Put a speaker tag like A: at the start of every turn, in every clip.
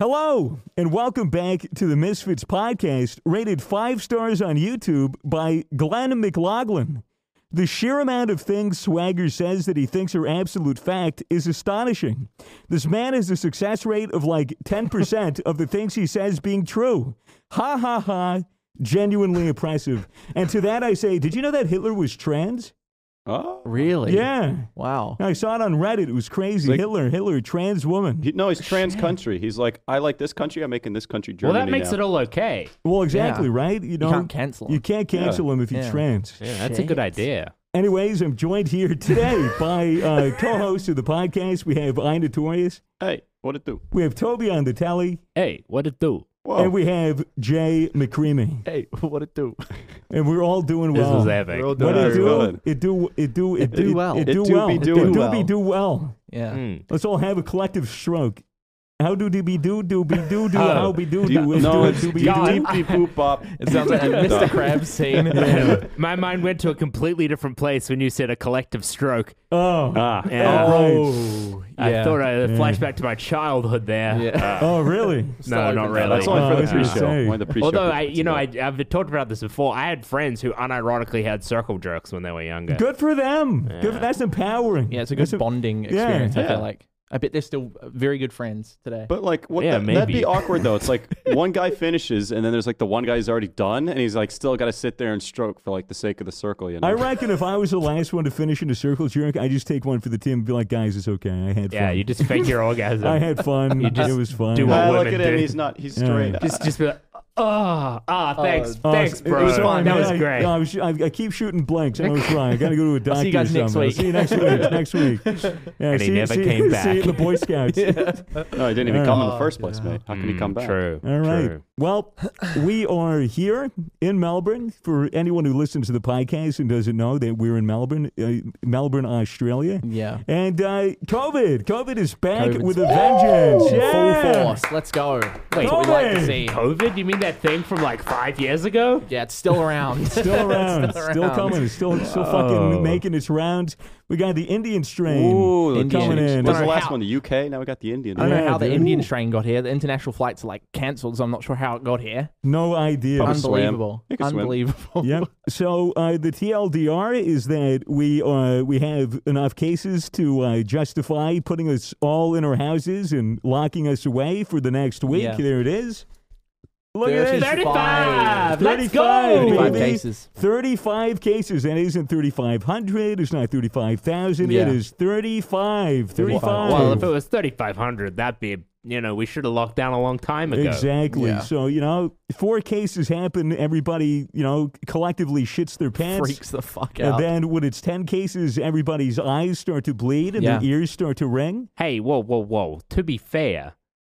A: Hello, and welcome back to the Misfits podcast, rated five stars on YouTube by Glenn McLaughlin. The sheer amount of things Swagger says that he thinks are absolute fact is astonishing. This man has a success rate of like 10% of the things he says being true. Ha ha ha. Genuinely oppressive. And to that I say, did you know that Hitler was trans?
B: Oh.
C: Really?
A: Yeah.
C: Wow.
A: I saw it on Reddit. It was crazy.
B: Like-
A: Hitler, Hitler, trans woman.
B: He, no, he's trans country. He's like, I like this country. I'm making this country
D: Oh, Well,
B: Germany.
D: that makes
B: now.
D: it all okay.
A: Well, exactly, right? You know,
C: can't cancel
A: You
C: him.
A: can't cancel him if he's
C: Yeah.
A: trans.
D: Yeah, that's a good idea.
A: Anyways, I'm joined here today by uh, co-hosts of the podcast. We have I Notorious,
B: Hey, what it do?
A: we have Toby on the telly,
D: Hey, what it do?
B: Whoa.
A: and we have Jay McCreamy.
C: Hey, what it do?
A: And we're all doing
D: This
A: well.
D: was epic.
E: We're all
A: What
E: doing
A: it
B: Very
A: do?
B: well.
A: It do it do it,
C: do well.
A: It do
B: It do
A: well.
B: be
A: it
B: doing
A: do be
C: well.
A: do well.
C: Yeah.
D: Mm.
A: Let's all have a collective stroke. How do do be do do be do do
D: Oh.
A: how be do
B: Deep-
A: do is
B: no,
A: do
B: it's
A: do be
B: deep,
A: do.
B: deep, deep, poop bop.
C: It sounds
B: Hmm.
C: like a Mr. Krabs scene. yeah.
D: My mind went to a completely different place when you said a collective stroke.
A: Oh,
D: Ah,
A: all
D: yeah.
A: right.
D: I thought I had a flashback to my childhood there.
C: Yeah.
D: Uh,
A: Oh, really?
D: no, not really.
B: That's only for the
A: Oh, yeah.
B: pre-show. Only the pre-show.
D: Although I,
B: people
D: you know, I,
B: can see
D: I've talked about this before. I had friends who unironically had circle jerks when they were younger.
A: Good for them. Good for,
D: Yeah.
A: that's empowering.
C: Yeah, it's a
A: Mm. That's
C: good bonding
A: yeah,
C: experience, I
B: yeah.
C: feel like. I bet they're still uh, very good friends today.
B: that. But like, what?
D: Yeah,
B: the, that'd be
D: maybe.
B: awkward though. It's like one guy finishes, and then there's like the one guy who's already done, and he's like still got to sit there and stroke for like the sake of the circle. You know.
A: I reckon if I was the last one to finish in a circle jerk, I just take one for the team and be like, guys, it's okay. I had
D: Yeah,
A: fun.
D: you just fake your orgasm.
A: I had fun.
D: just
A: it was fun.
D: do
B: Ah,
D: what
B: look
D: women
B: at him.
D: do.
B: He's not. He's
A: Yeah.
B: straight.
D: just, just be like, ah, ah, thanks,
A: Oh,
D: thanks,
A: it
D: bro.
A: was fun,
D: that
A: man.
D: was
A: I-
D: great.
A: no, I, was- I- I keep shooting blanks. I was wrong. I got to go to a doctor.
C: see you guys
A: or
C: next
A: something.
C: week.
A: I'll see you next week. Next week. Yeah,
D: And he
A: see,
D: never
A: see-
D: came
A: see
D: back.
A: you at the Boy Scouts.
B: no, he didn't even come in the
E: Oh,
B: first place, mate. How can he
D: Mm,
B: come back?
D: True.
A: All right.
D: true.
A: Well, we are here in Melbourne. For anyone who listens to the podcast and doesn't know that we're in Melbourne, uh, Melbourne, Australia.
C: yeah.
A: And uh, COVID, COVID is back
C: COVID's
A: with a vengeance.
C: In
A: Yeah.
C: Full force. Let's go. Wait, we like to
A: COVID.
C: see.
D: COVID? You mean that thing from like five years ago?
C: Yeah, it's still around.
A: Still around,
C: Still
A: still,
C: around.
A: coming, It's still still fucking making its rounds. We got the Indian strain
B: Ooh, the
A: coming
C: Indian
A: in.
B: What was the
C: How-
B: last one? The UK. Now we got the Indian.
C: I don't know
A: Yeah,
C: how the
A: dude.
C: Indian train got here. The international flights are like cancelled, so I'm not sure how it got here.
A: No idea.
B: Probably swam.
C: Unbelievable.
B: They could swim.
C: Unbelievable.
A: Yep. So uh, the TLDR is that we uh, we have enough cases to uh, justify putting us all in our houses and locking us away for the next week.
C: Yeah.
A: There it is. Look at
C: Thirty
A: this.
C: Thirty-five.
D: 35! Let's
A: 35,
D: go!
C: Five
A: baby.
C: cases.
A: 35 cases. That isn't 3,500. It's not 35,000.
C: Yeah.
A: It is 35. 35.
D: Well, if it was 3,500, that'd be, you know, we should have locked down a long time ago.
A: exactly.
C: Yeah.
A: So, you know, four cases happen. Everybody, you know, collectively shits their pants.
C: Freaks the fuck
A: And
C: out.
A: then when it's 10 cases, everybody's eyes start to bleed and
C: Yeah.
A: their ears start to ring.
D: Hey, whoa, whoa, whoa. To be fair,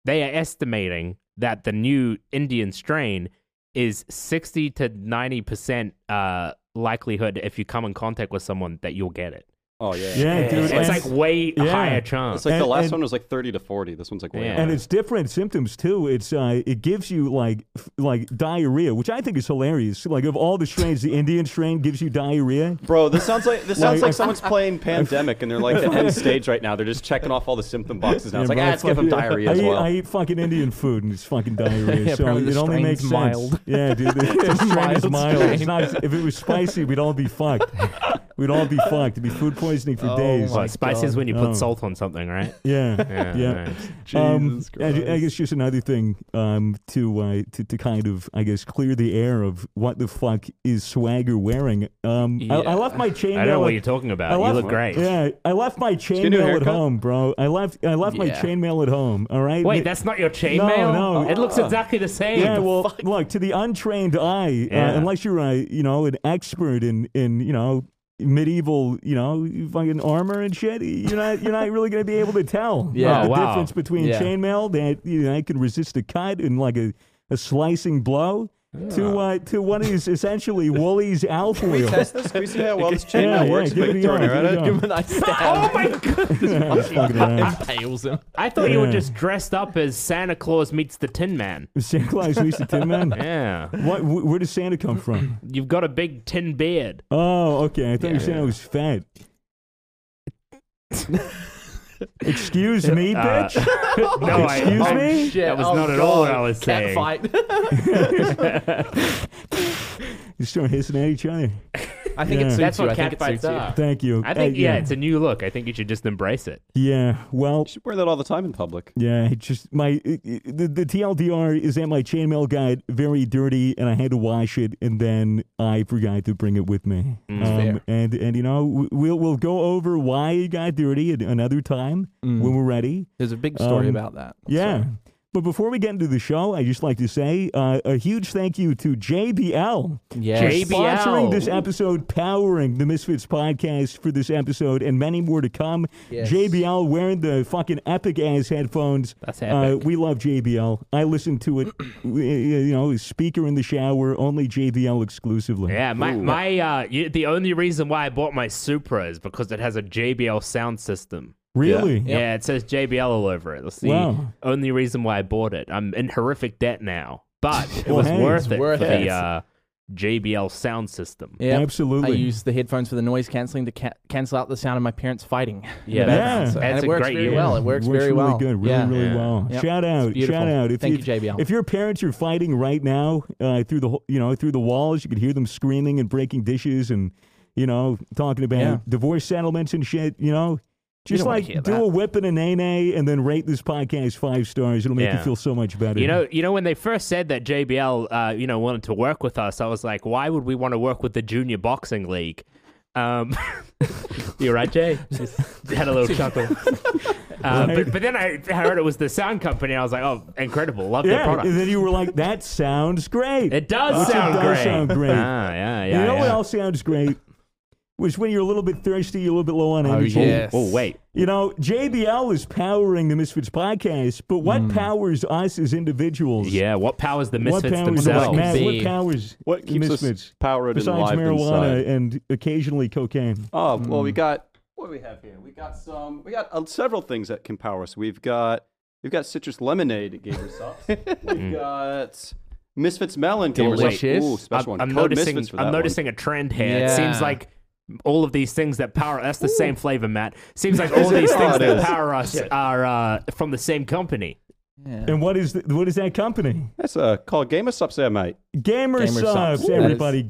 D: they are estimating that the new Indian strain is 60 to 90% uh, likelihood if you come in contact with someone that you'll get it.
B: Oh yeah.
A: Yeah, dude.
D: It's
A: and-
D: like way
A: yeah.
D: higher chance.
B: It's like the
A: And-
B: last
A: and-
B: one was like thirty to forty. This one's like way.
D: Yeah.
B: up.
A: and it's different symptoms too. It's uh, it gives you like f- like diarrhea, which I think is hilarious. Like of all the strains, the Indian strain gives you diarrhea.
B: Bro, this sounds like this sounds
A: Like,
B: like someone's playing Pandemic and they're like the end stage right now. They're just checking off all the symptom boxes now. It's like,
A: bro,
B: ah, let's give them
A: fucking-
B: diarrhea
A: I
B: as
A: eat,
B: well.
A: I eat fucking Indian food and it's fucking diarrhea.
C: Yeah,
A: so
C: apparently
A: it
C: the
A: only
C: strain's
A: makes sense.
C: mild.
A: Yeah, dude. The, the strain is
C: mild
A: mild. It's
C: strain.
A: not, if it was spicy, we'd all be fucked. We'd all be fucked. It'd be food poisoning for
C: Oh
A: days.
C: my-
D: Well, spice is when you
A: Oh.
D: put salt on something, right?
A: Yeah.
D: Yeah.
A: yeah.
D: right.
A: Um, I, I guess just another thing um, to, uh, to to kind of I guess clear the air of what the fuck is Swagger wearing. Um, I, I left my chain.
D: I don't know
A: mail
D: what
A: at-
D: you're talking about.
A: I
D: You
A: left-
D: look great.
A: Yeah, I left my
B: get a new
A: chainmail at
B: haircut?
A: home, bro. I left I left my
C: Yeah.
A: chainmail at home. All right.
D: Wait, that's not your chainmail?
A: No, no.
D: It looks exactly the same.
A: yeah. Well, look to the untrained eye.
D: Yeah.
A: Uh, unless you're a you know an expert in in you know medieval you know fucking armor and shit, you're not you're not really gonna be able to tell.
C: Yeah.
A: uh, the
D: Oh, wow.
A: difference between
C: Yeah.
A: chainmail that you know can resist a cut and like a, a slicing blow. To uh, to what is essentially Wooly's alpha wheel.
B: Test this. Can we see how well this chain
A: Yeah,
B: mail
A: yeah,
B: works?
A: give it a go,
B: Victor,
A: give it a
B: right?
A: go.
C: Give him a nice
D: Oh
A: um,
C: stab.
D: my goodness!
A: Fucking around.
C: Impales him.
D: I thought you
A: Yeah.
D: were just dressed up as Santa Claus meets the Tin Man.
A: Santa Claus meets the Tin Man.
D: Yeah,
A: What? Wh- where does Santa come from?
D: you've got a big tin beard.
A: Oh, okay. I thought you were saying I was fat. Excuse me,
D: Uh,
A: bitch.
D: no,
A: Excuse
D: I, oh,
A: me?
D: I, that was not at all what I was saying.
C: Oh Fight.
A: Just start hissing at each other.
C: I think
A: Yeah.
C: it suits
D: That's
C: you.
D: what
C: I think it
D: catfights
C: suits you.
D: are.
A: Thank you.
D: I think
A: Uh,
D: yeah, it's a new look. I think you should just embrace it.
A: yeah. Well,
B: You should wear that all the time in public.
A: yeah. It just my it- it- the, the TLDR is that my chainmail got very dirty, and I had to wash it, and then I forgot to bring it with me.
D: Mm,
A: Um,
C: fair.
A: and and you know w- we'll we'll go over why it got dirty at another time
D: Mm.
A: when we're ready.
C: There's a big story
A: Um,
C: about that. I'm
A: Yeah.
C: sorry.
A: But before we get into the show, I just like to say uh, a huge thank you to JBL
C: Yes.
D: JB
A: sponsoring
D: BL.
A: this episode, powering the Misfits podcast for this episode, and many more to come.
C: Yes.
A: JBL wearing the fucking epic ass headphones.
D: That's
A: Uh,
D: epic.
A: we love JBL. I listen to it, you know, speaker in the shower, only JBL exclusively.
D: yeah, my my uh, you, the only reason why I bought my Supra is because it has a JBL sound system.
A: Really?
C: Yep.
D: Yeah, it says JBL all over it. That's the
A: Wow.
D: only reason why I bought it. I'm in horrific debt now, but it
A: Well,
D: was
A: hey,
D: worth
A: it's
D: it
C: worth
D: for
C: it.
D: the uh, JBL sound system.
C: Yep.
A: Absolutely.
C: I use the headphones for the noise canceling to ca- cancel out the sound of my parents fighting. in the
D: Yeah.
C: background.
A: Yeah.
C: So- uh, and
D: That's
C: it
D: a
C: works
D: great
C: very
D: use.
C: well. It works, very
A: really
C: well.
A: good. Really,
C: yeah.
A: really
D: Yeah.
A: well.
C: Yep.
A: Shout out,
C: beautiful.
A: shout out. If
C: Thank
A: you,
C: you, JBL.
A: If your parents are fighting right now uh, through the whole- you know through the walls, you could hear them screaming and breaking dishes and you know talking about
C: Yeah.
A: divorce settlements and shit. You know, just
C: don't wanna
A: like
C: hear
A: do
C: that.
A: a whip and a nay nay, and then rate this podcast five stars. It'll make you
D: Yeah.
A: feel so much better.
D: You know, you know when they first said that JBL, uh, you know, wanted to work with us, I was like, why would we want to work with the Junior Boxing League? Um, you're right, Jay. Just had a little chuckle. Uh, but, but then I heard it was the sound company. and I was like, oh, incredible! Love their
A: yeah.
D: product.
A: And then you were like, that sounds great.
D: It does
A: Which it
D: sound
A: does
D: great.
A: sound great.
D: Ah, yeah, yeah.
A: you know
D: yeah.
A: what else sounds great? Was when you're a little bit thirsty, you're a little bit low on energy.
C: yes.
D: Oh wait,
A: You know, JBL is powering the Misfits podcast, but what powers us as individuals?
D: Hmm. yeah. What powers the
A: What
D: misfits
A: powers us,
D: themselves?
A: Matt,
C: Be-
A: What powers
B: What
A: the
B: keeps
A: Misfits
B: us powered and
A: besides
B: alive
A: marijuana
B: inside?
A: and occasionally cocaine?
B: Oh, well,
A: Hmm.
B: we got what do we have here? We got some. We got uh, several things that can power us. We've got we've got citrus lemonade at Gamer Sauce.
A: Hmm.
B: We've got Misfits Melon. Gamer Sauce.
C: Delicious.
B: Ooh, special one.
D: I'm, I'm
B: Code
D: noticing.
B: Misfits for that
D: I'm
B: one.
D: noticing a trend here. It
C: Yeah.
D: seems like all of these things that power that's the same flavor, Matt. Seems like all these
B: Oh,
D: things
B: it
D: that
B: is.
D: power us are uh, from the same company.
A: And what is the, what is that company?
B: That's uh, called Gamer Subs there, mate.
A: Gamersups,
C: Gamersups. Ooh, that is-
A: everybody.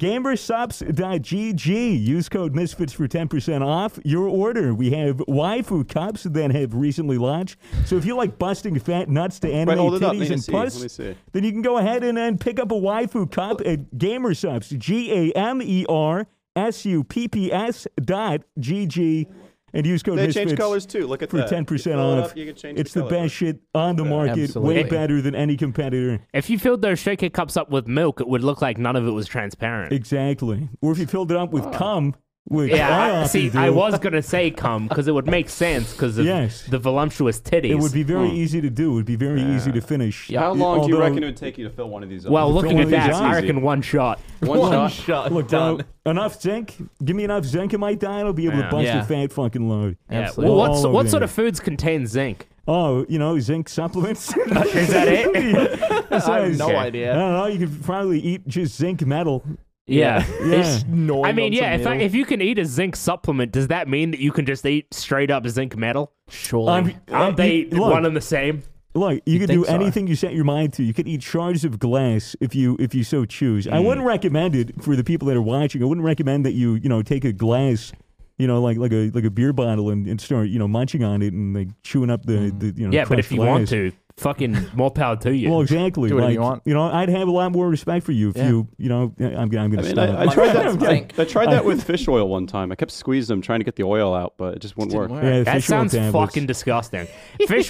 A: Gamersups.gg. Use code Misfits for 10% off your order. We have waifu cups that have recently launched. So if you like busting fat nuts to anime
B: Right, hold it up.
A: titties
B: Let me
A: and
B: see.
A: puss,
B: Let me see.
A: then you can go ahead and, and pick up a waifu cup at Gamersups, G A M E R S U P P S dot G G, and use code
B: They
A: Misfits
B: change colors too. Look at
A: for
B: that. You
A: 10%
B: fill it
A: off.
B: up, you can change
A: it's the,
B: color.
A: best shit on the market, way
C: absolutely.
A: better than any competitor.
D: If you filled those shaker cups up with milk, it would look like none of it was transparent.
A: Exactly. Or if you filled it up with cum, which I
D: yeah, I,
A: often
D: see,
A: do,
D: I was gonna say cum because it would make sense because of
A: Yes.
D: the voluptuous titties.
A: It would be very easy to do. It would be very easy to finish.
B: How long do you
A: Although-
B: reckon it would take you to fill one of these up?
D: well, looking
A: one
D: at
A: of these
D: that,
A: eyes.
D: I reckon one shot.
C: One,
A: One
C: shot, shot.
A: Look, bro,
C: done.
A: enough zinc. Give me enough zinc in my diet. I'll be able to
D: Yeah.
A: bust
C: Yeah.
A: a fat fucking load.
D: Yeah.
C: Absolutely.
D: Well, what's,
A: All over
D: what
A: it.
D: sort of foods contain zinc?
A: Oh, you know, zinc supplements.
D: Is that it?
C: I have
A: Besides-
C: no
D: Okay.
A: I
C: idea.
A: don't know. You could probably eat just zinc metal.
D: Yeah.
A: Yeah.
D: I mean, yeah. If, I, if you can eat a zinc supplement, does that mean that you can just eat straight up zinc metal?
C: surely.
A: I'm-
D: Aren't
A: Uh,
D: they
A: you- look.
D: one and the same?
A: Look, you could do
C: think so?
A: anything you set your mind to. You could eat shards of glass if you if you so choose. I
D: Mm.
A: wouldn't recommend it for the people that are watching. I wouldn't recommend that you you know take a glass, you know like like a like a beer bottle and, and start you know munching on it and like chewing up the, the you know
D: Mm. Yeah, but
A: crushed
D: if you
A: glass.
D: want to, fucking more power to you.
A: Well, exactly.
C: Do whatever
A: like,
C: you want.
A: know, I'd have a lot more respect for you if
C: Yeah.
A: you, you know, I'm, I'm going to
B: I mean,
A: stop.
B: I, I tried
C: I'm
B: that.
C: getting-
B: I tried that with fish oil one time. I kept squeezing them, trying to get the oil out, but it just wouldn't work.
C: Didn't work.
A: yeah,
D: that
A: fish oil
D: sounds
A: tablets.
D: fucking disgusting. Fish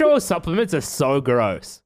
D: oil supplements are so gross.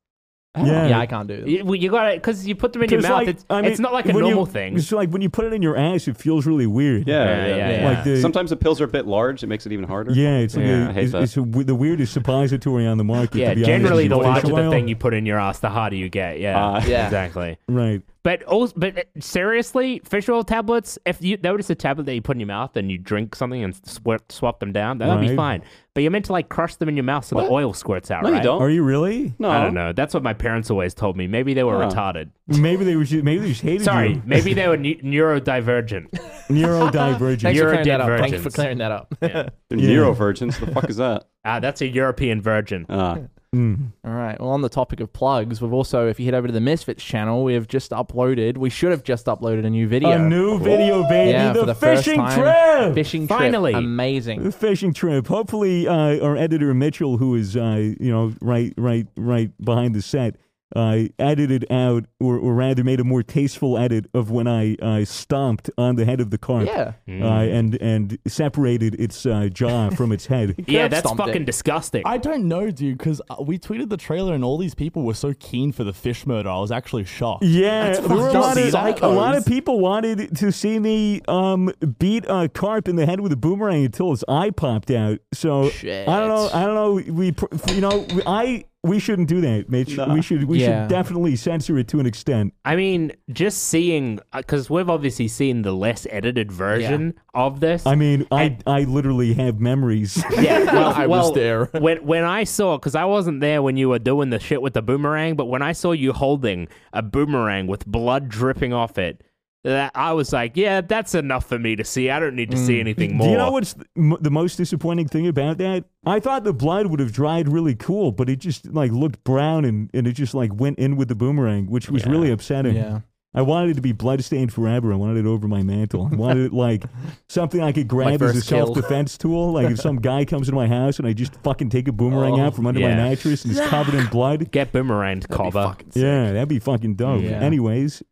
A: Yeah.
C: yeah, I can't do that.
D: You, well, you gotta, because you put them in your
A: It's
D: mouth,
A: like-
D: it's,
A: I mean,
D: it's not like a
A: when you-
D: normal thing.
A: It's like when you put it in your ass, it feels really weird.
B: Yeah,
D: Yeah,
B: yeah,
D: yeah,
B: yeah.
A: Like the,
B: Sometimes the pills are a bit large. It makes it even harder.
A: Yeah, it's like
D: Yeah,
A: a,
B: I hate
A: it's,
B: that.
A: it's a, the weirdest suppository on the market.
D: yeah,
A: to be honest
D: generally,
A: with you.
D: the
A: Fish
D: larger the
A: oil. Uh,
D: thing you put in your ass, the harder you get. Yeah,
B: Ah.
C: Yeah.
D: exactly.
A: right.
D: But also, but uh, seriously, fish oil tablets. If you that was just a tablet that you put in your mouth and you drink something and squirt, swap them down, that would be
A: Right.
D: fine. But you're meant to like crush them in your mouth so
B: What?
D: the oil squirts out.
B: No,
D: right?
B: you don't.
A: Are you really?
B: no,
D: I don't know. That's what my parents always told me. Maybe they were
B: Huh.
D: retarded.
A: Maybe they were just, maybe they just hated
D: Sorry,
A: you.
D: maybe they were ne- neurodivergent.
A: neurodivergent.
D: Thanks
C: Thanks
D: for
C: for
D: You're clearing
C: clearing
D: a that
C: that
D: up.
C: up.
D: Thank
C: Thank
D: you
C: you for
D: for virgins.
C: clearing that up.
B: They're
A: Yeah.
B: neurovirgins. The fuck is that?
D: Ah, that's a European virgin.
B: Ah,
A: Mm.
C: All right. Well, on the topic of plugs, we've also, if you head over to the Misfits channel, we have just uploaded. We should have just uploaded a new video.
A: A new video, baby.
C: yeah,
A: the,
C: for the first
A: fishing
C: time.
A: trip.
C: Fishing trip.
D: Finally.
A: The
C: amazing.
A: fishing trip. Hopefully, uh, our editor Mitchell, who is uh, you know right, right, right behind the set, uh, edited out, or, or rather, made a more tasteful edit of when I uh, stomped on the head of the carp.
C: Yeah.
A: Uh, and and separated its uh, jaw from its head.
D: Yeah,
C: Curb
D: that's
C: stomped
D: fucking
C: it.
D: disgusting.
E: I don't know, dude, because we tweeted the trailer and all these people were so keen for the fish murder. I was actually shocked.
A: Yeah, there were a
E: fucked up.
A: lot, of,
E: Psychos.
A: a lot of people wanted to see me um, beat a carp in the head with a boomerang until his eye popped out. So
C: Shit.
A: I don't know. I don't know. We, pr- you know, we- I we shouldn't do that, Mitch.
B: Nah.
A: We should we
C: Yeah.
A: should definitely censor it to an extent.
D: I mean, just seeing because we've obviously seen the less edited version of this.
A: I mean, I I literally have memories.
D: yeah, well,
E: I was
D: well,
E: there.
D: when when I saw because I wasn't there when you were doing the shit with the boomerang, but when I saw you holding a boomerang with blood dripping off it, that I was like, yeah, that's enough for me to see. I don't need to see anything more.
A: Mm. Do you know what's the, m- the most disappointing thing about that? I thought the blood would have dried really cool, but it just like looked brown and, and it just like went in with the boomerang, which was really upsetting.
C: Yeah.
A: I wanted it to be bloodstained forever. I wanted it over my mantle. I wanted it like something I could grab as a
C: first kill.
A: self defense tool. Like if some guy comes into my house and I just fucking take a boomerang
C: Oh,
A: out from under my
D: yeah.
A: mattress and it's covered in blood.
D: Get boomeranged, Cobber.
A: Yeah, that'd be fucking dope.
C: Yeah.
A: Anyways,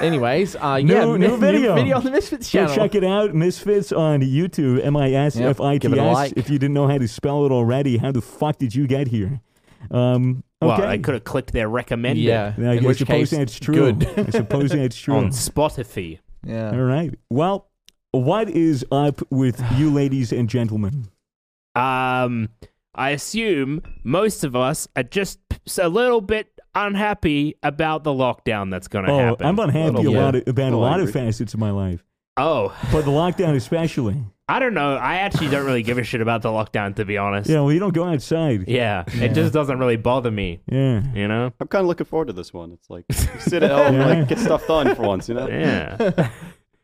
C: Anyways, uh, yeah,
A: New-
C: n-
A: new video.
C: video on the Misfits
A: go
C: channel.
A: check it out. Misfits on YouTube, M I S F I T
C: give it a
A: S.
C: like.
A: If you didn't know how to spell it already, how the fuck did you get here? Um,
D: Well,
A: okay.
D: I could have clicked their recommended
C: Yeah.
A: I
C: In which
A: suppose
C: case,
A: that's true.
C: good.
A: I suppose that's true.
D: on Spotify.
A: All
C: yeah.
A: right. Well, what is up with you ladies and gentlemen?
D: Um, I assume most of us are just a little bit unhappy about the lockdown that's going to
A: Oh,
D: happen.
A: I'm unhappy a
C: bit.
A: lot of, about a
B: Little
A: lot of
B: angry.
A: facets of my life,
D: oh,
A: but the lockdown especially.
D: I don't know. I actually don't really give a shit about the lockdown, to be honest.
A: Yeah, well, you don't go outside.
D: Yeah, it just doesn't really bother me,
A: Yeah.
D: you know?
B: I'm kind of looking forward to this one. It's like you sit at home,
A: Yeah.
B: like get stuff done for once, you know.
D: Yeah.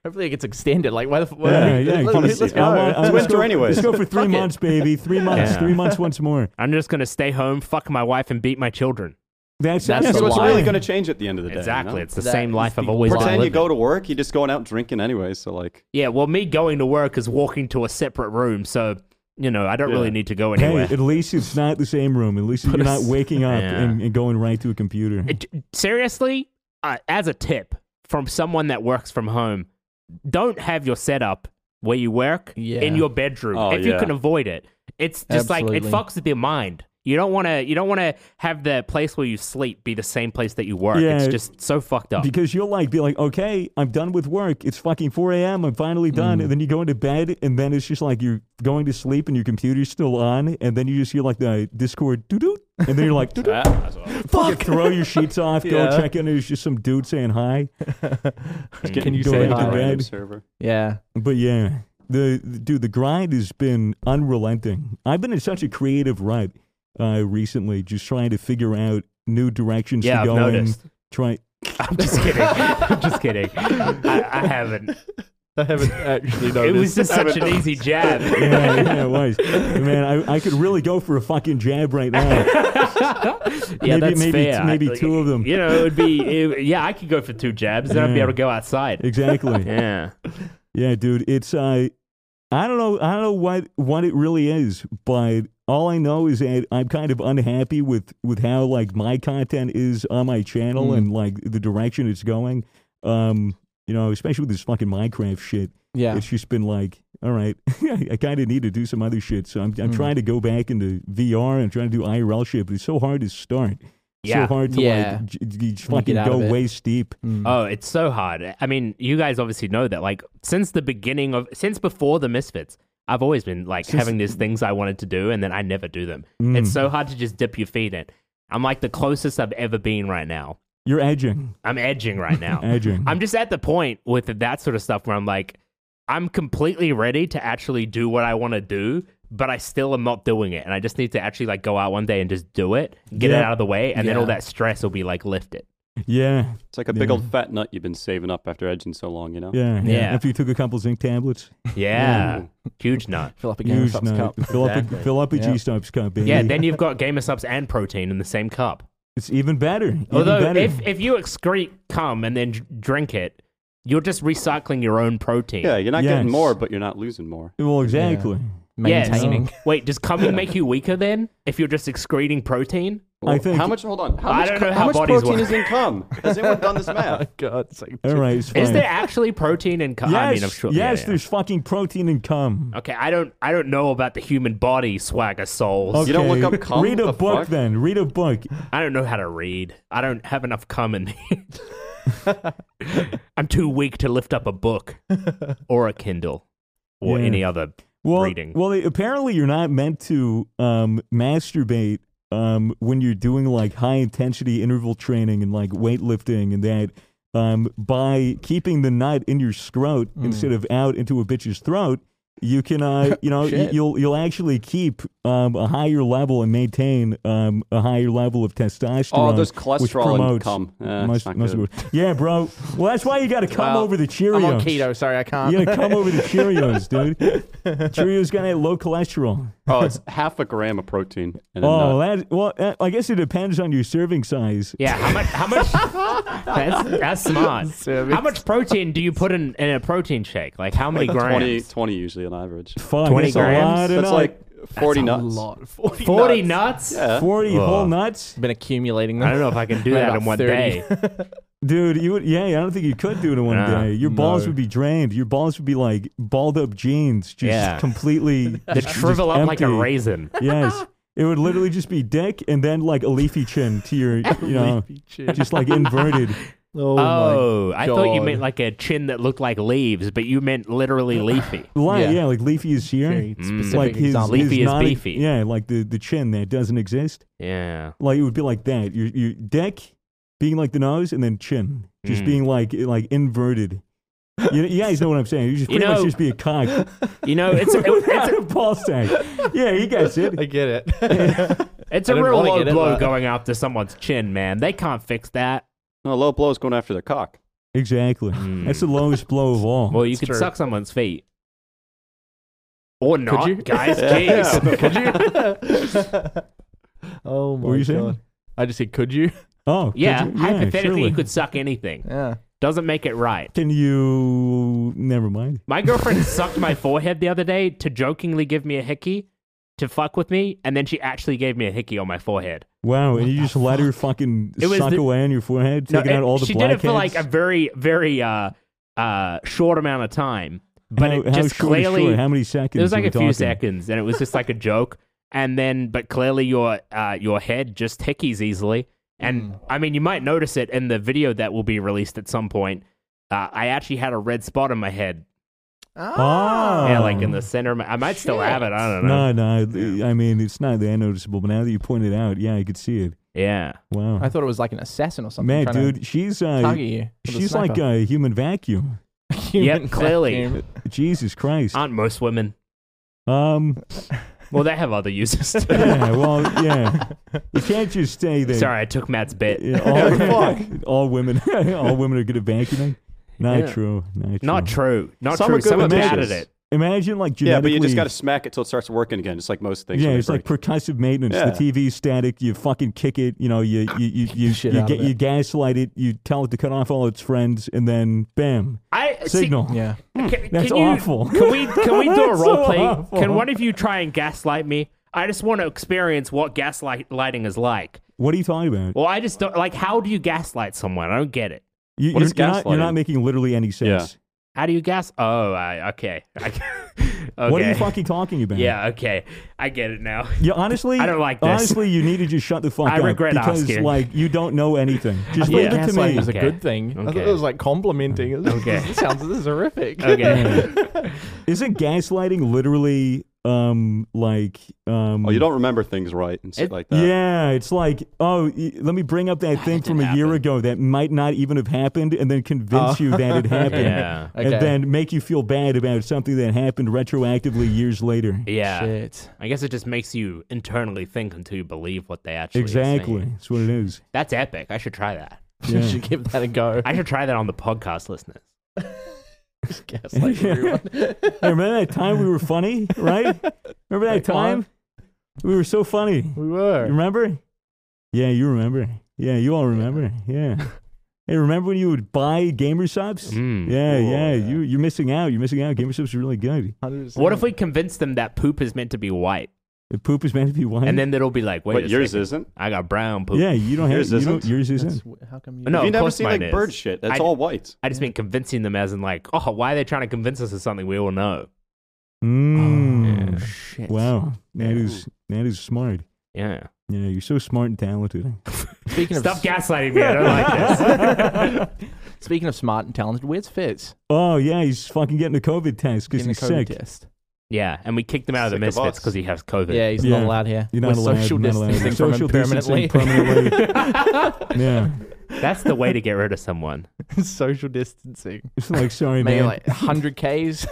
C: Hopefully it gets extended. Like, why the f-
A: Yeah, yeah,
C: let's,
A: come
C: let's,
A: on.
C: let's go.
A: I want- I-
B: It's
A: let's
B: winter
A: go-
B: anyways.
A: Let's go for three
C: Fuck it.
A: months, baby. Three months.
D: Yeah.
A: Three months once more.
D: I'm just going to stay home, fuck my wife, and beat my children.
A: That's,
C: That's
A: that's
B: So
C: the
B: what's
C: lie.
B: really going to change at the end of the day? you
D: Exactly.
B: know?
D: It's the
C: That
D: same
C: is
D: life I've
C: the
D: always
C: Pretend
D: been
B: Pretend you
D: living.
B: go to work, you're just going out drinking anyway. So like,
D: Yeah, well, me going to work is walking to a separate room, so, you know, I don't
B: Yeah.
D: really need to go
A: Hey,
D: anywhere.
A: at least it's not the same room. At least you're not waking up
D: Yeah.
A: and, and going right to a computer.
D: It- seriously, uh, as a tip from someone that works from home, don't have your setup where you work
C: Yeah.
D: in your bedroom
B: Oh,
D: if you
B: yeah.
D: can avoid it. It's just like
C: Absolutely.
D: it fucks with your mind. You don't want to. You don't want to have the place where you sleep be the same place that you work.
A: Yeah.
D: It's just so fucked up.
A: Because you'll like be like, okay, I'm done with work. It's fucking 4 a.m. I'm finally done. And then you go into bed, and then it's just like you're going to sleep, and your computer's still on, and then you just hear like the Discord doo doo, and then you're like, doo doo. Fuck! Throw your sheets off, go
E: Yeah.
A: check in, and it's just some dude saying hi.
B: can
C: you say hi?
B: Server.
C: Yeah.
A: But yeah, the, the- dude, the grind has been unrelenting. I've been in such a creative rut uh, recently, just trying to figure out new directions
D: Yeah,
A: to
D: I've
A: go in.
D: noticed.
A: Try.
D: I'm just kidding. I'm just kidding. I, I haven't.
E: I haven't actually
D: It
E: noticed.
D: was just such an easy jab.
A: Yeah, yeah, it was. Man, I, I could really go for a fucking jab right now.
D: Yeah,
A: Maybe-
D: that's
A: maybe-
D: fair.
A: maybe
D: Like,
A: two of them.
D: You know, it would be. it- yeah, I could go for two jabs, then I'd be
A: Yeah.
D: able to go outside.
A: Exactly.
D: Yeah.
A: Yeah, dude, it's uh, I don't know, I don't know what what it really is, but all I know is that I'm kind of unhappy with with how like my content is on my channel
C: Mm.
A: and like the direction it's going. Um, you know, especially with this fucking Minecraft shit,
C: Yeah.
A: it's just been like, all right, I kind of need to do some other shit. So I'm I'm
C: Mm.
A: trying to go back into VR and trying to do IRL shit, but it's so hard to start.
D: Yeah.
A: So hard to
C: Yeah.
A: like j- j-
C: When you
A: fucking
C: get out
A: go
C: of it. Mm.
A: waist deep.
D: Oh, it's so hard. I mean, you guys obviously know that. Like, since the beginning of, since before the Misfits, I've always been like having these things I wanted to do, and then I never do them. It's so hard to just dip your feet in. I'm like the closest I've ever been right now,
A: You're edging.
D: I'm edging right now.
A: Edging.
D: I'm just at the point with that sort of stuff where I'm like, I'm completely ready to actually do what I want to do, but I still am not doing it. And I just need to actually like go out one day and just do it, get it
A: Yeah.
D: out of the way, and then all
C: Yeah.
D: that stress will be like lifted.
A: yeah.
B: It's like a big
A: Yeah.
B: old fat nut you've been saving up after edging so long, you know?
A: Yeah.
D: Yeah.
A: After you took a couple zinc tablets,
D: Yeah. Huge nut.
C: Fill up a
A: huge
C: GameStop's
A: night.
C: cup.
A: Fill up a
D: Exactly.
A: fill up a
C: Yeah.
A: G-Stops cup, baby.
D: Yeah, then you've got gamer subs and protein in the same cup.
A: it's even better. Even
D: Although,
A: better.
D: if, if you excrete cum and then dr- drink it, you're just recycling your own protein.
B: Yeah, you're not getting
A: Yes.
B: more, but you're not losing more.
A: well, exactly.
D: Yes.
C: Maintaining.
D: Wait, does cumming make you weaker then? If you're just excreting protein?
A: I think-
B: How much? Hold on. How
D: I
B: much,
D: don't
B: co-
D: know
B: how
D: how
B: much
D: bodies
B: protein
D: work.
B: is in cum? Has anyone done this math?
C: God, it's like,
A: All right. It's fine.
D: Is there actually protein in cum?
A: Yes.
D: I mean, I'm sure. yeah,
A: yes.
D: yeah.
A: There's fucking protein in cum.
D: Okay, I don't, I don't know about the human body, swagger souls.
A: Okay.
B: You don't look up cum?
A: Read a
B: The
A: book
B: fuck?
A: then. Read a book.
D: I don't know how to read. I don't have enough cum in me. I'm too weak to lift up a book or a Kindle or
A: Yeah.
D: any other
A: Well,
D: reading.
A: well, apparently you're not meant to um, masturbate um, when you're doing like high intensity interval training and like weightlifting and that um, by keeping the nut in your scrot instead of out into a bitch's throat. You can, uh, you know, y-
C: Shit.
A: you'll you'll actually keep um, a higher level and maintain um, a higher level of testosterone.
B: Oh, there's
A: which
B: cholesterol in
A: promotes
B: cum. Yeah, it's
A: mus-
B: not
A: muscle
B: good.
A: growth. Yeah, bro. Well, that's why you got to come
C: Well,
A: over the Cheerios.
C: I'm on keto. Sorry, I can't.
A: You gotta come over to Cheerios, dude. Cheerios got that low cholesterol.
B: Oh, it's half a gram of protein. And a
A: Oh,
B: nut.
A: that well, that- I guess it depends on your serving size.
D: yeah, how much? How much that's, that's smart. How much protein do you put in, in a protein shake? Like how many grams?
B: 20, 20 usually on average.
A: Fuck,
D: 20
A: that's a
D: grams?
A: lot of
B: That's
A: nut.
B: like 40
C: a
B: nuts.
C: lot. 40,
D: 40
C: nuts.
D: nuts?
B: Yeah.
A: forty whole
D: uh, Ugh.
A: nuts,
C: Been accumulating them.
D: I don't know if I can do that
C: About
D: in one
C: 30.
D: day.
A: dude. You would, yeah, I don't think you could do it in one
D: Nah,
A: day. Your balls
C: no.
A: would be drained. Your balls would be like balled up jeans, just
D: Yeah.
A: completely
D: They
A: just-
D: shrivel
A: just
D: up like a
A: empty.
D: raisin.
A: Yes. It would literally just be dick and then like a leafy chin to your, you know, just like inverted.
C: Oh,
D: Oh, I thought you
C: God.
D: meant like a chin that looked like leaves, but you meant literally leafy. Mm.
A: Like, yeah.
C: Yeah.
A: like leafy is here.
C: Very specific
A: like his,
C: example.
A: his
D: Leafy is
A: non-
D: beefy.
A: Yeah, like the, the chin that doesn't exist.
D: Yeah.
A: Like it would be like that. Your your deck being like the nose, and then chin just
D: Mm.
A: being like like inverted. You, you guys know what I'm saying? You just
D: You
A: pretty much
D: know-
A: just be a cock
D: You know, it's a, Hmm. it- it's
A: without
D: a,
A: a ball sack. Yeah, you guys it.
C: I get it.
D: it's
C: I
D: a
C: didn't
D: real
C: wanna
D: low
C: get it,
D: blow
C: but-
D: going after someone's chin, man. They can't fix that.
B: No, low blows going after their cock.
A: Exactly. That's the lowest blow of all.
D: Well, you
C: It's
D: could
C: Oh, true.
D: suck someone's feet. Or not,
C: you?
D: guys.
B: Yeah.
D: Jeez.
C: could you? oh my
A: were you
C: god!
A: saying?
C: I just said, could you?
A: Oh, could
D: Yeah,
A: you?
D: hypothetically,
A: surely.
D: you could suck anything.
C: Yeah.
D: Doesn't make it right.
A: Can you? Never mind.
D: My girlfriend sucked my forehead the other day to jokingly give me a hickey to fuck with me, and then she actually gave me a hickey on my forehead.
A: Wow, and you just let her fucking
D: It was
A: suck
D: the-
A: away on your forehead, taking
D: No,
A: out
D: it-
A: all the
D: she did
A: blackheads.
D: it for like a very, very uh, uh, short amount of time, but
A: how,
D: it
A: how
D: just
A: short is
D: clearly
A: short? How many seconds?
D: it was
A: are
D: like
A: we
D: a few
A: talking?
D: seconds, and it was just like a joke. And then, but clearly your uh, your head just hickeys easily, and I mean you might notice it in the video that will be released at some point. Uh, I actually had a red spot on my head,
C: Oh.
A: Ah,
D: yeah, like in the center. Of my, I might still have it. I don't know.
A: No, no. I- I mean, it's not that noticeable, but now that you point it out, yeah, I could see it.
D: Yeah.
A: Wow.
C: I thought it was like an assassin or something.
A: Man,
C: trying to
A: dude, she's
C: target
A: uh,
C: you. with a
A: she's like
C: sniper.
A: a human vacuum.
C: Human
D: clearly.
C: vacuum.
A: Jesus Christ.
D: Aren't most women?
A: Um.
D: Well, they have other uses. too.
A: Yeah. Well. Yeah. You can't just say that.
D: Sorry, I took Matt's bit.
A: yeah, all, all women. all women are good at vacuuming. Not
D: Yeah.
A: true. Not true.
D: Not true. Not
B: Some are
D: true.
B: good
D: Some are
B: with
D: bad at
B: matches.
D: it.
A: Imagine like
B: Yeah, but
A: genetically.
B: you just got to smack it till it starts working again, just like most things.
A: yeah,
B: when they
A: it's like
B: break.
A: percussive maintenance.
B: Yeah.
A: The TV static. You fucking kick it. You know, you you you you,
C: the shit
A: you,
C: out
A: ga-
C: of it.
A: you gaslight it. You tell it to cut off all its friends, and then bam,
D: I see-
A: signal.
C: Yeah.
D: can,
A: Hmm, That's
D: can you-
A: awful.
D: Can we can we do a
A: That's
D: role
A: so
D: play?
A: awful.
D: Can one of you try and gaslight me? I just want to experience what gaslight lighting is like.
A: What are you talking about?
D: Well, I just don't like. How do you gaslight someone? I don't get it.
A: you,
B: what
A: you're,
B: is
A: you're not, you're not
B: gaslighting?
A: making literally any sense.
D: How do you gas? Oh, I, okay. I, okay.
A: What are you fucking talking about?
D: Yeah. Okay. I get it now.
A: You, honestly,
D: I don't like this.
A: Honestly, you need to just shut the fuck
D: I
A: up
D: regret
A: because
D: asking.
A: like you don't know anything. Just
D: thought
A: leave it to
C: Gaslighting
A: me.
C: was a
D: Okay.
C: good thing. I thought
D: Okay.
C: it was like
A: Mm.
C: complimenting. Okay.
D: Okay.
C: this sounds this is horrific.
D: Okay.
A: Isn't gaslighting literally um like um
B: Oh, you don't remember things right and shit
D: It-
B: like that.
A: yeah, it's like, oh, y- let me bring up that
D: Ah,
A: thing
D: that
A: from a
D: didn't
A: year
D: happen.
A: ago that might not even have happened, and then convince you that it happened,
D: Yeah.
A: and
C: Okay.
A: then make you feel bad about something that happened retroactively years later.
D: Yeah.
C: Shit.
D: I guess it just makes you internally think until you believe what they actually are
A: Exactly,
D: saying.
A: that's what it is.
D: That's epic. I should try that.
C: You
A: Yeah.
C: should give that a go.
D: I should try that on the podcast listeners.
C: guess like
A: Yeah.
C: everyone.
A: Hey, remember that time we were funny, right? Remember that
C: That
A: time?
C: time?
A: We were so funny.
C: We
A: You
C: were.
A: remember? Yeah, you remember. Yeah, you all remember. Yeah. hey, remember when you would buy gamer subs?
D: Mm.
A: Yeah,
E: Cool,
A: yeah,
E: yeah.
A: You you're missing out. You're missing out. Gamer subs are really good.
E: 100%.
D: What if we convince them that poop is meant to be white,
A: The poop is meant to be white.
D: and then they'll be like, "Wait,
B: but
D: a
B: yours
D: second.
B: isn't.
D: I got brown poop."
A: yeah, you don't have
B: Yours
A: you don't-
B: isn't?
A: yours
C: That's
A: isn't.
C: w- how come you?
D: No,
B: Have you
D: of
B: never
D: course
B: seen
D: mine
B: like
D: is.
B: bird shit? That's
D: I-
B: all white.
D: I just mean convincing them as in like, "Oh, why are they trying to convince us of something we all know?"
A: Mm.
D: Yeah.
C: Oh, Shit.
A: Wow, that
B: Yeah.
A: is that is smart.
D: Yeah.
A: Yeah, you're so smart and talented.
C: Speaking of
D: Stop gaslighting me. I don't like this.
C: speaking of smart and talented, where's Fitz?
A: Oh yeah, he's fucking getting a COVID test because
C: Getting a
A: he's
C: COVID
A: sick.
C: test.
D: yeah, and we kicked him out of the
B: Sick of
D: misfits
B: us.
D: because he has COVID.
C: Yeah, he's
A: Yeah.
C: not allowed here.
A: You're not
C: We're
A: allowed,
C: social
A: not allowed.
C: distancing from
A: Social
C: him permanently.
A: distancing permanently. Yeah,
D: That's the way to get rid of someone.
C: social distancing.
A: it's like sorry,
C: Maybe
A: man.
C: like 100 Ks.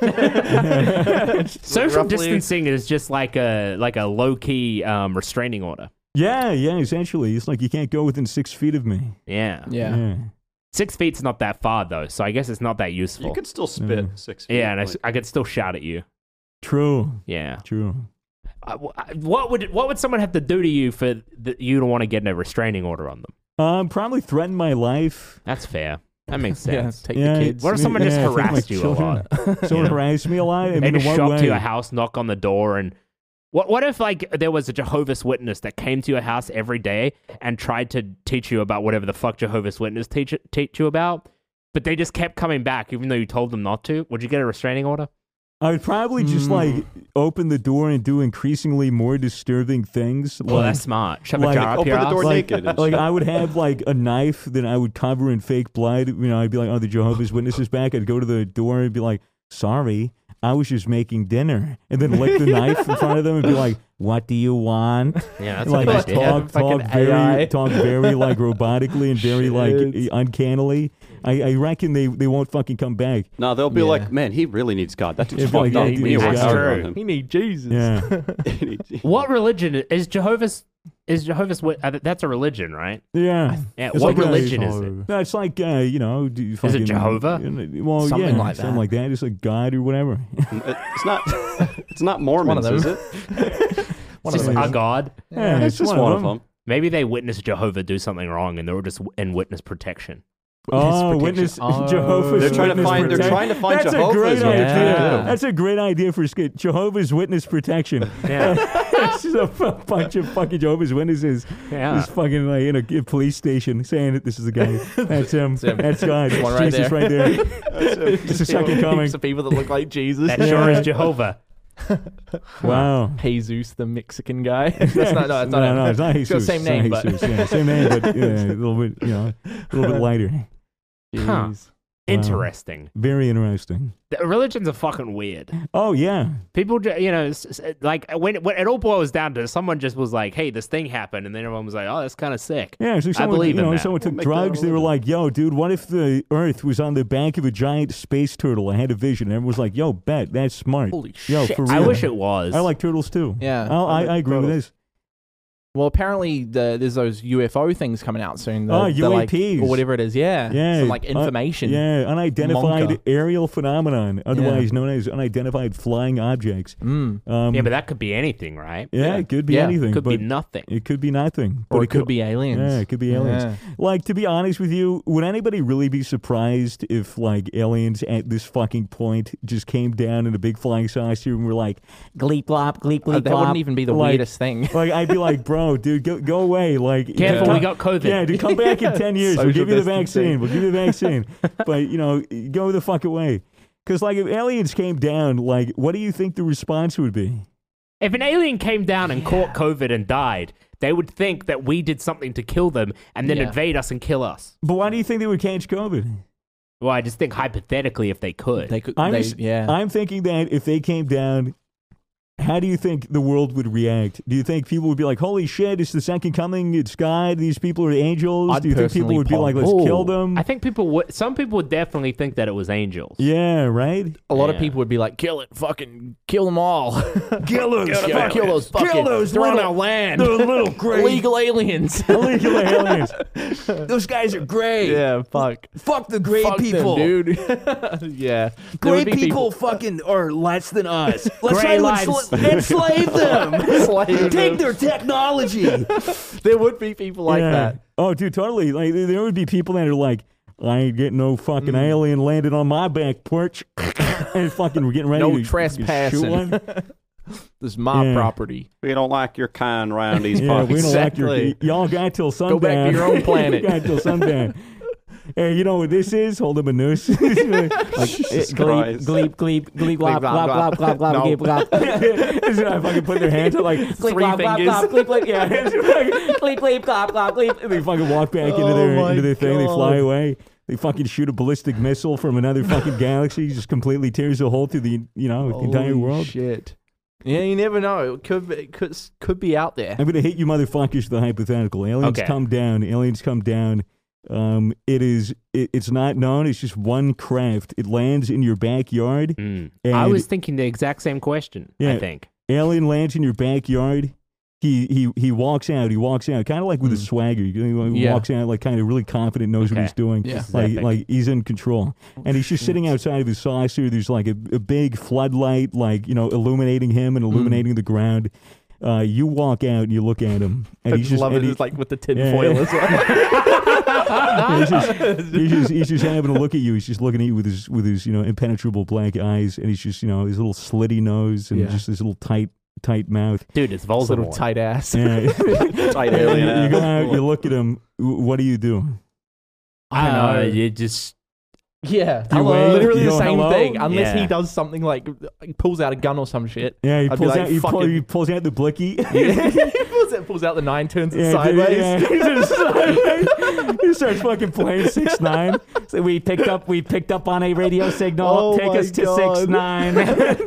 D: Social distancing is just like a like a low key um, restraining order.
A: Yeah, yeah, essentially. It's like you can't go within six feet of me.
D: Yeah.
C: Yeah.
D: Six feet's not that far though, so I guess it's not that useful.
B: You could still spit six. Feet,
D: yeah, and I, s-
B: like-
D: I could still shout at you.
A: True.
D: Yeah.
A: True.
D: I- w- I- what would what would someone have to do to you for th- you to want to get a restraining order on them?
A: Um, probably threaten my life.
D: That's fair. That makes
C: yeah,
D: sense.
C: take
A: Yeah,
C: the kids.
D: What if
A: Yeah,
D: someone just
A: I think my
D: harassed you a
A: children-
D: lot?
A: Someone
D: Yeah.
A: harassed me a lot. I
D: They
A: mean, in
D: just
A: what
D: show up to
A: way?
D: your house, knock on the door, and what? What if like there was a Jehovah's Witness that came to your house every day and tried to teach you about whatever the fuck Jehovah's Witness teach teach you about, but they just kept coming back even though you told them not to? Would you get a restraining order?
A: I would probably just like
D: Hmm.
A: open the door and do increasingly more disturbing things.
D: Well,
A: like,
D: that's smart. Shove a
A: like-
D: jar up
B: Open
D: your
B: the
D: ass.
B: door
A: like,
B: naked and
A: like
B: shit.
A: I would have like a knife that I would cover in fake blood. You know, I'd be like, "Oh, the Jehovah's Witnesses back." I'd go to the door and be like, "Sorry, I was just making dinner," and then lick the knife in front of them and be like, "What do you want?"
D: Yeah, that's
A: like
D: a good
A: just
D: idea.
A: talk,
C: Fucking
A: talk very,
C: AI.
A: talk very like robotically and very like
C: Shit.
A: uncannily. I, I reckon they, they won't fucking come back.
B: no, they'll be
C: Yeah.
B: like, man, he really needs God. That dude's
A: Yeah, like,
B: fucked up.
A: yeah, he
B: We
A: needs
B: worked
A: God.
B: hard on
D: True.
C: He need Jesus.
A: Yeah,
B: him.
D: What religion is Jehovah's? Is Jehovah's Wit- uh, that's a religion, right?
A: yeah.
D: Yeah.
A: It's
D: what
A: like a-
D: religion is it?
A: No, it's like uh, you know, do you fucking,
D: Jehovah?
A: you know, well, yeah,
C: Something like
A: something
C: that.
A: like that. It's like God or whatever.
B: it's not. It's not Mormons,
C: them.
B: is it?
C: One
D: Just
C: of
D: a
C: those.
D: god.
A: Yeah,
B: It's just one of
A: 'em.
B: them.
D: Maybe they witnessed Jehovah do something wrong, and they were just w- in witness protection.
A: Oh, witness
C: Witness protection.
A: Jehovah's
B: They're trying to
A: Witness
B: find. They're
A: protection.
B: trying to find
A: That's
B: Jehovah's.
A: a great
B: Witness.
A: idea.
C: Yeah.
A: That's a great idea for a skit. Jehovah's Witness protection.
D: Yeah,
A: It's just a f- bunch of fucking Jehovah's Witnesses.
D: yeah.
A: Just fucking like in a, a police station saying that this is the guy. That's him.
C: him.
A: That's God.
C: One
A: That's
C: right
A: Jesus
C: there.
A: right there. It's a second coming.
C: Heaps of people that look like Jesus.
D: That sure is Jehovah.
A: Wow.
C: Jesus, the Mexican guy. that's not, no, that's not
A: no,
C: him.
A: no, it's not Jesus.
C: got the same
A: It's not
C: name, but-
A: Jesus. Yeah, same name, but yeah, a little bit, you know, a little bit lighter.
D: Huh.
C: Jeez.
D: Interesting.
A: Very interesting.
D: The religions are fucking weird.
A: Oh yeah,
D: People, ju- you know, s- s- like uh, when, when it all boils down to someone just was like, "Hey, this thing happened," and then everyone was like, "Oh, that's kind of sick."
A: yeah. It's like
D: I
A: someone,
D: believe
A: you
D: in
A: know,
D: that.
A: someone took
B: Make that
A: drugs. They were
B: illegal.
A: like, "Yo, dude, what if the Earth was on the back of a giant space turtle? I had a vision." And everyone was like, "Yo, bet that's smart."
C: Holy
A: Yo,
C: shit.
A: for real.
D: I wish it was.
A: I like turtles too.
C: Yeah.
A: Oh, I, I agree with
E: Turtles.
A: this.
C: Well, apparently the, there's those UFO things coming out soon. The,
A: Oh,
C: the, like-
A: UAPs.
C: or whatever it is. Yeah.
A: Yeah,
C: Some like
A: uh,
C: information.
A: Yeah, unidentified
C: Monka.
A: aerial phenomenon, otherwise known as unidentified flying objects.
C: Mm.
A: Um,
D: yeah, but that could be anything, right?
A: yeah,
C: yeah,
A: it could be
C: yeah,
A: anything.
D: could be
A: but
D: nothing.
A: it could be nothing. but
C: Or it could be aliens.
A: Yeah, it could be aliens.
C: Yeah.
A: Like to be honest with you, would anybody really be surprised if like aliens at this fucking point just came down in a big flying saucer and were like, gleep glop, gleep glop?
C: Uh, that wouldn't even be the
A: like,
C: weirdest thing.
A: Like I'd be like, bro, dude, go, go away. Like,
D: Careful,
A: yeah,
D: we got COVID.
A: Yeah, dude, come back in ten years. we'll
C: Social
A: give you the
C: distancing.
A: vaccine. We'll give you the vaccine. but you know, go the fuck away. Because like if aliens came down, like, what do you think the response would be?
D: If an alien came down and caught COVID and died, they would think that we did something to kill them and then
C: Yeah.
D: invade us and kill us.
A: But why do you think they would catch COVID?
D: Well, I just think hypothetically, if they could.
C: They could.
A: I'm
C: they,
A: just-
C: yeah.
A: I'm thinking that if they came down how do you think the world would react? Do you think people would be like, "Holy shit, it's the second coming, it's God, these people are angels"?
C: I'd
A: do you think people
C: personally
A: would be
C: pop-
A: like, "Let's kill
C: Ooh,
A: them"?
D: I think people would. Some people would definitely think that it was angels.
A: yeah, right.
C: A lot of
D: Yeah.
C: people would be like, "Kill it, fucking kill them all,
A: Kill those,
C: kill, kill those, fucking,
A: those
C: they're on
A: little-
C: our land,
A: those little crazy
C: illegal aliens."
A: illegal aliens. Those guys are great.
C: yeah, fuck,
A: Fuck the great
C: fuck them, dude. yeah, There would be
A: fucking are less than us. Let's try
D: Gray
A: to
D: lives.
A: ensla- enslave them.
C: Slave them.
A: their technology.
C: there would be people like that.
A: Oh, dude, totally. Like there- there would be people that are like, I ain't getting no fucking
C: Mm.
A: alien landed on my back porch, and fucking we're getting ready
C: No
A: to fucking
C: trespassing.
A: Shoot one.
C: This is my
A: Yeah.
C: property.
B: We don't like your kind round these
A: Yeah,
B: parts.
A: we don't like your
C: Oh, Exactly.
A: y'all got till sundown.
C: back to your own
A: You
C: planet.
A: got till sundown. Hey, you know what this is? Hold up a noose. like,
B: Jesus
F: Gleep,
B: Christ.
F: gleep, gleep, gleep, glop,
C: glop,
F: glop, glop, glop,
C: No.
F: glop, gleep, glop.
A: this is how I fucking put their hands up, like
F: Gleep, glop, glop,
C: fingers.
F: glop, gleep, gleep, yeah. Gleep, gleep, glop, glop, gleep.
A: And they fucking walk back into
E: Oh
A: their
E: my
A: into their thing. They fly
E: God.
A: away. They fucking shoot a ballistic missile from another fucking galaxy. Just completely tears a hole through the you know the entire
C: Holy
A: world.
C: Shit. Yeah, you never know. It could it could could be out there.
A: I'm gonna hit you, motherfuckers. with The hypothetical aliens
D: Okay.
A: come down. Aliens come down. Um, it is. It, it's not known. It's just one craft. It lands in your backyard.
D: Mm.
A: And
D: I was thinking the exact same question.
A: Yeah.
D: I think.
A: alien lands in your backyard. He he he walks out. He walks out, kind of like with a swagger. He he
C: Hmm. Yeah.
A: walks out like kind of really confident, knows what
D: Okay.
A: he's doing.
C: Yeah.
A: Like
D: Epic.
A: like he's in control, and he's just sitting outside of his saucer. There's like a, a big floodlight, like you know, illuminating him
C: Mm.
A: and illuminating the ground. Uh, you walk out and you look at him, and he's
C: I'd
A: just
C: love
A: and
C: it.
A: he-
C: It's like with the tin
A: Yeah.
C: foil as well.
A: he's just, he's just he's just having a look at you. He's just looking at you with his with his you know impenetrable blank eyes, and he's just you know his little slitty nose and
C: Yeah.
A: just his little tight tight mouth.
D: Dude, it's
C: His little
D: Voldemort.
C: tight ass.
A: Yeah.
B: Tight
A: Yeah,
B: alien
A: you, you
B: ass.
A: go out, you look at him. w- What do you do?
C: I don't
D: Uh,
C: know.
D: you just
C: Yeah,
A: You
C: hello.
A: wave,
C: literally
A: you
C: the
A: go,
C: same
A: "Hello?"
C: thing. Unless he
D: Yeah.
C: does something like like, pulls out a gun or some shit.
A: Yeah, he
C: I'd be
A: pulls
C: like,
A: out. He, pull,
C: "Fucking-"
A: he pulls out the blicky.
C: Yeah. he pulls it, pulls out the nine, turns it
A: Yeah,
C: sideways.
A: dude, yeah. He just sideways. He starts fucking playing six nine.
F: So we picked up, we picked up on a radio signal.
C: Oh
F: Take
C: my
F: us to
C: God.
F: six nine.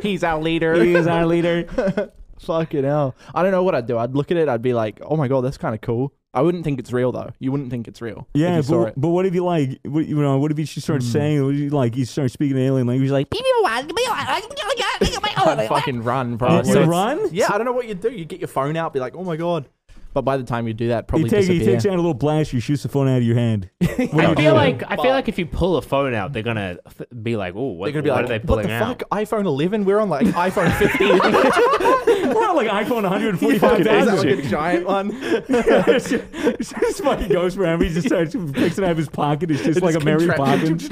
C: He's our leader.
F: He is our leader.
C: Fucking hell. I don't know what I'd do. I'd look at it. I'd be like, oh my god, that's kind of cool. I wouldn't think it's real though. You wouldn't think it's real. if
A: Yeah,
C: you saw
A: but,
C: it. Hmm.
A: but what if you like? What, you know, what if he just starts saying? What if you, like he starts speaking alien language? Like,
C: Uh, I'd fucking run, bro.
A: you
C: So it's-
A: run?
C: Yeah, I don't know what you'd do. You get your phone out, be like, oh my god. But by the time you do
A: He,
C: that, probably
A: take, he
C: disappear.
A: takes out a little blaster, shoots the phone out of your hand.
D: I feel
C: do?
D: like I feel like if you pull a phone out, they're gonna f- be like, "Oh, what,
C: They're gonna be
D: what
C: like,
D: are they
C: what
D: pulling
C: the
D: out?"
C: fuck? iPhone 11? We're on like iPhone 15.
A: We're on like iPhone
C: Is that like
A: 145,000.
C: a giant one?
A: it's just- it's just fucking goes for him. He just starts picks it out of his pocket. It's just like a Mary Poppins.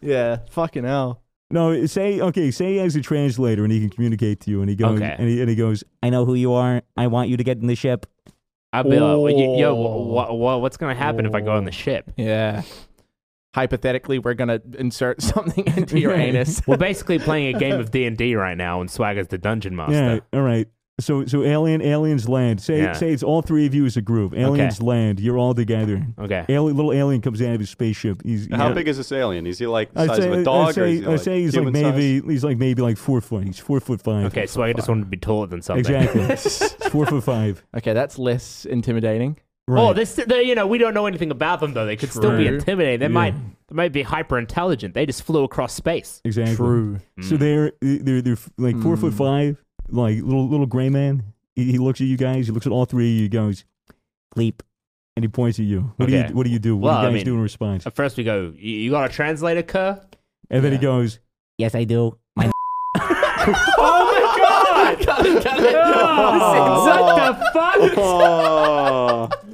C: yeah, fucking hell.
A: No, say okay. Say he has a translator and he can communicate to you, and he goes
D: Okay.
A: and, he, and he goes.
F: I know who you are. I want you to get in the ship.
D: I'd be like, "Yo, yo,
C: Oh.
D: wha- wha- what's gonna happen if I go on the ship?"
C: Yeah. Hypothetically, we're gonna insert something into your anus.
D: We're basically playing a game of D and D right now, and Swagger's the dungeon
A: Yeah,
D: master.
A: all right. So so alien aliens land. Say
D: Yeah.
A: say it's all three of you as a group. Aliens land. You're all together.
D: Okay.
A: Alien, little alien comes out of his spaceship. He's
B: How
A: yeah.
B: big is this alien? Is he like the
A: I'd
B: size
A: say,
B: of a
A: I'd
B: dog? or
A: say,
B: is he
A: I'd
B: like
A: say he's like
B: human size?
A: maybe he's like maybe like four foot. He's four foot five.
D: Okay, Swagger just wanted to be taller than something.
A: exactly. four foot five.
C: Okay, that's less intimidating.
A: Right.
D: Oh, this, they, you know, we don't know anything about them though. They could still be
C: True.
D: intimidating. They
A: Yeah.
D: might, they might be hyper intelligent. They just flew across space.
A: exactly.
D: Mm.
A: So they're they're they're like four foot five, like little little gray man. He, he looks at you guys. He looks at all three. of you, He goes, "Gleep," and he points at you. What do
D: Okay.
A: you what do you do? What
D: Well,
A: do
D: I
A: you guys
D: mean-
A: do in response?
D: Mm. At first, we go, "You- "You got a translator, cur?"
A: And then he goes,
F: Yes, I do. My
C: Oh.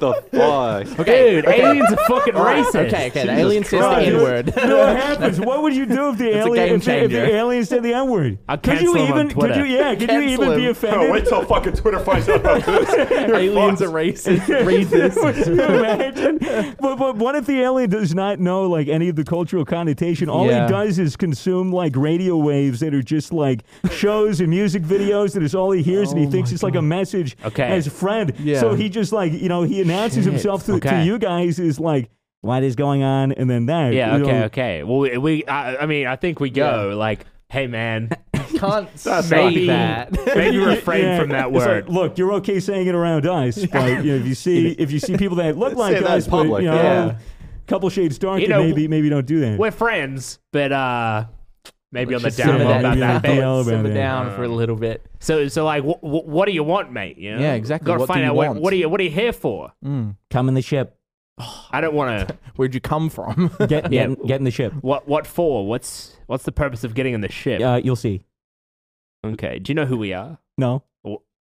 B: Oh. what
D: the fuck?
B: the fuck?
D: Dude, aliens are fucking racist.
C: Okay, okay, the alien says the N word.
A: "No, what happens? What would you do if the alien
C: game
A: if the, if the
C: changer.
A: alien said the N word?
D: I'll
A: Could you
D: cancel him on
A: even could
D: Twitter.
A: you yeah? Could you
C: Cancel
A: even be
C: him.
A: offended?
B: till fucking Twitter finds out about this.
C: Aliens are racist. Read this.
A: Could you Imagine, but, but what if the alien does not know like any of the cultural connotation? All
C: Yeah.
A: he does is consume like radio waves that are just like shows and music videos. That is all he hears, and he thinks it's like a message
D: Oh Okay.
A: as a friend.
C: Yeah.
A: So he just like you know he announces himself to, to
D: Okay.
A: you guys is like what is going on, and then that.
D: Yeah.
A: you know.
D: Okay. Okay. Well, we. we I, I mean, I think we go like, "Hey, man,
C: can't
B: That's
C: say
B: not-
C: that.
D: Maybe refrain
A: Yeah,
D: from that
A: it's like,
D: word.
A: look, you're okay saying it around us, but you know, if you see if you see people that look like
B: Say that in
A: us, but
B: public,
A: you know,
C: yeah.
A: couple shades darker,
D: know,
A: maybe maybe don't do that.
D: We're friends, but uh, maybe on the
C: Let's just
D: down
C: simmer
D: low
A: that
D: about
A: down.
D: that.
A: Yeah.
D: bit.
A: Alabama,
C: Simmer
A: yeah.
C: down for a little bit.
D: So, so like, wh- wh- what do you want, mate? You know?
C: Yeah, exactly.
D: Got to
C: What do
D: find
C: you
D: out what,
C: want?
D: what are you what are you here for?
F: Come in the ship.
D: I don't want to.
C: Where'd you come from?
F: Get,
D: Yeah.
F: get, get in the ship.
D: What what for? What's what's the purpose of getting in the ship?
F: Uh, you'll see.
D: Okay. Do you know who we are?
F: No.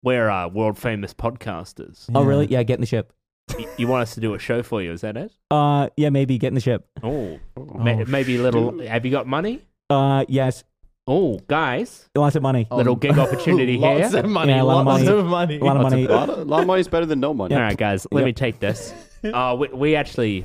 D: We're uh, world famous podcasters.
F: Oh, really? Yeah, get in the ship.
D: Y- you want us to do a show for you? Is that it?
F: Uh, yeah, maybe get in the ship.
D: Oh, ma- maybe a little. Have you got money?
F: Uh, yes,
D: Oh, guys,
F: lots
C: Oh.
F: of money.
D: little gig opportunity
C: lots
D: here.
C: of money.
F: Yeah, a lot of
C: lots
F: money.
C: of money.
F: a lot of money.
B: A lot of, a lot of money's better than no money.
D: All right, guys, let
F: Yep.
D: me take this. Uh, we, we actually,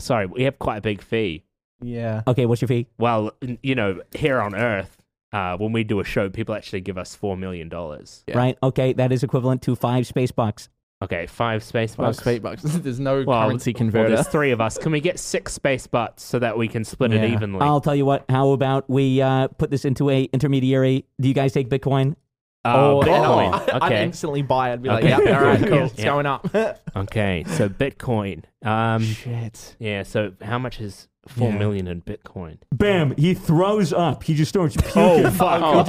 D: sorry, we have quite a big fee.
C: Yeah.
F: Okay, what's your fee?
D: Well, n- you know, here on Earth, uh, when we do a show, people actually give us four million dollars.
C: Yeah.
F: Right? Okay, that is equivalent to five space bucks.
D: Okay, five space
C: Five
D: bucks.
C: space bucks. There's no
D: Well,
C: currency
D: Well,
C: converter.
D: there's three of us. Can we get six space butts so that we can split
C: Yeah.
D: it
C: Oh,
D: evenly? Uh,
F: I'll tell you what. How about we uh, put this into a intermediary? Do you guys take Bitcoin?
D: Uh,
C: Oh,
D: Bitcoin.
C: I- I'd
D: Okay.
C: instantly buy it. I'd be like,
D: Okay.
C: yeah, all right, cool.
D: Yeah.
C: It's going up.
D: okay. So Bitcoin. Um,
C: Shit.
D: yeah. So how much is four
C: Yeah.
D: million in Bitcoin?
A: Bam! He throws up. He just starts puking.
D: fuck.
A: he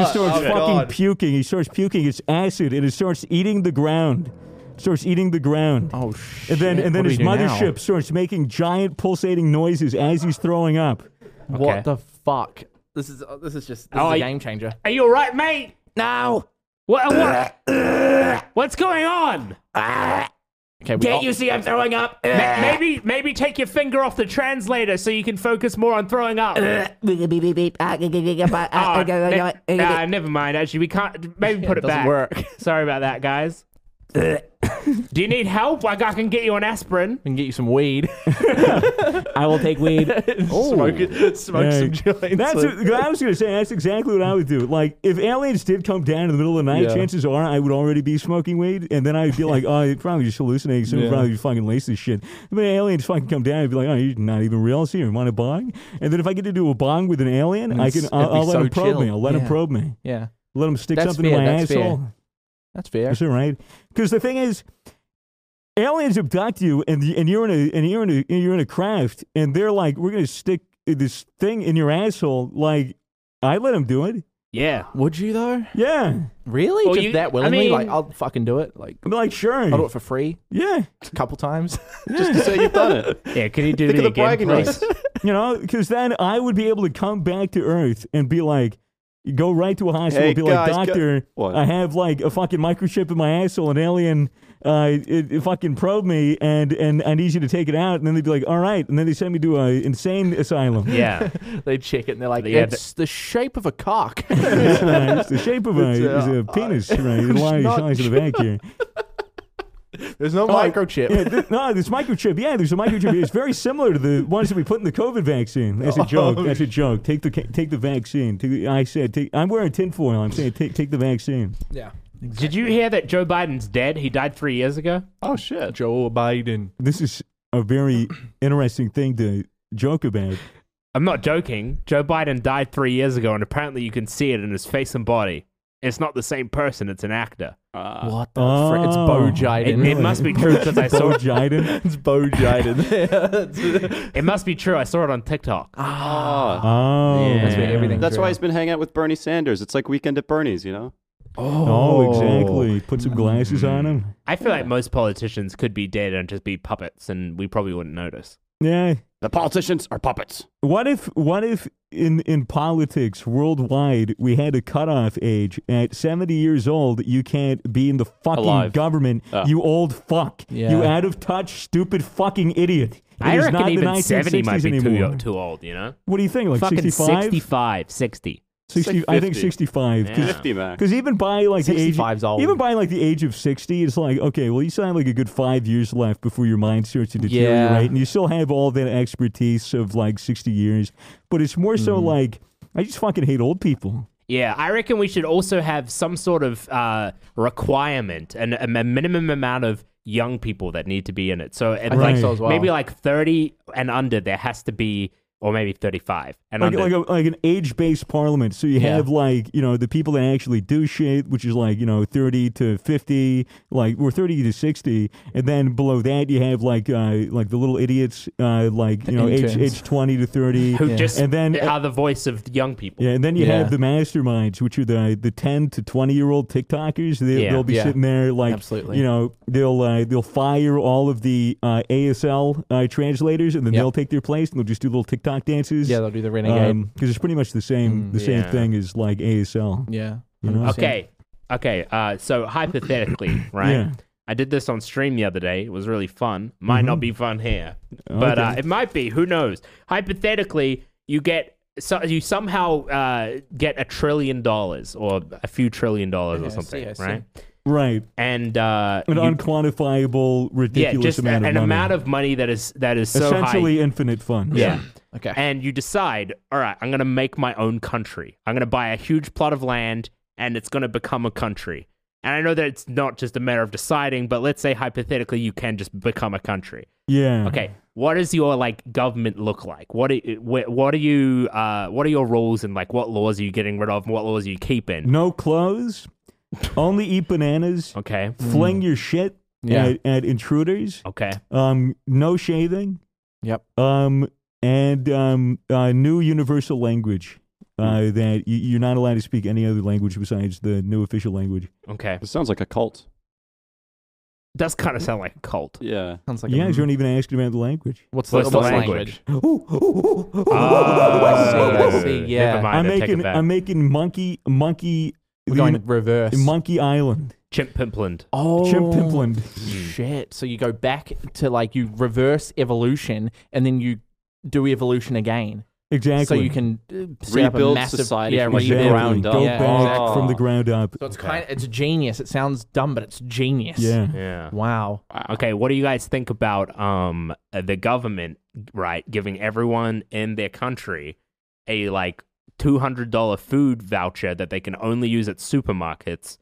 A: just starts
C: Oh,
A: fucking
C: God.
A: puking. He starts puking. It's acid, and it starts eating the ground. Starts eating the ground.
C: Oh, shit.
A: and then and
C: What
A: then
C: do we
A: his
C: do now?
A: mothership starts making giant pulsating noises as he's throwing up.
D: Okay.
C: What the fuck? This is uh, this is just this
D: Oh,
C: is a
D: I-
C: game changer.
D: Are you all right, mate?
F: No.
D: What? what what's going on?
C: Okay, we
F: Can't
C: oh,
F: you see I'm throwing up?
D: Ma- maybe maybe take your finger off the translator so you can focus more on throwing up.
F: Beep, beep, beep, beep. Ah, gig, gig, gig, ah, ah,
D: Oh,
F: ah, ah,
D: ne-
F: ah, ah,
D: nah,
F: ah,
D: never mind. Actually, we can't. Maybe put it,
C: doesn't
D: back.
C: work.
D: Sorry about that, guys. Do you need help? Like I can get you an aspirin.
C: we can get you some weed.
F: I will take weed.
C: smoke it, smoke
A: Yeah.
C: some joints.
A: That's
C: like-
A: I was gonna say. That's exactly what I would do. Like if aliens did come down in the middle of the night,
C: Yeah.
A: chances are I would already be smoking weed, and then I'd be like, oh, you're probably just hallucinating. Someone
E: Yeah.
A: probably fucking laced this shit. But aliens fucking come down, I'd be like, oh, you're not even real. See, you want a bong? And then if I get to do a bong with an alien, I
C: it's-
A: can.
C: it'd
A: I'll,
C: be
A: I'll let
C: so
A: him probe me.
C: chill.
A: I'll let him
C: Yeah.
A: probe me.
C: yeah,
A: Let him stick
C: That's
A: something
C: fair,
A: in my
C: that's fair.
A: asshole.
C: that's fair.
A: Is it right? Because the thing is, aliens abduct you, and and you're in a and you're in a and you're in a craft, and they're like, we're gonna stick this thing in your asshole. Like, I let them do it.
D: Yeah.
C: Would you though?
A: Yeah,
C: Really?
D: Well,
C: just
D: you- I
C: that willingly? like
D: mean-
C: I'll fucking do it. Like
A: I'm like,
C: I'll do
A: sure.
C: it for free
A: Yeah,
C: a couple times.
B: Just to say you've done it.
D: Yeah. Can you do
B: Think
D: it
B: of the
D: again,
B: bragging
D: please?
B: rights.
A: you know, because then I would be able to come back to Earth and be like. Go right to a hospital
B: Hey,
A: and be
B: guys,
A: like,
B: gu-
A: Doctor,
B: What?
A: I have like a fucking microchip in my asshole, an alien uh, it, it fucking probed me, and, and I need you to take it out. And then they'd be like, all right. And then they send me to an insane asylum.
D: Yeah.
C: they check it and they're like,
D: Yeah,
C: it's the shape of a cock.
A: It's not- it's the shape of a,
C: It's, uh,
A: is a penis, right? It's lying,
C: not
A: lying to the back here.
C: There's no microchip.
A: Yeah, th- no, this microchip. Yeah, there's a microchip. It's very similar to the ones that we put in the COVID vaccine. That's
C: Oh,
A: a joke. That's a joke. Take the ca- take the vaccine. Take the, I said take, I'm wearing tinfoil. I'm saying take take the vaccine.
C: yeah.
D: Did you hear that Joe Biden's dead? He died three years ago.
B: Oh shit.
C: Joe Biden.
A: This is a very interesting thing to joke about.
D: I'm not joking. Joe Biden died three years ago, and apparently you can see it in his face and body. It's not the same person. It's an actor.
B: Uh,
C: what the frick? It's Bo
A: Oh.
C: Jiden.
D: It, it must be true because I saw
A: So
D: it.
A: Jiden.
C: it's Bo Jiden.
D: It must be true. I saw it on TikTok.
B: Ah.
A: Oh,
C: That's where
A: man.
C: everything-
B: That's why
C: True.
B: he's been hanging out with Bernie Sanders. It's like weekend at Bernie's, you know.
A: Oh, exactly. Put some glasses on him.
D: I feel like most politicians could be dead and just be puppets, and we probably wouldn't notice.
A: Yeah.
B: The politicians are puppets.
A: What if what if in in politics worldwide we had a cutoff age at 70 years old you can't be in the fucking
B: Alive.
A: government
D: Ah.
A: you old fuck you
C: Yeah.
A: out of touch stupid fucking idiot It
D: I
A: is
D: reckon
A: not the
D: even 70 might
A: 1960s
D: be
A: anymore.
D: too, too old, you know?
A: what do you think like
D: Fucking
A: 65
D: 65, 60.
A: 60 I think
B: 50.
A: 65
D: Yeah.
B: Fifty max.
A: Because even by like the age,
C: 65's old.
A: even by like the age of sixty, it's like okay, well, you still have like a good five years left before your mind starts to deteriorate,
C: Yeah.
A: and you still have all that expertise of like sixty years. But it's more so
C: Mm-hmm.
A: like I just fucking hate old people.
D: Yeah, I reckon we should also have some sort of uh, requirement and a, a minimum amount of young people that need to be in it. So,
C: I
D: like,
C: think so as well.
D: maybe like 30 and under, there has to be or maybe 35 and
A: Like,
D: under.
A: like, a, like an age based parliament. So you
C: Yeah.
A: have like, you know, the people that actually do shit, which is like, you know, 30 to 50, like, or 30 to 60. And then below that, you have like uh, like the little idiots, uh, like, you know, age,
C: interns.
A: age 20 to 30.
D: who just
A: And then- uh,
D: are the voice of the young people.
A: Yeah, and then you
C: Yeah.
A: have the masterminds, which are the the ten to twenty year old TikTokers. They,
D: Yeah.
A: they'll be
C: Yeah.
A: sitting there like,
C: Absolutely.
A: you know, they'll uh, they'll fire all of the uh, ASL uh, translators, and then
C: Yep.
A: they'll take their place, and they'll just do little TikTok dances.
C: Yeah, they'll do the renegade.
A: because it's pretty much the same the same
D: Mm, yeah.
A: thing as like ASL.
C: yeah.
A: You know?
D: Okay. Okay. Uh, so hypothetically, right?
A: Yeah.
D: I did this on stream the other day. It was really fun. Might not be fun here, but uh,
A: Mm-hmm. Oh, Okay.
D: it might be. Who knows? Hypothetically, you get so you somehow uh, get a trillion dollars or a few trillion dollars
C: Yeah, I
D: or
C: see,
D: something,
C: I see.
D: right?
A: Right,
D: And uh,
A: an
D: you-
A: unquantifiable,
D: yeah,
A: ridiculous
D: just a-
A: amount of
D: an
A: money.
D: amount of money that is that is so
A: essentially
D: high.
A: infinite funds.
D: Yeah.
C: Okay.
D: And you decide, all right, I'm going to make my own country. I'm going to buy a huge plot of land and it's going to become a country. And I know that it's not just a matter of deciding, but let's say hypothetically you can just become a country.
A: yeah.
D: Okay, what does your like government look like? What are, wh- what are you uh, what are your rules and like what laws are you getting rid of and what laws are you keeping?
A: No clothes, only eat bananas.
D: Okay. Mm.
A: Fling your shit
C: Yeah.
A: at, at intruders.
D: Okay.
A: Um, no shaving.
C: Yep.
A: Um, and um, uh, new universal language uh,
C: Hmm.
A: that you, you're not allowed to speak any other language besides the new official language.
D: Okay.
B: This sounds like a cult.
D: Does kind of sound like a cult.
B: Yeah.
C: Sounds like
A: you guys
C: a, hmm.
A: aren't even asking about the language.
C: what's the,
D: What's
C: what's
D: the
C: the language?
D: language? Oh,
C: Ah, I see, I see, yeah.
D: Never mind.
A: I'm
D: I take it
A: making
D: back.
A: I'm making monkey monkey
C: We're
A: the
C: going reverse.
A: uni- monkey island
D: Chimp Pimpland.
C: oh,
A: chimp pimpland.
C: Shit. So you go back to like you reverse evolution and then you do evolution again.
A: Exactly.
C: So you can uh, set up a
B: Rebuild
C: massive,
B: society
C: Yeah,
B: from the
A: exactly.
C: rebuild.
B: ground up.
A: Go
C: Yeah, Oh.
A: back
B: exactly.
A: from the ground up.
C: So it's kind of it's genius. It sounds dumb, but it's genius.
A: Yeah.
D: Yeah.
C: Wow.
D: Okay, what do you guys think about um uh, the government right giving everyone in their country a like two hundred dollar food voucher that they can only use at supermarkets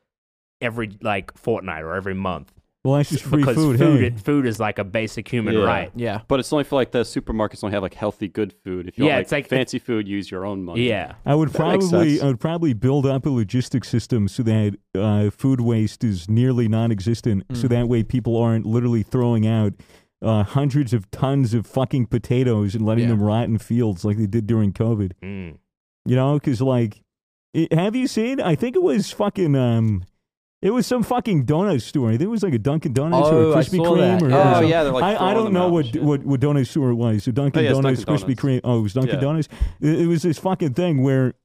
D: every like fortnight or every month
A: Well, that's just free
D: because
A: food.
D: food
A: hey.
D: i- food is like a basic human
B: Yeah.
D: right.
C: Yeah.
B: But it's only for like the supermarkets only have like healthy good food. If you
D: Yeah,
B: want,
D: it's like-
B: fancy food, use your own money.
D: Yeah,
A: I would
B: That makes
A: probably
B: sense.
A: I would probably build up a logistics system so that uh, food waste is nearly non-existent. So
B: Mm.
A: that way people aren't literally throwing out uh, hundreds of tons of fucking potatoes and letting
C: Yeah.
A: them rot in fields like they did during COVID.
D: Mm.
A: You know, because like, it, have you seen? I think it was fucking um, it was some fucking donut store. I think it was like a Dunkin' Donuts or
C: Oh,
A: a
C: I
A: Krispy
C: saw that.
A: Kreme. Or, or
B: Oh
A: something.
B: yeah, they're like.
A: I, I
B: throwing
A: don't
B: them
A: know
B: out
A: what,
B: and shit.
A: what what donut store it was. So Dunkin'
B: Oh, yeah, it's
A: Donuts,
B: Dunkin'
A: Krispy Kreme. Oh, it was Dunkin'
B: Yeah.
A: Donuts. It, it was this fucking thing where,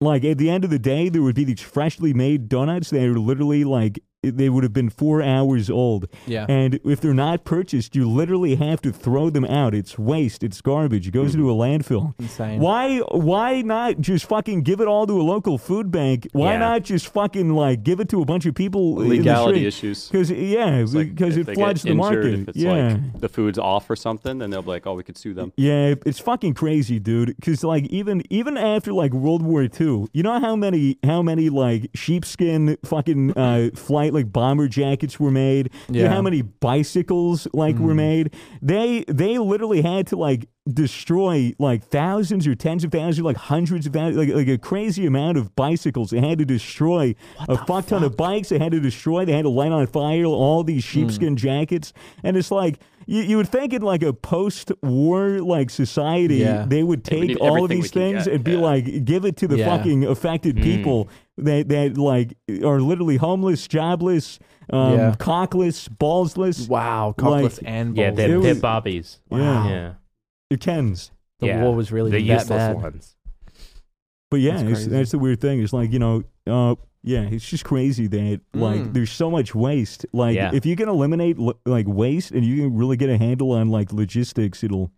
A: like, at the end of the day, there would be these freshly made donuts. They were literally like they would have been four hours old,
C: Yeah.
A: and if they're not purchased, you literally have to throw them out. It's waste. It's garbage. It goes
B: Mm-hmm.
A: into a landfill.
C: Insane.
A: Why? Why not just fucking give it all to a local food bank? Why
D: Yeah.
A: not just fucking like give it to a bunch of people?
B: legality
A: issues.
B: issues.
A: Because yeah,
B: It's like
A: because
B: if
A: it
B: they get
A: floods the
B: injured,
A: market.
B: If it's
A: yeah.
B: like the food's off or something, then they'll be like, "Oh, we could sue them."
A: Yeah, it's fucking crazy, dude. Because like even even after like World War II, you know how many how many like sheepskin fucking uh, flight like bomber jackets were made. You know
C: Yeah.
A: how many bicycles like were made. They they literally had to like destroy like thousands or tens of thousands, like hundreds of thousands, like like a crazy amount of bicycles. They had to destroy a fuck, ton of bikes. They had to destroy. They had to light on fire all these sheepskin jackets, and it's like. You, you would think in like a post-war like society,
C: Yeah.
A: they would
B: Hey, we
A: take
B: need
A: all of
B: everything we
A: these
B: can
A: things
B: get,
A: and be
B: yeah. Hmm.
A: like, give it to the
C: Yeah.
A: fucking affected people that that like are literally homeless, jobless, um,
C: Yeah.
A: cockless, ballsless,
C: Wow.
A: Like-
C: Cockless and
D: yeah,
C: balls.
A: It
D: they're, they're
A: was-
D: Barbies.
A: Yeah.
D: yeah.
A: your Kens.
C: the
D: yeah.
C: war was really
D: the
C: that
D: useless
C: bad.
D: ones.
A: But yeah,
C: That's
A: that's,
C: crazy.
A: that's the weird thing. It's like you know, uh, yeah, it's just crazy that like
B: Hmm.
C: Mm.
A: there's so much waste. Like
D: Yeah.
A: if you can eliminate lo- like waste and you can really get a handle on like logistics, it'll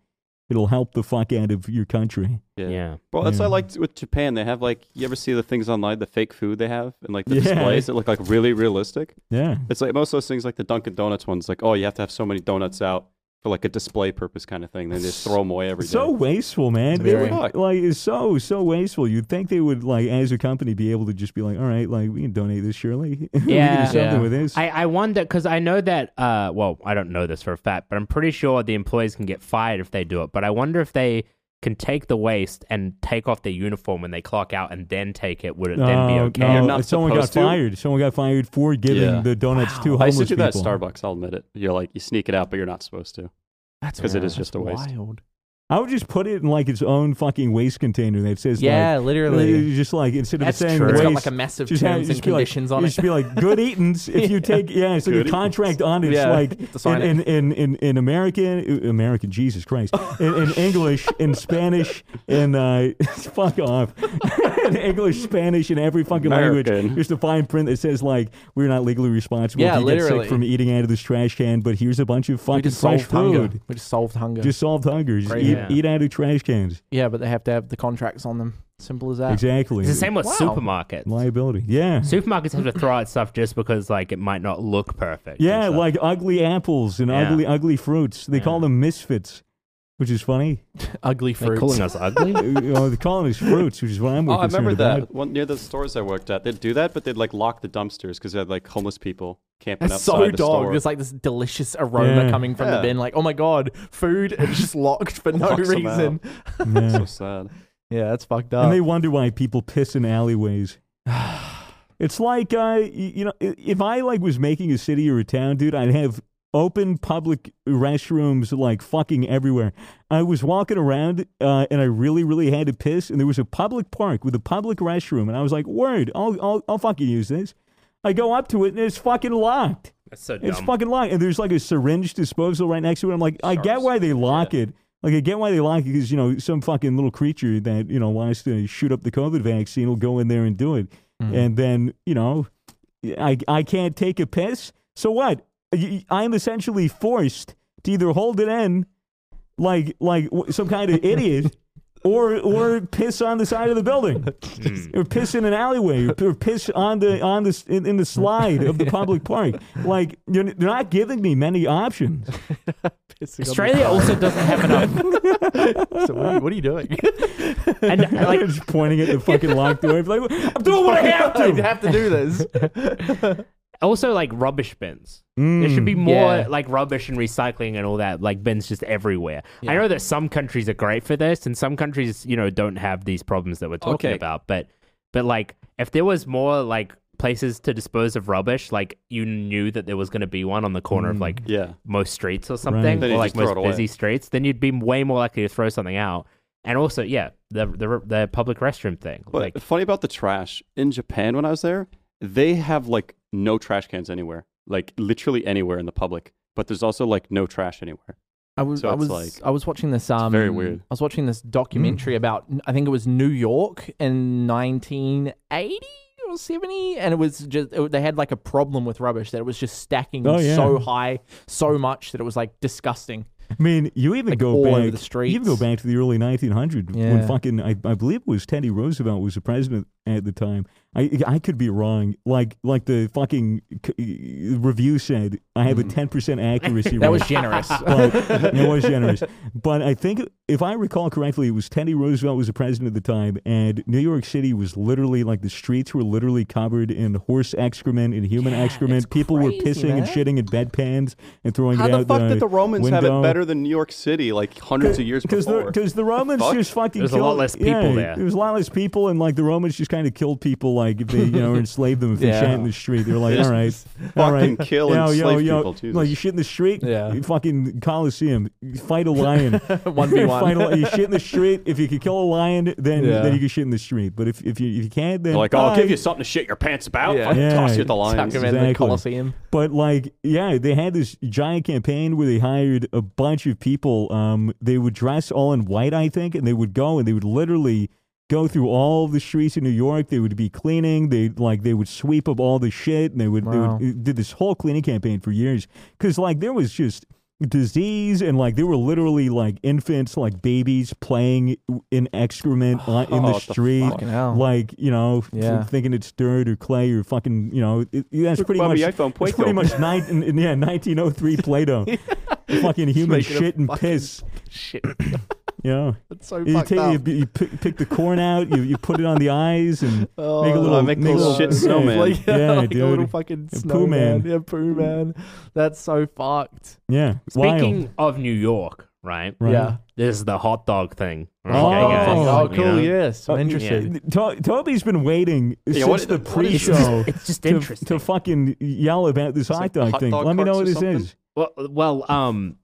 A: it'll help the fuck out of your country.
D: Yeah.
B: Well, that's what I
A: Yeah.
B: liked with Japan. They have like you ever see the things online, the fake food they have, and like the
A: Yeah.
B: displays that look like really realistic.
A: Yeah,
B: It's like most of those things, like the Dunkin' Donuts ones, like oh, you have to have so many donuts out for like a display purpose kind of thing. Then they just throw them away every day.
A: so wasteful, man.
C: It's
A: They
C: very-
A: would, like it's so so wasteful. You'd think they would like as a company be able to just be like, all right, like we can donate this, surely. we can do
D: Yeah.
A: something
C: Yeah.
A: with this.
D: I, I wonder because I know that. Uh, well, I don't know this for a fact, but I'm pretty sure the employees can get fired if they do it. But I wonder if they can take the waste and take off their uniform when they clock out and then take it, would it then be
A: Oh,
D: okay?
A: no,
B: You're not
A: someone got
B: supposed to?
A: fired. Someone got fired for giving
B: Yeah.
A: the donuts to
B: I
A: homeless
B: used to do
A: people.
B: that at Starbucks. I'll admit it. You're like you sneak it out, but you're not supposed to.
C: That's
B: 'Cause it is
C: that's
B: just a waste.
C: Wild.
A: I would just put it in like its own fucking waste container that says
C: Yeah,
A: like, uh,
C: literally.
A: just like instead of
C: That's
A: saying
C: true. It's
A: waste,
C: got like a massive
A: just have-
C: terms
A: just
C: and
A: be like-
C: conditions on
A: it
C: it.
A: should be like good eatings. If you take yeah, it's like
B: Good
A: a
B: eatings.
A: contract on it. It's
C: Yeah,
A: like
C: you have to sign
A: in, in, in, in, in American uh, American Jesus Christ. In, in English, in Spanish, in uh, fuck off. in English, Spanish, in every fucking language.
B: American.
A: There's a fine print that says like we're not legally responsible
C: Yeah,
A: if you get
C: literally.
A: sick from eating out of this trash can, but here's a bunch of
C: we
A: fucking
C: just
A: fresh
C: solved hunger.
A: food.
C: We just solved hunger.
A: Just solved hunger. Just
C: Great.
A: eat,
D: Yeah.
A: eat out of trash cans.
C: yeah, but they have to have the contracts on them. Simple as that.
A: Exactly.
D: It's the same with
C: Wow.
D: supermarkets.
A: Liability. Yeah.
D: Supermarkets have to throw out stuff just because like it might not look perfect. and
A: Yeah,
D: stuff.
A: like ugly apples and
D: Yeah.
A: ugly, ugly fruits. They call
D: Yeah.
A: them misfits, which is funny.
C: Ugly
D: they're
C: fruits.
D: calling us ugly.
A: Uh, you know, they're calling us fruits, which is what I'm more
B: Oh, I remember
A: concerned
B: that
A: about.
B: one near the stores I worked at. They'd do that, but they'd like lock the dumpsters because they had like homeless people camping
C: That's
B: outside
C: so
B: the
C: dog.
B: store.
C: There's like this delicious aroma
A: Yeah.
C: coming from the
B: Yeah.
C: bin. Like, oh my god, food is just locked for no
B: Locks 'em
C: reason.
A: Yeah.
B: so sad.
C: Yeah, that's fucked
A: and
C: up.
A: they wonder why people piss in alleyways. it's like, uh, y- you know, i- if I like was making a city or a town, dude, I'd have open public restrooms like fucking everywhere. I was walking around uh, and I really, really had to piss, and there was a public park with a public restroom, and I was like, word, I'll, I'll, I'll fucking use this. I go up to it and it's fucking locked.
D: That's so dumb.
A: It's fucking locked. And there's like a syringe disposal right next to it. I'm like, I get
B: Sharks.
A: why they lock it. Like, I get why they lock it because, you know, some fucking little creature that, you know, wants to shoot up the COVID vaccine will go in there and do it. And then, you know, I, I can't take a piss. So what? Y- y- I'm essentially forced to either hold it in like like w- some kind of idiot or or piss on the side of the building
C: Mm.
A: or piss in an alleyway or, or piss on the on the s- in, in the slide of the public park like you're, n- they're not giving me many options
D: Australia also doesn't have enough.
C: So what, are you, what are you doing?
D: And and, like
A: I'm just pointing at the fucking locked door like I'm doing what I have
C: I
A: to
C: have to do this.
D: also like rubbish bins. There should
B: Mm,
D: be more
C: Yeah.
D: like rubbish and recycling and all that, like bins just everywhere. I know that some countries are great for this and some countries, you know, don't have these problems that we're talking
B: Okay.
D: about. But but like if there was more like places to dispose of rubbish, like you knew that there was gonna be one on the corner of like
B: Yeah.
D: most streets or something,
B: Mm. Then
D: or
B: you
D: like
B: just throw
D: most
B: it away.
D: busy streets, then you'd be way more likely to throw something out. And also, yeah, the the, the public restroom thing.
B: But
D: like,
B: funny about the trash in Japan when I was there, they have like no trash cans anywhere, like literally anywhere in the public. But there's also like no trash anywhere.
C: I was,
B: So
C: I
B: it's
C: was,
B: like-
C: I was watching this. Um,
B: very weird.
C: I was watching this documentary about, I think it was New York in 1980 or 70, and it was just it, they had like a problem with rubbish that it was just stacking
A: Oh, yeah.
C: so high, so much that it was like disgusting.
A: I mean you even
C: Like,
A: go
C: all
A: back
C: over the
A: you even go
C: streets.
A: back to the early 1900s when
C: Yeah.
A: fucking I, I believe it was Teddy Roosevelt was the president at the time I I could be wrong like like the fucking c- e, review said I have a 10% accuracy
C: Hmm. That
A: rate
C: was generous.
A: but it was generous. But I think, if I recall correctly, it was Teddy Roosevelt was the president at the time, and New York City was literally like the streets were literally covered in horse excrement and human excrement. People were
C: crazy,
A: pissing and
C: man.
A: shitting in bedpans and throwing
B: How
A: it out
B: the fuck
A: the
B: did the Romans have
A: window.
B: it better than New York City like hundreds of years
A: Because
B: before?
A: the, Romans
B: fuck?
A: just fucking
D: There's a
A: killed,
D: lot less people
A: yeah,
D: there.
A: There was a lot less people, and like the Romans just kind of killed people, like if they you know enslaved them if
C: Yeah.
A: they shat in the street. They're like,
B: Just
A: all right, all
B: fucking
A: right,
B: kill and enslave people, Jesus.
A: Like you shit in the street,
C: Yeah.
A: you fucking Colosseum, fight a lion,
C: One v
A: Fight a
C: one.
A: li- you shit in the street. If you could kill a lion, then
C: Yeah.
A: then you can shit in the street. But if if you if you can't, then
B: They're like, oh, I'll
A: bye."
B: give you something to shit your pants about.
C: Yeah.
B: Fucking
A: Yeah.
B: toss you at the
C: Tuck
B: lions.
C: him in
A: Exactly.
C: the Colosseum.
A: But like, yeah, they had this giant campaign where they hired a bunch of people. Um, they would dress all in white, I think, and they would go and they would literally go through all the streets in New York. They would be cleaning. They like they would sweep up all the shit, and they would,
C: Wow.
A: they would it did this whole cleaning campaign for years because like there was just disease and like there were literally like infants like babies playing in excrement on- in the
B: what the
A: street
C: Oh, Fucking hell.
A: like you know
C: Yeah.
A: thinking it's dirt or clay or fucking you know it, that's pretty
B: Bobby,
A: much
B: I found
A: it's pretty
B: Plato.
A: much nine, in- in- yeah, 1903 Plato. fucking human
C: making a
A: shit and
C: fucking-
A: piss.
C: Shit.
A: You know,
C: That's so
A: you,
C: fucked
A: take,
C: up.
A: you, you pick, pick the corn out, you, you put it on the eyes, and make a little
B: make a little
A: a
B: Oh, shit
A: yeah,
B: snowman.
A: Like, yeah,
C: like
A: dude.
C: a little fucking
A: poo
C: snowman.
A: man.
C: Yeah, poo man. That's so fucked.
A: yeah,
D: speaking
A: wild.
D: of New York, right?
A: Right.
C: Yeah.
D: This is the hot dog thing. Okay,
A: Hot dog
D: guys?
A: thing.
C: Oh,
D: You
C: cool.
D: know?
C: Yes. I'm
A: Oh, yeah.
C: interested.
A: To- Toby's been waiting since
B: what-
A: the
B: what is-
A: pre-show
D: It's just
A: to,
D: interesting.
A: to fucking yell about this hot
B: like
A: dog
B: hot
A: thing.
B: dog
A: Let me know what
B: carts or
A: this is.
B: something?
D: well, well, um,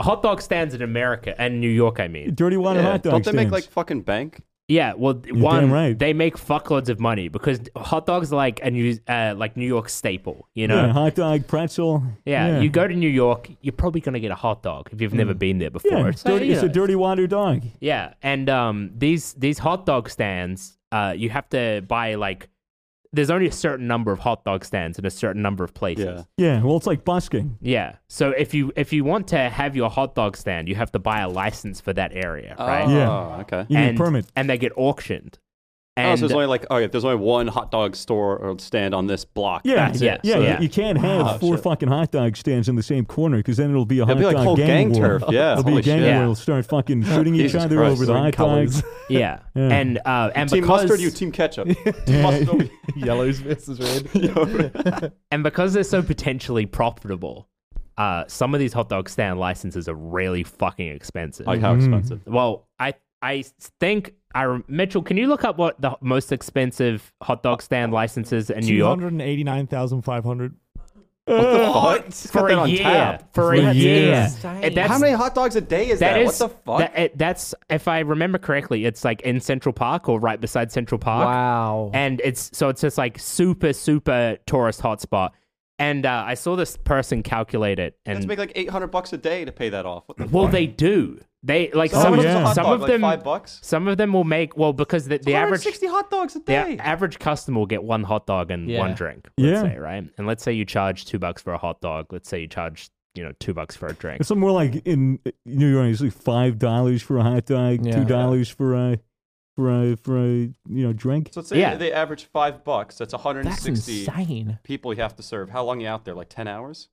D: hot dog stands in America and New York, I mean.
A: Dirty water
B: Yeah.
A: hot dog
B: Don't they make
A: stands.
B: like fucking bank?
D: Yeah, well,
A: damn
D: one
A: right.
D: they make fuckloads of money because hot dogs are like a new uh, like New York staple. You know,
B: uh,
A: yeah, hot dog pretzel?
D: Yeah, you go to New York, you're probably going to get a hot dog if you've never been there before.
A: Mm. Yeah,
D: It's
A: it's, dirty,
D: like,
A: it's a
D: yeah.
A: dirty water dog.
D: Yeah, and um, these these hot dog stands, uh, you have to buy like there's only a certain number of hot dog stands in a certain number of places.
B: Yeah.
A: Yeah, well, it's like busking.
D: Yeah. So if you if you want to have your hot dog stand, you have to buy a license for that area, right?
B: Oh,
A: Yeah.
B: Okay.
A: You need
D: and,
A: a permit.
D: and they get auctioned.
B: oh,
D: And
B: so there's only like, okay, there's only one hot dog store or stand on this block.
A: Yeah,
B: That's
A: yeah,
B: it.
A: yeah,
B: So
A: you-
D: yeah.
A: You can't have
B: Wow,
A: four
B: shit.
A: fucking hot dog stands in the same corner because then it'll be a hot
B: It'd be like
A: dog
B: whole gang,
A: war.
B: turf. Yeah.
A: It'll be a
B: holy
A: gang
B: shit.
A: war.
D: Yeah.
A: It'll start fucking shooting each
B: Jesus
A: other
B: Christ.
A: over the hot dogs.
D: yeah.
A: Yeah.
D: and uh, and
B: Team
D: because
B: mustard, you team ketchup.
A: Yeah.
B: team mustard.
E: Yellows versus red.
D: and because they're so potentially profitable, uh, some of these hot dog stand licenses are really fucking expensive.
B: like how
A: Mm-hmm.
B: expensive?
D: Well, I I think I rem- Mitchell, can you look up what the most expensive hot dog stand licenses in New
E: Two
D: York
E: hundred and eighty nine thousand five hundred.
B: What? He's got
D: for
B: that
D: a
B: on
D: year?
B: tap.
D: For
A: For
D: a year.
A: years.
D: And that's-
B: How many hot dogs a day is that?
D: that is
B: what the fuck?
D: that- it- that's if I remember correctly, it's like in Central Park or right beside Central Park.
C: Wow.
D: and it's so it's just like super super tourist hotspot. And uh, I saw this person calculate it,
B: Let's
D: and
B: make like 800 bucks a day to pay that off. What the
D: well,
B: fuck?
D: they do. They like
B: So
D: some
B: how
D: of
B: much is a
A: Oh, yeah.
B: hot
D: some
B: dog?
D: of
B: Like
D: them
B: five bucks?
D: Some of them will make well because the, the average
B: 60 hot dogs a
D: the
B: day.
D: average customer will get one hot dog and
C: Yeah.
D: one drink. Let's
A: Yeah.
D: say right, and let's say you charge two bucks for a hot dog. Let's say you charge you know two bucks for a drink.
A: It's more like in New York, it's like five dollars for a hot dog,
C: Yeah.
A: two dollars for a for a for a you know drink.
B: so let's say
D: yeah.
B: they average five bucks. That's
C: That's
B: 160
C: insane.
B: people you have to serve. How long are you out there? Like 10 hours?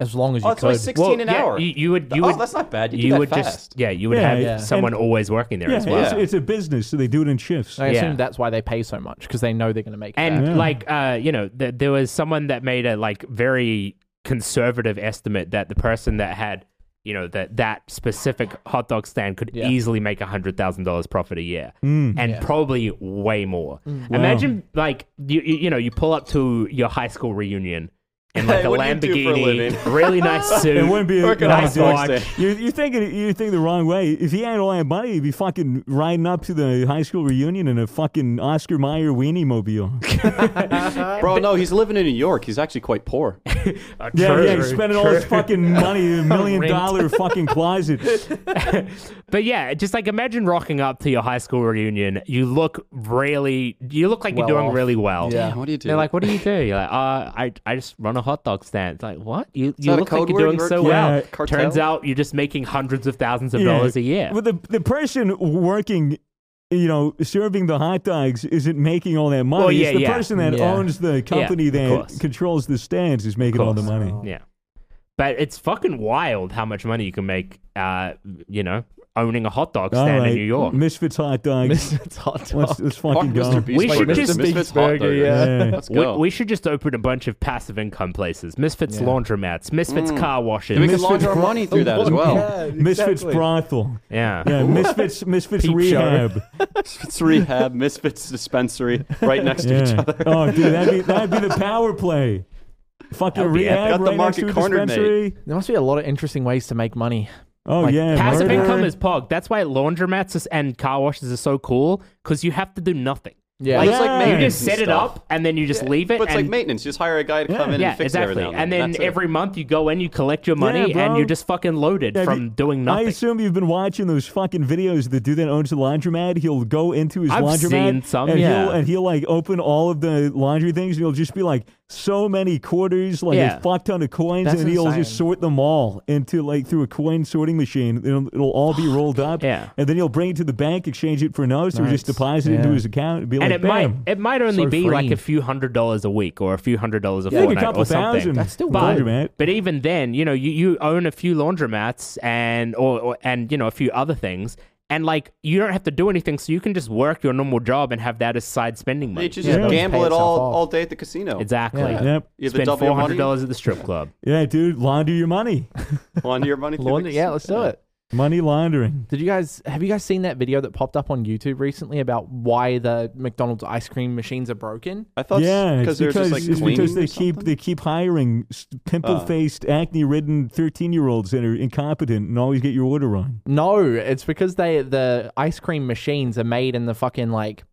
C: As long as you
B: Oh, it's
C: could.
B: like 16
D: Well,
B: an
D: yeah,
B: hour.
D: You, you would you
B: oh,
D: would
B: that's not bad. You,
D: you,
B: do that
D: would
B: fast.
D: just yeah you would
A: Yeah,
D: have
A: yeah.
D: someone
A: And-
D: always working there
A: Yeah,
D: as well.
A: it's,
B: Yeah.
A: it's a business, so they do it in shifts.
C: I
D: Yeah.
C: assume that's why they pay so much because they know they're going to make it
D: And
A: Yeah.
D: like uh, you know, th- there was someone that made a like very conservative estimate that the person that had you know that that specific hot dog stand could
C: Yeah.
D: easily make a hundred thousand dollars profit a year,
A: Mm.
D: and
C: Yeah.
D: probably way more.
B: Mm.
D: Imagine like you you you know you pull up to your high school reunion in like a
B: Hey, what do you do for a
D: Lamborghini,
B: living?
D: really nice suit,
A: It wouldn't be a
B: Working
A: no,
B: on a
A: it's
B: dog
A: not.
B: stand.
A: You're, you're thinking you're thinking the wrong way. If he had all that money, he'd be fucking riding up to the high school reunion in a fucking Oscar Mayer weenie mobile.
B: Bro, no, he's living in New York. He's actually quite poor.
D: A
A: Yeah,
D: true-
A: yeah, he's spending all his fucking money in a million
D: Rent.
A: dollar fucking closet.
D: But yeah, just like imagine rocking up to your high school reunion. You look really, you look like
C: Well
D: you're doing
C: off.
D: really well.
C: Yeah.
B: what do you do?
D: They're like, what do you do? You're like, uh, I, I just run a hot dog stand. It's like, what? You, you
B: that a
D: look like
B: code
D: you're
B: word?
D: doing
B: You work
D: so
B: for
A: a
D: well.
B: cartel?
D: Turns out you're just making hundreds of thousands of
A: Yeah.
D: dollars a year.
A: But the the person working, you know, serving the hot dogs isn't making all that money.
D: Well, yeah,
A: it's the
D: yeah.
A: person that
C: Yeah.
A: owns the company
D: of
A: that
D: course.
A: controls the stands is making all the
D: course.
A: money.
D: Yeah. But it's fucking wild how much money you can make, uh, you know, owning a hot dog
A: All
D: stand
A: right,
D: in New York.
A: Misfits hot dogs.
E: It's hot dog.
A: let's let's fucking go.
B: Mr. Beast
D: We should just-
B: Misfits hot
E: Burger,
B: doggers.
E: yeah.
A: Yeah.
B: Let's
D: We,
B: go.
D: we should just open a bunch of passive income places. Misfits laundromats, Misfits car washes.
B: And Mm. we can launder our money through that as well.
A: Misfits brothel.
D: yeah.
A: Yeah, misfits misfits
D: Peep show.
A: rehab.
B: Misfits rehab, Misfits dispensary, right next to each
A: Yeah.
B: other.
A: Oh, dude, that'd be that'd be the power play. Fucking
D: That'd be epic.
A: rehab
B: Got the
A: right next
B: market
A: to a
B: cornered, mate.
A: dispensary.
C: There must be a lot of interesting ways to make money.
A: Oh
C: Like,
A: yeah,
D: Passive
A: murder.
D: income is pog. That's why laundromats is- and car washes are so cool because you have to do nothing.
C: Yeah.
B: Well, it's
A: Yeah.
B: like
D: You
B: maintenance
D: just
B: and
D: set it
B: stuff.
D: up and then you just leave it.
B: But it's like
D: and-
B: maintenance. You just hire a guy to come in
D: yeah,
B: and fix
D: exactly.
B: it every now
D: and
B: then.
D: then
B: That's it.
D: every month you go in, you collect your money,
A: Yeah,
D: and
A: bro.
D: you're just fucking loaded
A: Have
D: from
A: you-
D: doing nothing.
A: I assume you've been watching those fucking videos of the dude that owns the laundromat. He'll go into his
D: I've
A: laundromat
D: seen some,
A: and
D: yeah.
A: he'll and he'll like open all of the laundry things and he'll just be like so many quarters, like
D: Yeah.
A: a fuck ton of coins,
C: That's
A: and he'll just
C: insane.
A: sort them all into like through a coin sorting machine. It'll, it'll all be rolled up.
D: Yeah.
A: And then he'll bring it to the bank, exchange it for notes, or just
C: Nice.
A: deposit it into
C: Yeah.
A: his account and be like,
D: and it might
A: bam.
D: it might only
C: So
D: be like
C: free.
D: a few hundred dollars a week or a few hundred dollars a
A: Yeah, like a
D: fortnight
A: couple
D: or something.
A: thousand.
C: That's still
A: But-
C: good.
A: laundromat.
D: But even then, you know, you, you own a few laundromats and or, or and you know a few other things, and like you don't have to do anything, so you can just work your normal job and have that as side spending money.
B: You just,
A: Yeah.
B: just gamble
C: Pay
B: it all,
C: itself off.
B: all day at the casino.
D: Exactly.
C: Yeah.
A: Yep.
B: You either
D: Spend
B: double
D: four
B: your
D: hundred
B: money,
D: dollars at the strip club.
A: Yeah, dude, launder your money.
B: launder your money. through the
C: Laundry. Yeah,
B: casino.
C: let's do it.
A: Money laundering.
G: Did you guys have you guys seen that video that popped up on YouTube recently about why the McDonald's ice cream machines are broken?
B: I thought
A: yeah, it's
B: because they're
A: because,
B: just like
A: it's
B: cleaning
A: because
B: or
A: they keep
B: something? Ah.
A: they keep hiring pimple faced, acne ridden thirteen year olds that are incompetent and always get your order wrong.
G: No, it's because they the ice cream machines are made in the fucking like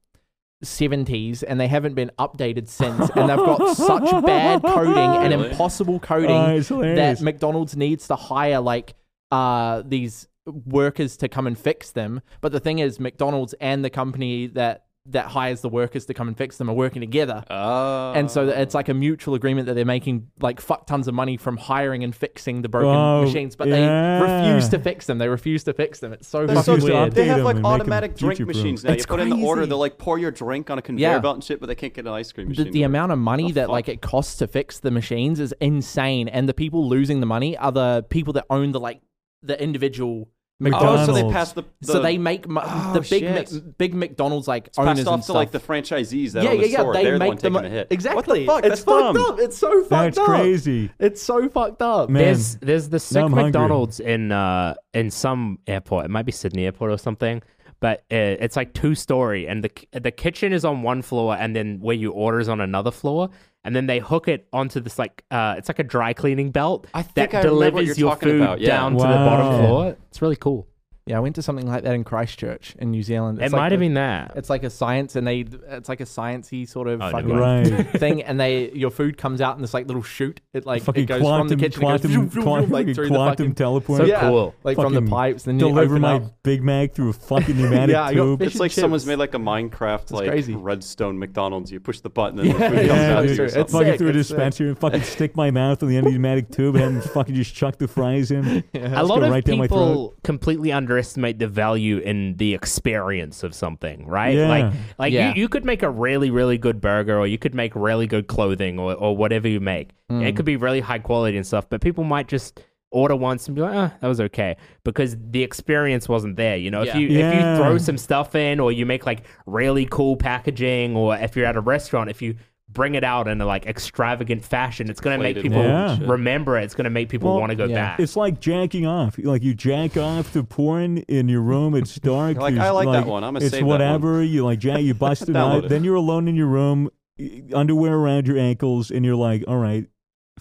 G: 70s and they haven't been updated since and they've got such bad coding and
B: Really?
G: impossible coding
A: Oh, it's
G: that
A: hilarious.
G: McDonald's needs to hire like uh these workers to come and fix them. But the thing is McDonald's and the company that that hires the workers to come and fix them are working together.
B: Oh.
G: and so it's like a mutual agreement that they're making like fuck tons of money from hiring and fixing the broken
A: Oh,
G: machines, but
A: yeah.
G: they refuse to fix them. They refuse to fix them. It's so
B: They're
A: Fuck
B: so
G: fucking
A: you,
G: weird.
A: Stop.
B: They
A: Update
B: have
A: 'em
B: like
A: and make 'em
B: automatic drink
A: future-proof.
B: machines now.
G: It's
B: you put in the order,
G: crazy.
B: they'll like pour your drink on a conveyor
G: Yeah.
B: belt and shit, but they can't get an ice cream
G: The,
B: machine.
G: the
B: to work.
G: amount of money that
B: fuck?
G: like it costs to fix the machines is insane, and the people losing the money are the people that own the like the individual
B: Oh,
A: McDonald's.
B: so they pass the. the
G: so they make mo-
B: Oh,
G: the big
B: shit.
G: Mc- big McDonald's like
B: it's
G: owners
B: passed
G: and
B: off to
G: stuff.
B: like the franchisees that
G: yeah,
B: own
G: yeah,
B: the
G: yeah.
B: store.
G: They
B: They're the one
G: make the
B: taking
G: mo-
B: the hit.
G: exactly.
B: What the fuck?
G: It's
B: That's dumb.
G: fucked up. It's so fucked
A: That's
G: up.
A: crazy.
G: It's so fucked up.
A: Man.
D: There's there's the sick
A: I'm hungry.
D: McDonald's in uh in some airport. It might be Sydney Airport or something. But uh, it's like two story, and the ki- the kitchen is on one floor, and then where you order is on another floor, and then they hook it onto this like uh, it's like a dry cleaning belt
B: I think
D: that
B: I remember what
D: delivers
B: you're
D: your
B: talking
D: food
B: about, yeah.
D: down to the
A: Wow.
D: bottom floor. It's really cool.
G: Yeah, I went to something like that in Christchurch in New Zealand. It's
D: it
G: like
D: might
G: the-
D: have been that.
G: It's like a science, and they it's like a sciencey sort of
D: Oh,
G: fucking
D: never
A: Right.
G: thing, and they your food comes out in this like little chute. It like
A: fucking
G: it goes
A: quantum,
G: from the kitchen, it goes
A: quantum,
G: vroom, vroom,
A: quantum,
G: like through the
A: quantum
G: fucking
A: teleport.
D: So
G: yeah,
D: cool.
G: like from the
A: Fucking
G: pipes. Then you
A: Deliver
G: open
A: my
G: up.
A: Big Mac through a fucking pneumatic
G: Yeah, I got
A: tube.
G: fish
B: It's like
G: and
B: someone's
G: chips.
B: made like a Minecraft like
G: crazy.
B: redstone McDonald's. You push the button and the food
A: Yeah,
B: comes out
A: dude.
B: to you. or
G: It's
B: something.
A: fucking
G: sick,
A: through a
G: it's sick.
A: dispenser and fucking stick my mouth to the end of the pneumatic tube and fucking just chuck the fries in.
D: a lot
A: go
D: of
A: right down my throat.
D: people completely underestimate the value in the experience of something, right?
A: Yeah.
D: Like, like
G: Yeah.
D: you, you could make a really, really good burger, or you could make really good clothing, or, or whatever you make.
G: Hmm.
D: It could be really high quality and stuff, but people might just order once and be like, "Ah, that was okay," because the experience wasn't there. You know, if
G: Yeah.
D: you if
A: Yeah.
D: you throw some stuff in, or you make like really cool packaging, or if you're at a restaurant, if you bring it out in a like extravagant fashion, it's gonna make
B: Plated
D: people
A: Yeah. and shit.
D: remember it. It's gonna make people
A: Well,
D: want to go
G: yeah.
D: back.
A: It's like jacking off. Like you jack off to porn in your room. It's dark.
B: Like,
A: you-
B: I like that one. I'ma
A: It's
B: save that one.
A: whatever. You like jack. You bust it
B: Download
A: out.
B: it.
A: Then you're alone in your room, y- underwear around your ankles, and you're like, all right,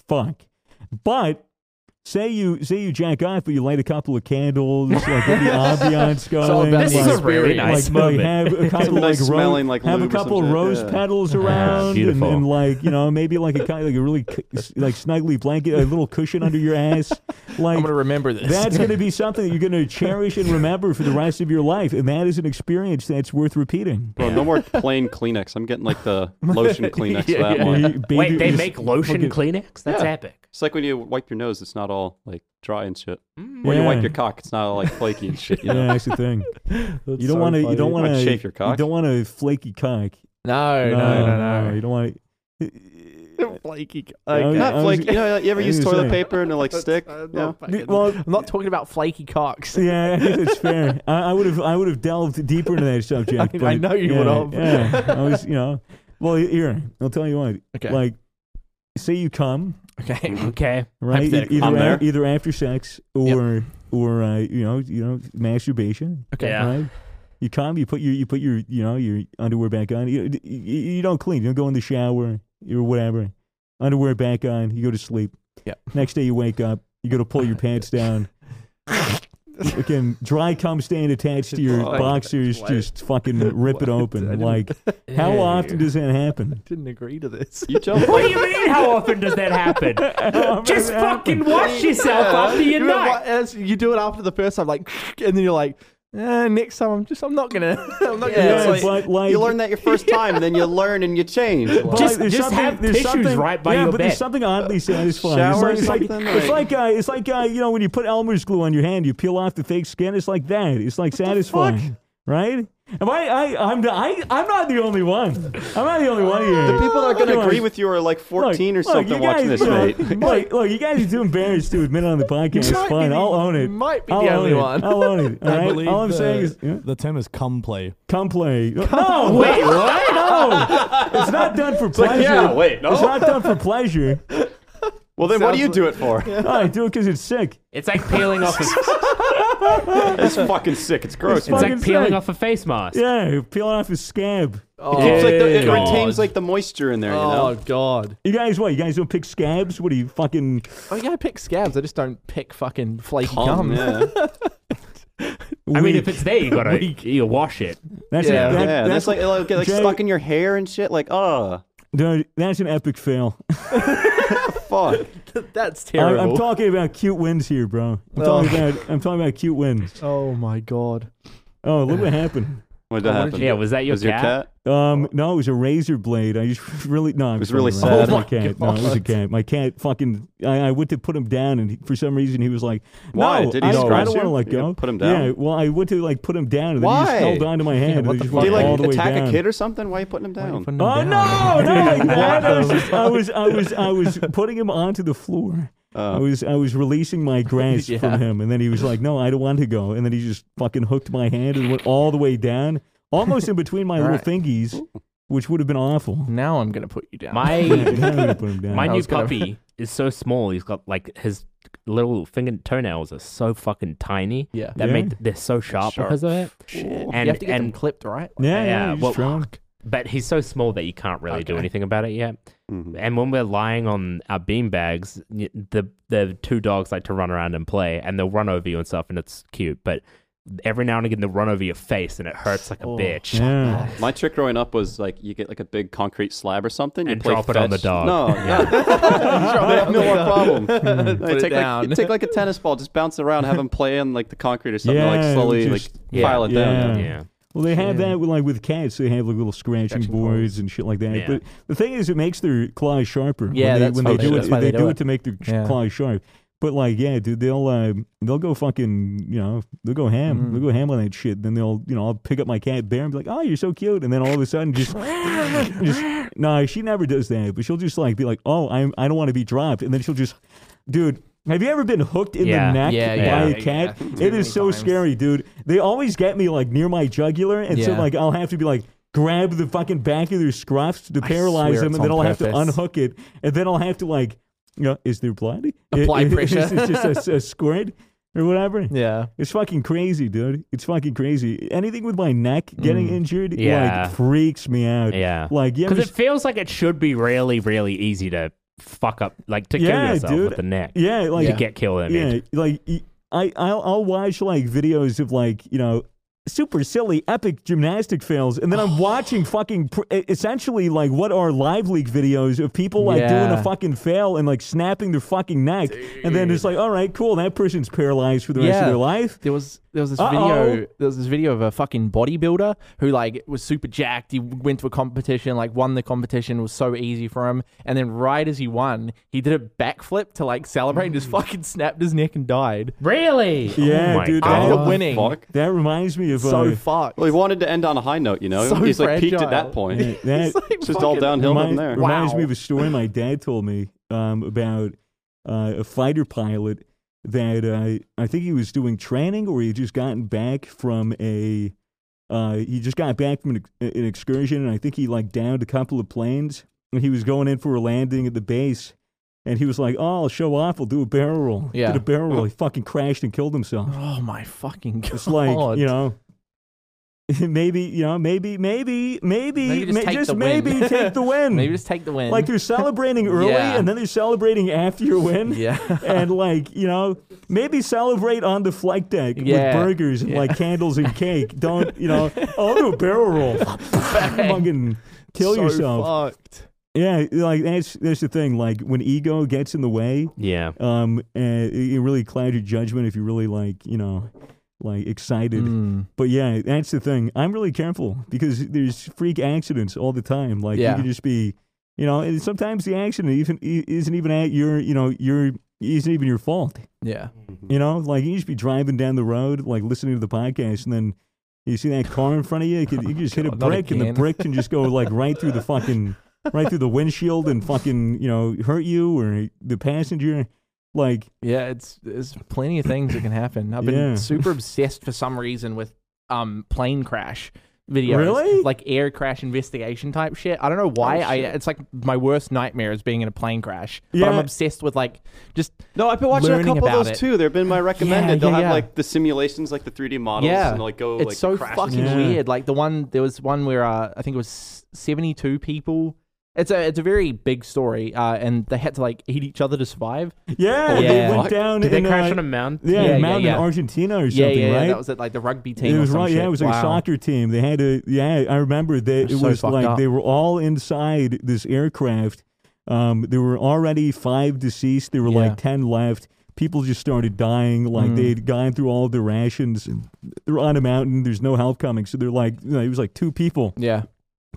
A: fuck. But say you say you jack off, but you light a couple of candles, like get the ambiance going.
G: all about
D: This
G: the
A: like,
D: is a really nice
A: like,
D: moment.
A: Like have a couple
B: nice
A: like, ro-
B: smelling, like,
A: have a
B: lube or
A: couple
B: some shit.
A: rose
B: Yeah.
A: petals
D: Ah,
A: around, and,
D: beautiful.
A: and like you know maybe like a kind like a really cu- s- like snuggly blanket, a little cushion under your ass. Like
G: I'm gonna remember this.
A: that's going to be something that you're going to cherish and remember for the rest of your life, and that is an experience that's worth repeating.
B: Bro, no more plain Kleenex. I'm getting like the lotion Kleenex for that
A: Or
B: one.
A: you- baby-
D: Wait, they
A: you-
D: make
A: fucking-
D: lotion Kleenex? That's
B: Yeah.
D: epic.
B: It's like when you wipe your nose, it's not all like dry and shit. When you
A: Yeah.
B: wipe your cock, it's not all like flaky and shit. You
A: Yeah,
B: know?
A: that's the thing. you don't want to. You don't want
B: Like,
A: to
B: shave your
A: You
B: cock?
A: don't want a flaky cock.
G: No, no, no,
A: You
G: no.
A: don't want. to
G: Flaky.
A: Okay.
B: Not
A: Oh, I was-
B: flaky. You know, you ever
A: I
B: use
A: was
B: toilet
A: saying.
B: paper and a like stick? Yeah.
A: Well,
G: I'm not talking about flaky cocks.
A: yeah, I guess it's fair. I, I would have. I would have delved deeper into that subject.
G: I
A: but
G: know you
A: yeah,
G: would have.
A: Yeah, I was. You know. Well, here I'll tell you what.
G: Okay.
A: Like, say you come
G: Okay.
D: Okay.
A: right, E-
G: Hypothetically.
A: either
B: I'm
A: a-
B: there.
A: either after sex or or uh, you know you know masturbation.
G: Okay.
D: Yeah.
A: Right? You come, you put your you put your you know your underwear back on. You, you, you don't clean. You don't go in the shower or whatever. Underwear back on. You go to sleep.
G: Yep.
A: Next day you wake up. You go to pull your pants down. Fucking dry cum stain attached to your
B: Why?
A: boxers.
G: Why?
A: Just fucking rip it
G: What? I
A: open.
G: didn't-
A: Like how often does that happen?
G: Didn't agree to this.
B: You jump.
D: What do you mean? How often does that happen? Just fucking wash yourself after your
G: You know what,
D: nut.
G: as you do it after the first time, like, and then you're like, eh, next time I'm just I'm not gonna I'm not
B: Yeah,
A: Yeah,
G: gonna.
B: it's
G: like,
A: but like
B: You learn that your first time, then you learn and you change.
A: But
D: Just-
A: there's
D: just
A: something-
D: have
A: there's
D: tissues
A: something-
D: right by
A: yeah,
D: your
A: but there's
D: bed.
A: something oddly satisfying.
B: Shower
A: it's
B: or
A: like, it's like,
B: something,
A: it's
B: like-
A: like, uh, it's like uh, you know when you put Elmer's glue on your hand, you peel off the fake skin. It's like that. It's like satisfying, right? Am I? I I'm the, I, I'm not the only one. I'm not the only one here.
B: The people that are
A: Come
B: going to
A: on.
B: agree with you are like 14 or
A: Look, look, you
B: something watching
A: guys-
B: this, mate.
A: look, Look, look, you guys are too embarrassed to admit it on the podcast.
G: might
A: It's
G: be
A: fine.
G: the-
A: I'll own it.
G: you might be
A: I'll
G: the
A: own
G: only
A: it.
G: one.
A: I'll own it. All,
C: I
A: right?
C: believe
A: All I'm
C: the,
A: saying is, yeah,
C: the term is "cum play."
A: come play. no, wait, what? No, it's not done for pleasure.
B: like, yeah, wait, no.
A: it's not done for pleasure.
B: Well, then what do you do it for?
A: No, I do it because it's sick.
D: It's like peeling off a
B: It's fucking sick. It's gross.
D: It's
B: man.
A: fucking
D: like peeling
A: sick.
D: off a face mask.
A: Yeah, peeling off his scab.
B: it keeps, like, the, it
D: God.
B: retains like the moisture in there. You know.
C: Oh god!
A: You guys, what? You guys don't pick scabs? What do you fucking?
C: Oh yeah, I pick scabs. I just don't pick fucking flaky
A: Oh,
B: Cum,
C: gum.
B: yeah.
D: I mean, if it's there, you gotta you wash it.
A: That's
C: Yeah.
A: it. That-
B: Yeah, and that's, like it'll get like
A: Jay-
B: stuck in your hair and shit. Like, oh,
A: dude, that's an epic fail.
B: fuck.
C: That's
A: I,
C: terrible.
A: I'm talking about cute wins here, bro. I'm talking
B: Oh.
A: about I'm talking about cute wins.
C: oh my god!
A: Oh, look what happened.
B: What did that happen?
D: Yeah, was that your
B: was your
D: cat?
B: cat?
A: Um, no, it was a razor blade. I just really no, I'm
B: was
A: fucking
B: really
A: around.
B: sad.
A: It
B: Oh
A: was a cat. No, it was a cat. My cat fucking. I, I went to put him down, and he, for some reason he was like, no,
B: Why? Did he
A: I, I
B: scratch
A: don't want to
B: you?
A: let
B: You
A: go.
B: gotta put him
A: Yeah,
B: down.
A: well, I went to like put him down, and then he
B: Why?
A: just held onto my hand.
C: what
A: and
C: the
A: he just
C: fuck?
B: Did he
A: went all
B: like
A: the way
B: attack
A: down.
B: a kid or something? Why you putting him down?
A: Oh no, no! like that. I was, just- I was, I was, I was putting him onto the floor. I was, I was releasing my grasp from him, and then he was like, "No, I don't want to go," and then he just fucking hooked my hand and went all the way down, almost in between my little
C: right.
A: fingies, which would have been awful.
C: Now I'm gonna put you down.
A: Yeah,
D: My
A: now I'm gonna put him down.
D: my
C: I
D: new
C: was gonna-
D: puppy is so small. He's got like his little finger toenails are so fucking tiny.
C: Yeah.
D: that
A: Yeah.
D: made they're so sharp, because of it.
C: Shit.
D: And-
C: you have to get them
D: and-
C: clipped, right?
A: yeah, yeah,
D: yeah,
A: yeah, he's
D: well,
A: strong.
D: But he's so small that you can't really do
C: Okay.
D: anything about it yet.
A: Mm-hmm.
D: And when we're lying on our beanbags, y- the the two dogs like to run around and play, and they'll run over you and stuff, and it's cute. But every now and again, they'll run over your face, and it hurts like a
A: Oh,
D: bitch.
A: Yeah.
B: My trick growing up was like you get like a big concrete slab or something you
D: And
B: play
D: drop it on the
B: fetch.
D: dog.
B: No, no, they have no more problem. Hmm. They
C: it
B: take like
C: down.
B: you take like a tennis ball, just bounce it around, have them play on like the concrete or something,
A: Yeah,
B: like slowly
A: just-
B: like
D: Yeah,
B: pile it down.
A: yeah.
D: Yeah.
A: Well, they have
C: Yeah.
A: that with like with cats. They have like little scratching,
C: Scratching
A: boards
C: boards.
A: and shit like that.
D: Yeah.
A: But the thing is, it makes their claws sharper. when
C: Yeah,
A: they,
C: that's
A: when
C: why
A: they
C: they-
A: do it,
C: that's why
A: they,
C: they
A: do
C: do
A: it.
C: it.
A: to make their sh-
C: Yeah.
A: claws sharp. But like, yeah, dude, they'll um, they'll go fucking, you know, they'll go
C: Mm.
A: ham, they'll go ham on that shit. Then they'll, you know, I'll pick up my cat bear and be like, oh, you're so cute, and then all of a sudden just, just no, she never does that. But she'll just like be like, oh, I'm, I don't want to be dropped, and then she'll just, dude. Have you ever been hooked in
D: Yeah.
A: the neck
C: Yeah,
A: by
D: yeah,
A: a
C: yeah,
A: cat?
C: yeah.
A: It
C: Too
A: is
C: many
A: so
C: times.
A: scary, dude. They always get me like near my jugular, and so
C: Yeah.
A: like I'll have to be like grab the fucking back of their scruffs to paralyze
C: swear
A: them,
C: it's
A: and then I'll
C: on
A: have to
C: purpose.
A: unhook it, and then I'll have to like, you know, is there blood?
C: Apply
A: Is-
C: pressure.
A: Is it just a, a squirt or whatever?
C: Yeah.
A: It's fucking crazy, dude. It's fucking crazy. Anything with my neck
C: Mm.
A: getting injured,
D: Yeah.
A: like freaks me out.
D: Yeah.
A: Like, yeah,
D: Because it feels like it should be really, really easy to fuck up, like to
A: Yeah,
D: kill yourself
A: dude.
D: with the neck.
A: yeah, like
D: To get killed, I mean.
A: yeah, like y- I I'll, I'll watch like videos of like you know super silly epic gymnastic fails, and then I'm watching fucking pr- e- essentially like what are live leak videos of people like doing a
C: Yeah.
A: fucking fail and like snapping their fucking neck, and then it's like all right, cool, that person's paralyzed for the rest of
C: Yeah.
A: their life.
C: There was there was this
A: Uh-oh.
C: video there was this video of a fucking bodybuilder who like was super jacked. He went to a competition, like won the competition, was so easy for him. And then right as he won, he did a backflip to like celebrate and just
A: Mm.
C: fucking snapped his neck and died.
D: Really?
A: Yeah,
D: oh my
A: dude,
D: God.
C: After winning,
B: Fuck.
A: That reminds me of
C: so
A: uh,
C: fucked.
B: Well, he wanted to end on a high note, you know.
C: So
B: He's like peaked at
C: fragile.
B: that point.
A: yeah, that
C: It's, like,
B: It's just all
C: fucking-
B: downhill from
A: reminds,
B: there.
A: reminds
C: Wow.
A: me of a story my dad told me um, about uh, a fighter pilot that uh, I think he was doing training or he had just gotten back from a uh, he just got back from an, ex- an excursion and I think he like downed a couple of planes and he was going in for a landing at the base and he was like, "Oh, I'll show off. I'll do a barrel roll."
C: Yeah.
A: did a barrel roll. He fucking crashed and killed himself.
C: Oh my fucking god!
A: It's like you know, maybe you know, maybe maybe maybe
C: Maybe just
A: ma-
C: take the win.
A: maybe take the win.
C: maybe just take the win.
A: like they're celebrating early
C: Yeah.
A: and then they're celebrating after your win.
C: yeah.
A: And like you know, maybe celebrate on the flight deck with
C: Yeah.
A: burgers and
C: Yeah.
A: like candles and cake. Don't you know? I'll do a barrel roll. Fucking kill
C: so
A: yourself.
C: Fucked.
A: Yeah, like that's that's the thing. Like when ego gets in the way,
D: Yeah.
A: um, and it it really clouds your judgment if you're really like you know, like excited. But yeah, that's the thing. I'm really careful because there's freak accidents all the time. Like you
C: Yeah.
A: could just be, you know, and sometimes the accident even i- isn't even at your, you know, your isn't even your fault.
C: Yeah.
A: You know, like you just be driving down the road, like listening to the podcast, and then you see that car in front of you. You could, you could just hit a
C: God, not
A: brick, and the
C: again.
A: brick can just go like right through the fucking, right through the windshield, and fucking, you know, hurt you or the passenger. Like
C: Yeah, it's there's plenty of things that can happen. I've been
A: Yeah.
C: super obsessed for some reason with um plane crash videos.
A: Really? Oh,
C: Like air crash investigation type shit. I don't know why. I it's like my worst nightmare is being in a plane crash. But I'm
A: Yeah.
C: obsessed with like just
B: No, I've been watching a
C: learning
B: couple
C: about
B: of those
C: it.
B: too. They've been my recommended.
C: Yeah,
B: They'll
C: yeah,
B: have
C: yeah.
B: like the simulations, like the 3D models,
C: yeah.
B: and like go
C: it's
B: like
C: so
B: crash
C: fucking
B: into-
A: Yeah.
C: weird. Like the one there was one where uh, I think it was 72 people. It's a it's a very big story uh, and they had to like eat each other to survive.
A: Yeah,
C: Oh, Yeah.
A: they
D: What?
A: went down
D: Did they
A: in,
D: crash
A: uh,
D: on a mountain?
A: yeah,
C: Yeah,
A: a mountain
C: yeah, yeah.
A: in Argentina or
C: Yeah,
A: something,
C: yeah, yeah,
A: right?
C: that was it like the rugby team
A: it
C: or
A: was
C: some
A: right. Yeah,
C: shit.
A: it was like
C: Wow.
A: a soccer team. They had to. Yeah, I remember that.
C: That's
A: It
C: so
A: was
C: fucked
A: like
C: up.
A: they were all inside this aircraft. Um, there were already five deceased. There were
C: Yeah. Mm.
A: like ten left. People just started dying. Like they'd gone through all the rations. They're on a mountain. There's no help coming. So they're like, you know, it was like two people
C: Yeah.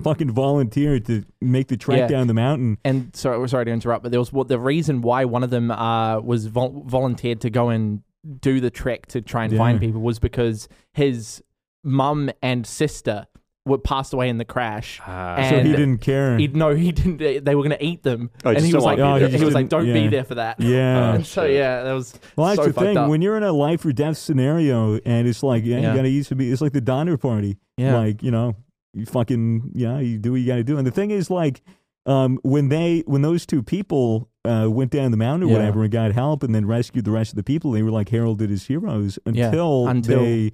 A: fucking volunteered to make the trek
C: Yeah.
A: down the mountain.
C: And sorry, sorry to interrupt, but there was well, the reason why one of them uh, was vol- volunteered to go and do the trek to try and find
A: Yeah.
C: people was because his mum and sister were passed away in the crash.
D: Ah.
A: So
C: and
A: he didn't care.
C: he'd- no, he didn't. They, they were going to eat them,
B: Oh, he
C: and
B: just
C: he was like,
B: didn't want
A: to eat
C: he,
A: them.
C: was like,
A: Yeah,
C: don't
A: he just
C: be
A: didn't-
C: there Uh, for that.
A: yeah.
C: and so
B: shit.
C: yeah, that was
A: well, that's
C: so
A: the
C: fucked
A: thing.
C: up.
A: When you're in a life or death scenario, and it's like, yeah,
C: Yeah.
A: you gotta use to be. It's like the Donner Party.
C: yeah,
A: Like, you know, you fucking yeah, you do what you gotta do. And the thing is like um when they when those two people uh went down the mountain or
C: Yeah.
A: whatever and got help and then rescued the rest of the people, they were like heralded as heroes
C: Yeah,
A: until,
C: until-
A: they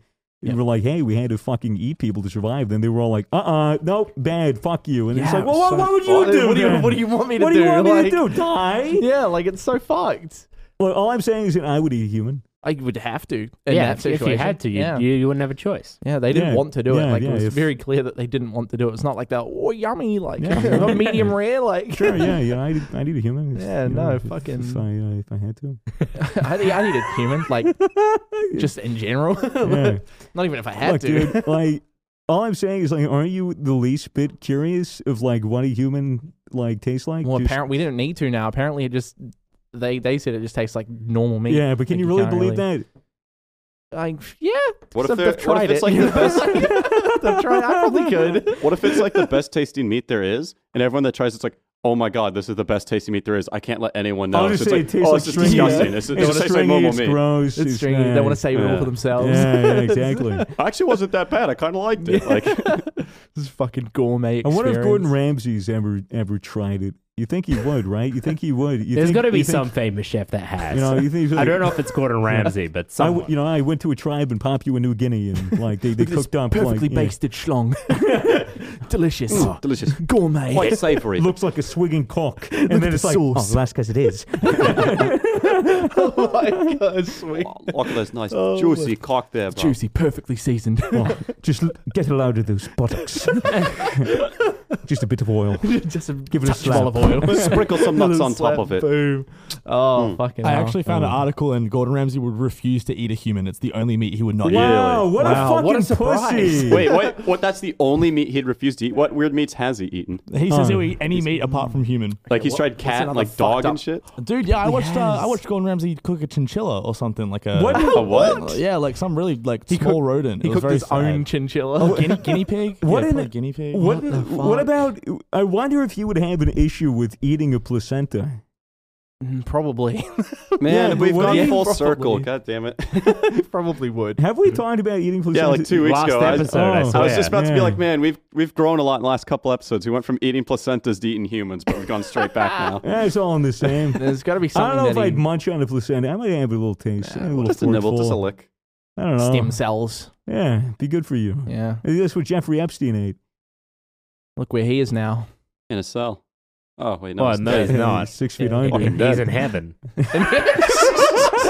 C: yeah.
A: were like, hey, we had to fucking eat people to survive. Then they were all like, uh uh nope, bad, fuck you. And
C: Yeah,
A: it's like,
C: it
A: well, what,
C: was so
A: what would
C: fucked.
A: you do?
C: What do you
A: man?
C: what do you want me to
A: What
C: do?
A: do you want me
C: like,
A: to do? Die?
C: Yeah, like it's so fucked.
A: Look, all I'm saying is that I would eat a human.
C: I would have to. In
D: yeah,
C: that
D: if, if
C: situation.
D: you had to, you,
C: yeah.
D: you, you wouldn't have a choice.
C: Yeah, they didn't
A: Yeah,
C: want to do it.
A: yeah,
C: Like it
A: yeah,
C: was
A: if-
C: very clear that they didn't want to do it. It's not like that. Oh, yummy! Like
A: Yeah.
C: "Oh, medium rare. Like
A: Sure, yeah, yeah, I need, I need a human. It's,
C: Yeah,
A: you know,
C: no,
A: if-
C: fucking-
A: If I, uh, if I had to.
C: I, need, I need a human. Like just in general.
A: Yeah.
C: not even if I had
A: Look,
C: to.
A: dude, like all I'm saying is like, aren't you the least bit curious of like what a human like tastes like?
C: Well,
A: Just-
C: apparently we didn't need to now. Apparently it just they they said it just tastes like normal meat.
A: yeah, but can
C: Like,
A: you really
C: can't
A: believe
C: Like yeah.
B: What
C: so
B: if, they're-
C: they've
B: what
C: tried
B: if it's
C: it,
B: like the
C: you know?
B: best?
C: They've tried. I probably could.
B: What if it's like the best tasting meat there is, and everyone that tries it's like, oh my god, this is the best tasting meat there is. I can't let anyone know.
A: I'll just
B: So it's
A: say it tastes
B: like, oh,
A: like
B: this is
A: stringy.
B: disgusting. This,
A: that?
B: this
A: It's
B: tastes like
A: stringy,
B: normal
A: it's
B: meat.
A: gross.
C: It's stringy. They
A: bad.
C: want to save it all for themselves.
A: Yeah, yeah, exactly. I
B: Actually, wasn't that bad. I kind of liked it. Like,
C: this is fucking gourmet. Experience.
A: wonder if Gordon Ramsay's ever ever tried it. You think he would, right? You think he would? You
D: There's
A: think-
D: got to be
A: you think-
D: some famous chef that has.
A: You know, you think he's
D: I
A: like-
D: don't know if it's Gordon Ramsay, but
A: I
D: someone.
A: w- you know, I went to a tribe in Papua New Guinea and like they, they
C: Look at this
A: cooked up like
C: perfectly
A: yeah.
C: basted schlong. Delicious.
B: mm, delicious.
C: Gourmet.
B: Quite savory.
A: looks like a swigging cock, and
C: at
A: then
C: the
A: it's like,
C: sauce.
A: oh, well, that's because it is.
C: oh my god, sweet.
B: Look at this nice juicy cock there, bro.
C: Juicy, perfectly seasoned.
A: Oh, just l- get a load of those buttocks. just a bit of oil.
C: Just a
A: it a
C: touch
A: slap.
C: of olive oil.
B: Sprinkle some nuts on top of it.
C: Boom. Oh, fucking
E: I
C: hell.
E: actually found an article and Gordon Ramsay would refuse to eat a human. It's the only meat he would not eat.
A: Wow, what
C: Wow,
A: a
C: what a
A: fucking
C: surprise.
A: pussy.
B: Wait, wait, what? That's the only meat he'd refuse to eat. What weird meats has he eaten?
E: He says
A: Oh.
E: he'll eat any meat apart from human.
B: Like he's
C: what-
B: tried
C: what's
B: cat, and,
C: another
B: like dog
C: fucked
B: and
C: up-
B: shit.
E: Dude, yeah, I watched uh, I
C: Yes.
E: watched Gordon Ramsay cook a chinchilla or something like a
A: What?
B: A what?
E: Yeah, like some really like small rodent.
C: He
E: it was
C: cooked
E: very
C: his own
E: sad.
C: chinchilla.
E: Oh, guinea, guinea pig.
A: What
E: yeah,
A: in-
E: probably guinea pig?
A: What,
E: the
A: what,
E: fuck?
A: about? I wonder if you would have an issue with eating a placenta.
C: Mm, Probably.
B: Man,
A: Yeah,
B: we've
A: what
B: gone
A: do you-
B: full
C: Probably.
B: circle. God damn it.
C: probably would.
A: Have we talked about eating placenta?
B: yeah, like two weeks
D: Last
B: ago. I-
D: episode, I,
A: oh.
B: I
D: swear.
B: was just about to be
A: Yeah.
B: like, man, we've we've grown a lot in the last couple episodes. We went from eating placentas to eating humans, but we've gone straight back now.
A: Yeah, it's all in the same.
C: There's got to be
A: I
C: something
A: don't know if
C: that
A: I'd
C: he-
A: munch on a placenta. I might have a little taste, a little
B: Just a nibble, just a
A: forkful.
B: lick.
A: I don't know.
C: stem cells.
A: Yeah, be good for you.
C: Yeah.
A: That's what Jeffrey Epstein ate.
C: Look where he is now.
B: In a cell. Oh wait, no.
D: Oh,
B: it's
D: no,
B: dead.
D: it's not.
A: Six feet
C: Yeah.
A: under.
B: Fucking
D: He's
B: dead.
D: in heaven.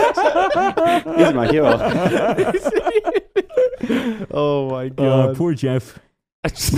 B: He's my hero.
C: oh my
A: Uh, poor Jeff.
C: Fuck.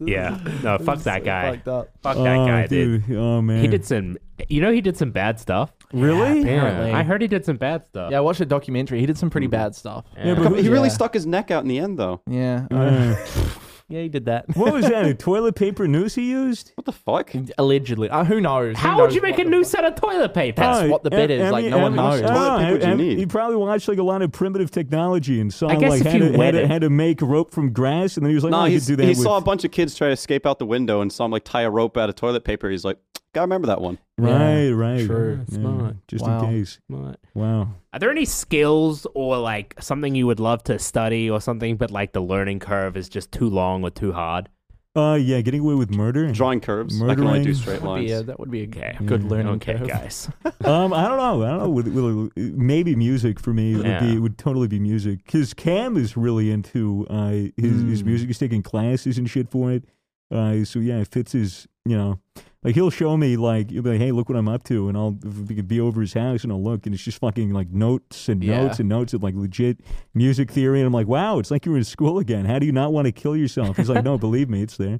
D: yeah. No, fuck that guy.
C: Fucked up.
D: Fuck that
A: Oh,
D: guy, dude.
A: dude. Oh man.
D: He did some. You know, he did some bad stuff.
A: Really?
C: Apparently.
D: I heard he did some bad stuff.
C: Yeah, I watched a documentary. He did some pretty bad stuff.
A: Yeah, but
B: He
C: Yeah.
B: really stuck his neck out in the end, though.
C: Yeah.
A: Uh,
C: yeah, he did that.
A: what was that? A toilet paper noose he used?
B: What the fuck?
C: Allegedly. Uh, who knows? Who
D: How would
C: knows
D: you make a
C: what the
D: new
C: fuck-
D: set of toilet paper?
C: That's
A: Oh,
C: what the bit
A: em-
C: is,
A: em-
C: like, no one
A: em-
C: knows.
A: oh,
B: Toilet paper
A: em-
B: would you
A: em-
B: need?
A: He probably watched like a lot of primitive technology and saw
D: I guess
A: like
D: if
A: how
D: you
A: to, how,
D: wet
A: to,
D: it-
A: how to make rope from grass, and then he was like,
B: No,
A: "Oh, I
B: he
A: could do that."
B: he
A: with...
B: saw a bunch of kids try to escape out the window and saw him like tie a rope out of toilet paper. He's like, gotta remember that one.
A: Right, right.
D: true.
A: Yeah,
D: Smart.
A: Just
C: Wow.
A: in case.
D: What?
A: Wow.
D: Are there any skills or like something you would love to study or something, but like the learning curve is just too long or too hard?
A: Uh, yeah, getting away with murder.
B: Drawing curves. I can only do
A: Hmm. Murdering.
B: straight
C: Would be
B: lines.
C: a, that would be a
D: Okay.
C: good
A: Yeah.
C: learning
D: okay,
C: curve.
D: guys.
A: um, I don't know. I don't know. With, with, maybe music for me would
D: Yeah.
A: be would totally be music because Cam is really into uh, his his music. He's taking classes and shit for it. Uh, so yeah, it fits his you know like he'll show me like he'll be like, hey, look what I'm up to, and I'll be- be over his house and I'll look and it's just fucking like notes and
C: Yeah.
A: notes and notes of like legit music theory, and I'm like, wow, it's like you were in school again. How do you not want to kill yourself? He's like, no, believe me, it's there.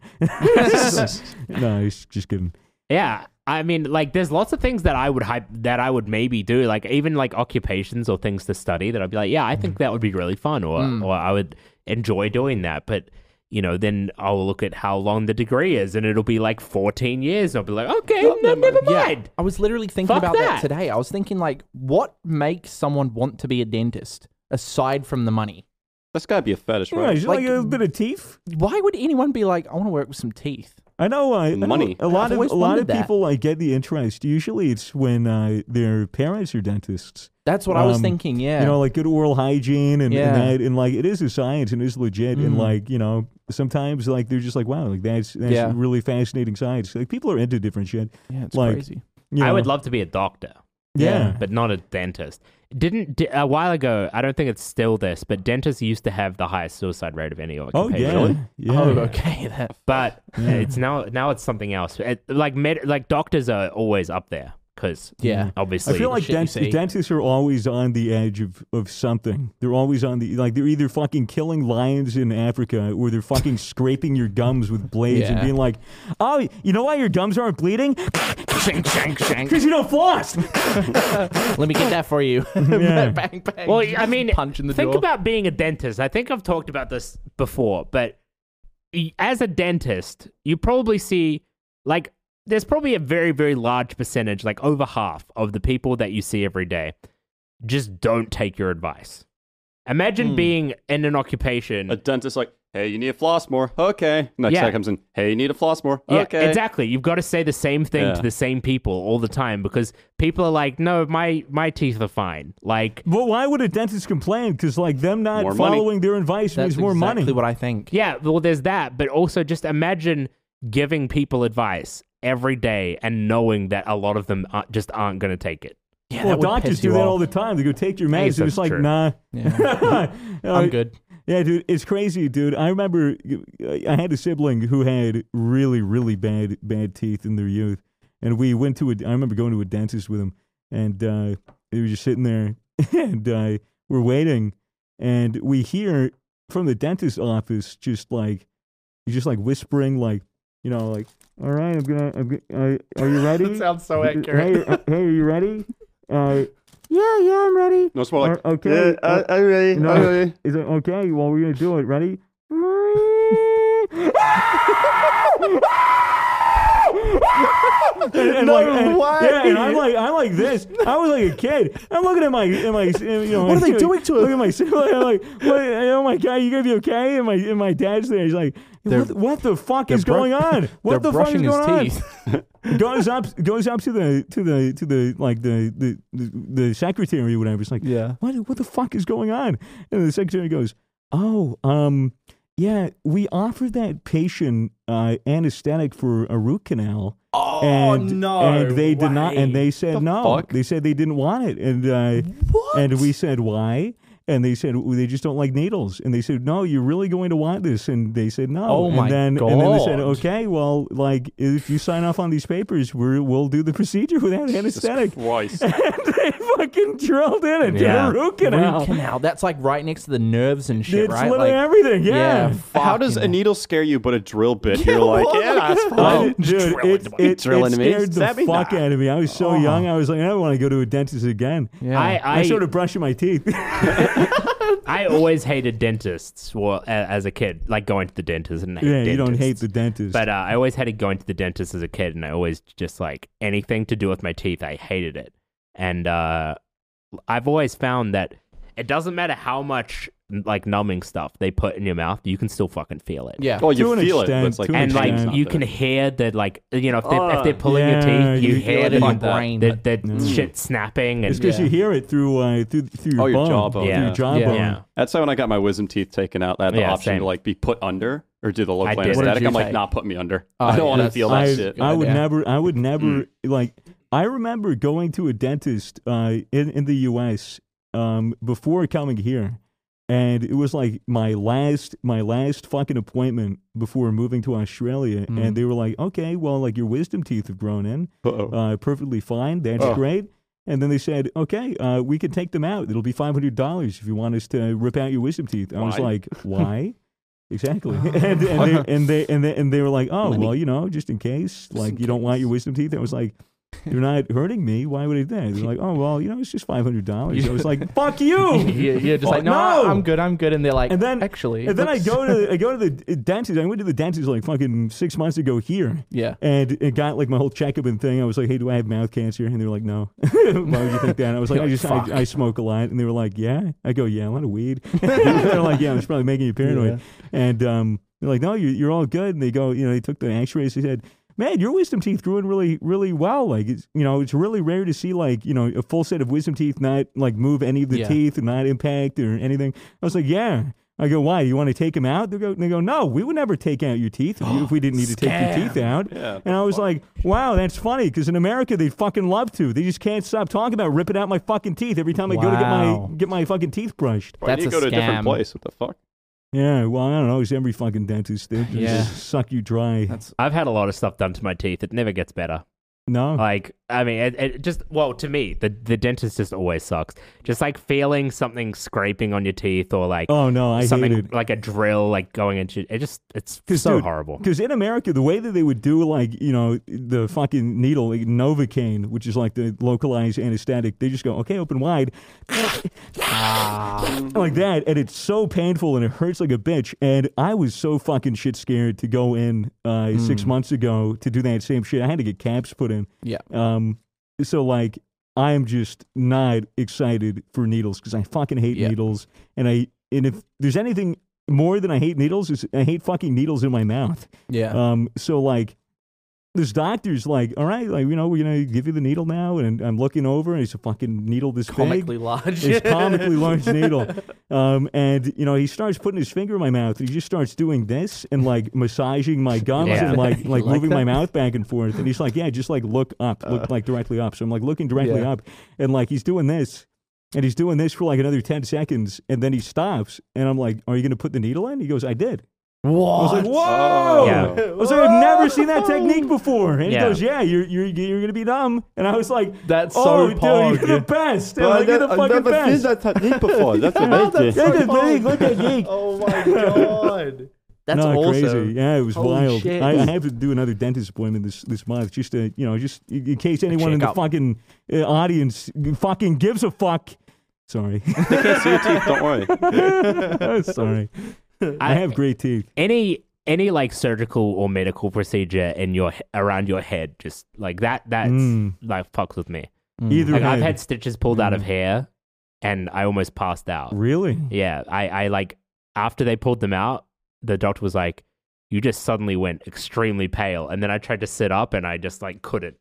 A: no, he's just kidding.
D: Yeah. I mean, like, there's lots of things that I would hype that I would maybe do, like even like occupations or things to study that I'd be like, yeah, I
A: Mm-hmm.
D: think that would be really fun, or
A: Mm.
D: or I would enjoy doing that. But you know, then I'll look at how long the degree is, and it'll be like 14 years. I'll be like, okay,
A: Oh,
D: no, never mind.
C: I was literally thinking
D: Fuck
C: about that.
D: that.
C: today. I was thinking like, what makes someone want to be a dentist aside from the money?
B: That's got to be a fetish,
A: Yeah,
B: right?
A: he's like,
C: Like-
A: a bit of teeth.
C: Why would anyone be like, I want to work with some teeth?
A: I know. Uh, I know
B: Money.
A: a lot
C: I've
A: of
C: always
A: a lot of
C: wondered that.
A: people like get the interest. Usually, it's when uh, their parents are dentists.
C: That's what I was
A: Um,
C: thinking. Yeah,
A: You know, like good oral hygiene and,
C: Yeah. Mm.
A: and that, and like it is a science and it's legit. And like you know, sometimes like they're just like, wow, like that's that's
C: Yeah.
A: really fascinating science. Like people are into different shit.
C: yeah, it's
A: like-
C: crazy.
A: you
D: I would
A: know?
D: love to be a doctor.
A: Yeah.
D: but not a dentist. Didn't di- a while ago? I don't think it's still this, but dentists used to have the highest suicide rate of any
A: Oh
D: occupation.
A: yeah, yeah.
C: Oh, okay. That
D: But
A: Yeah.
D: it's now now it's something else. It- like med, like doctors are always up there because
C: yeah.
A: I
D: obviously
A: feel like
C: shit you
A: dent-
C: see.
A: dentists are always on the edge of, of something. They're always on the like they're either fucking killing lions in Africa or they're fucking scraping your gums with blades and
C: Yeah.
A: being like, "Oh, you know why your gums aren't bleeding? Because you don't floss."
C: Let me get that for you.
A: Yeah.
C: bang bang.
D: Well, I mean,
C: punch in the
D: think
C: door.
D: about being a dentist. I think I've talked about this before, but y- as a dentist, you probably see like there's probably a very very large percentage, like over half of the people that you see every day, just don't take your advice. Imagine
C: Hmm.
D: being in an occupation.
B: A dentist like, hey, you need to floss more. Okay. Next
D: Yeah.
B: guy comes in, hey, you need to floss more.
D: yeah,
B: okay.
D: exactly. You've got to say the same thing
B: Yeah.
D: to the same people all the time because people are like, "No, my my teeth are fine." Like,
A: but why would a dentist complain? Because like them not
B: More money.
A: following their advice
C: That's
A: means more
C: exactly
A: money.
C: what I think.
D: Yeah, well, there's that, but also just imagine giving people advice every day and knowing that a lot of them are, just aren't going to take it.
C: yeah
A: well,
C: that would
A: doctors
C: piss
A: do
C: you
A: that
C: off.
A: all the time. They go take your meds,
D: guess
A: and it's
D: that's
A: like,
D: true.
A: nah.
C: Yeah.
A: Uh,
C: I'm good.
A: Yeah, dude, it's crazy, dude. I remember uh, I had a sibling who had really, really bad, bad teeth in their youth, and we went to a. I remember going to a dentist with him, and uh, they were just sitting there, and uh, we're waiting, and we hear from the dentist's office just like, he's just like whispering, like, you know, like, all right, I'm gonna, I'm gonna uh, are you ready?
D: so
A: Hey, uh, hey, are you ready? Uh, yeah, yeah, I'm ready.
B: No, it's more like,
A: Uh, okay.
B: yeah, I, I'm ready.
A: No.
B: I'm ready.
A: Is it okay? Well, we're gonna do it. Ready? And, and like, and- yeah, and I'm like, I'm like this. I was like a kid. I'm looking at my, at my, you know,
C: What are they
A: my-
C: doing to him?
A: Look at my sibling. I'm like, what, oh my god, you gonna be okay? And my, and my dad's there. He's like, what, what the fuck is
C: bru-
A: going on? What
C: They're
A: the fuck is
C: brushing
A: going on?
C: his teeth.
A: goes up goes up to the to the to the like the the the, the secretary or whatever. It's like,
C: Yeah.
A: what what the fuck is going on? And the secretary goes, oh, um, yeah, we offered that patient uh, anesthetic for a root canal. Oh and,
C: no
A: And they did not, and
C: way.
A: they said no.
B: fuck?
A: They said they didn't want it, and uh, and we said why. And they said "Well, they just don't like needles. And they said, "No, you're really going to want this." And they said, "No."
C: Oh
A: and
C: my
A: then, And then they said,
C: God.
A: okay, well, like if you sign off on these papers, we're, we'll do the procedure without anesthetic.
B: Christ.
A: And they fucking drilled in and
D: Yeah.
A: did a root canal.
C: Root canal. That's like right next to the nerves and shit,
A: It's
C: right?
A: literally
C: Like,
A: everything. Yeah.
B: How does a
C: fucking-
B: needle scare you but a drill bit? You're like, yeah, that's
A: I
B: fine.
A: did- dude, it, it, it
B: Drill
A: scared
B: into me.
A: the
B: Stab me.
A: fuck
B: Nah.
A: out of me. I was so young. I was like, I don't want to go to a dentist again.
C: Yeah.
D: I
A: I,
D: I,
A: started brushing my teeth.
D: I always hated dentists. Well, a- as a kid, like going to the dentist and I hate
A: yeah, you don't
D: dentists.
A: hate the dentist.
D: But uh, I always hated going to the dentist as a kid, and I always just like anything to do with my teeth. I hated it, and uh, I've always found that it doesn't matter how much like numbing stuff they put in your mouth, you can still fucking feel it.
C: Yeah.
B: Oh, you
A: To an
B: feel it, but
A: extent,
B: it's like
A: to an
D: And
A: Yeah.
D: like
A: extent.
D: you can hear the like you know if they're, if they're
B: Ah,
D: pulling
A: yeah,
D: your teeth, you,
A: you
D: hear
C: feel it
D: the,
C: in your
D: the-
C: brain.
D: the, the shit snapping and
A: It's because you hear it through uh, through through your,
B: Oh, your
A: bone,
B: jawbone,
A: through
D: yeah.
A: your jawbone.
D: yeah.
B: That's why when I got my wisdom teeth taken out, I had the
D: Yeah,
B: option
D: same.
B: to like be put under or do the local
D: I did. What did
B: anesthetic.
C: you
B: I'm like,
C: take?
B: nah, put me under.
C: Oh,
B: I
C: yeah,
B: don't want to
C: that's-
B: feel that
A: I,
B: shit.
A: I would
C: idea.
A: never, I would never like. I remember going to a dentist uh, in in the U.S. Um, before coming here, and it was like my last, my last fucking appointment before moving to Australia. And they were like, "Okay, well, like your wisdom teeth have grown in,
B: Uh-oh.
C: Oh.
A: uh, perfectly fine. That's
B: Oh.
A: great." And then they said, "Okay, uh, we can take them out. It'll be five hundred dollars if you want us to rip out your wisdom teeth." I was
B: Why?
A: like, "Why?" Exactly, and, and, they, and they and they and they were like, "Oh,
C: Oh. Money.
A: well, you know, just in case, like
C: in
A: you don't want your wisdom teeth." I was like, "You're not hurting me. Why would I do that?" They're like, "Oh, well, you know, it's just five hundred dollars." I was like, "Fuck you!"
C: you're, you're just like, no,
A: No!
C: I'm good, I'm good. And they're like,
A: And then-
C: actually.
A: And then I
C: looks-
A: go to I go to the dentist. I went to the dentist like fucking six months ago here,
C: Yeah.
A: and it got like my whole checkup and thing. I was like, "Hey, do I have mouth cancer?" And they were like, "No." Why would you think that? And I was like,
C: You're
A: "I
C: like,
A: just
C: "Fuck."
A: I, I smoke a lot," and they were like, "Yeah." I go, "Yeah, a lot of weed." they're like, "Yeah, it's probably making you paranoid." And um, they're like, "No, you, you're all good." And they go, you know, they took the X-rays. They said. Man, your wisdom teeth grew in really, really well. Like, it's, you know, it's really rare to see like, you know, a full set of wisdom teeth not like move any of the
C: Yeah.
A: teeth and not impact or anything. I was like, yeah. I go, why? You want to take them out? They go, they go, no, we would never take out your teeth if, you, if we didn't need to take your teeth out.
B: Yeah,
A: and I was like, wow, that's funny because in America they fucking love to. They just can't stop talking about ripping out my fucking teeth every time I go to get
C: Wow.
A: my get my fucking teeth brushed.
B: Why do
C: That's
B: you
C: a
B: go to a
C: scam.
B: different place? What the fuck?
A: Yeah, well, I don't know. It's every fucking dentist. They just
C: Yeah.
A: suck you dry.
C: That's
D: I've had a lot of stuff done to my teeth. It never gets better.
A: no,
D: Like, I mean, it, it just well to me, the the dentist just always sucks. Just like feeling something scraping on your teeth, or like
A: oh no, I
D: something
A: hate it.
D: like a drill, like going into it. Just it's
A: 'Cause,
D: so
A: dude,
D: horrible.
A: Because in America, the way that they would do, like, you know, the fucking needle, like Novocaine, which is like the localized anesthetic, they just go, okay, open wide.
C: Ah.
A: like that. And it's so painful and it hurts like a bitch. And I was so fucking shit scared to go in uh, six months ago to do that same shit. I had to get caps put in.
C: Hmm. Yeah.
A: Um, so, like, I am just not excited for needles because I fucking hate
C: Yeah.
A: needles. And I, and if there's anything more than I hate needles, is I hate fucking needles in my mouth.
C: yeah.
A: Um, so like this doctor's like, all right, like you know, we're gonna give you the needle now, and I'm looking over, and it's a fucking needle this big.
C: comically large.
A: It's comically large needle, um, and you know he starts putting his finger in my mouth. And he just starts doing this and like massaging my gums
D: Yeah.
A: and like
C: You
A: like
C: like
A: moving my
C: that? Uh.
A: mouth back and forth. And he's like, yeah, just like look up, look like directly up. So I'm like looking directly
C: Yeah.
A: up, and like he's doing this, and he's doing this for like another ten seconds, and then he stops, and I'm like, are you gonna put the needle in? He goes, I did. I was like, whoa!
D: Yeah.
A: I was like, I've never seen that technique before. And
D: Yeah.
A: he goes, yeah, you're, you're, you're going to be dumb. And I was like,
C: That's
A: oh,
C: so
A: dude,
C: pog.
A: you're the best. And like, you're the fucking best.
B: that technique before. That's
A: That's
B: amazing.
A: the thing, look at geek.
C: oh my god. That's
A: no,
C: awesome.
A: crazy. Yeah, it was
C: Holy
A: wild.
C: shit.
A: I, I have to do another dentist appointment this this month, just to you know, just in in case anyone in the
C: Checkup.
A: fucking uh, audience fucking gives a fuck. Sorry,
B: They can't see your teeth. Don't worry.
A: sorry. I have great teeth.
D: any any like surgical or medical procedure in your he- around your head, just like that. That's
A: Mm.
D: like fucks with me.
A: Either
D: Like I've
A: head. Mm.
D: had stitches pulled out of hair, and I almost passed out.
A: really.
D: Yeah, I, I like after they pulled them out, the doctor was like, "You just suddenly went extremely pale," and then I tried to sit up and I just like couldn't.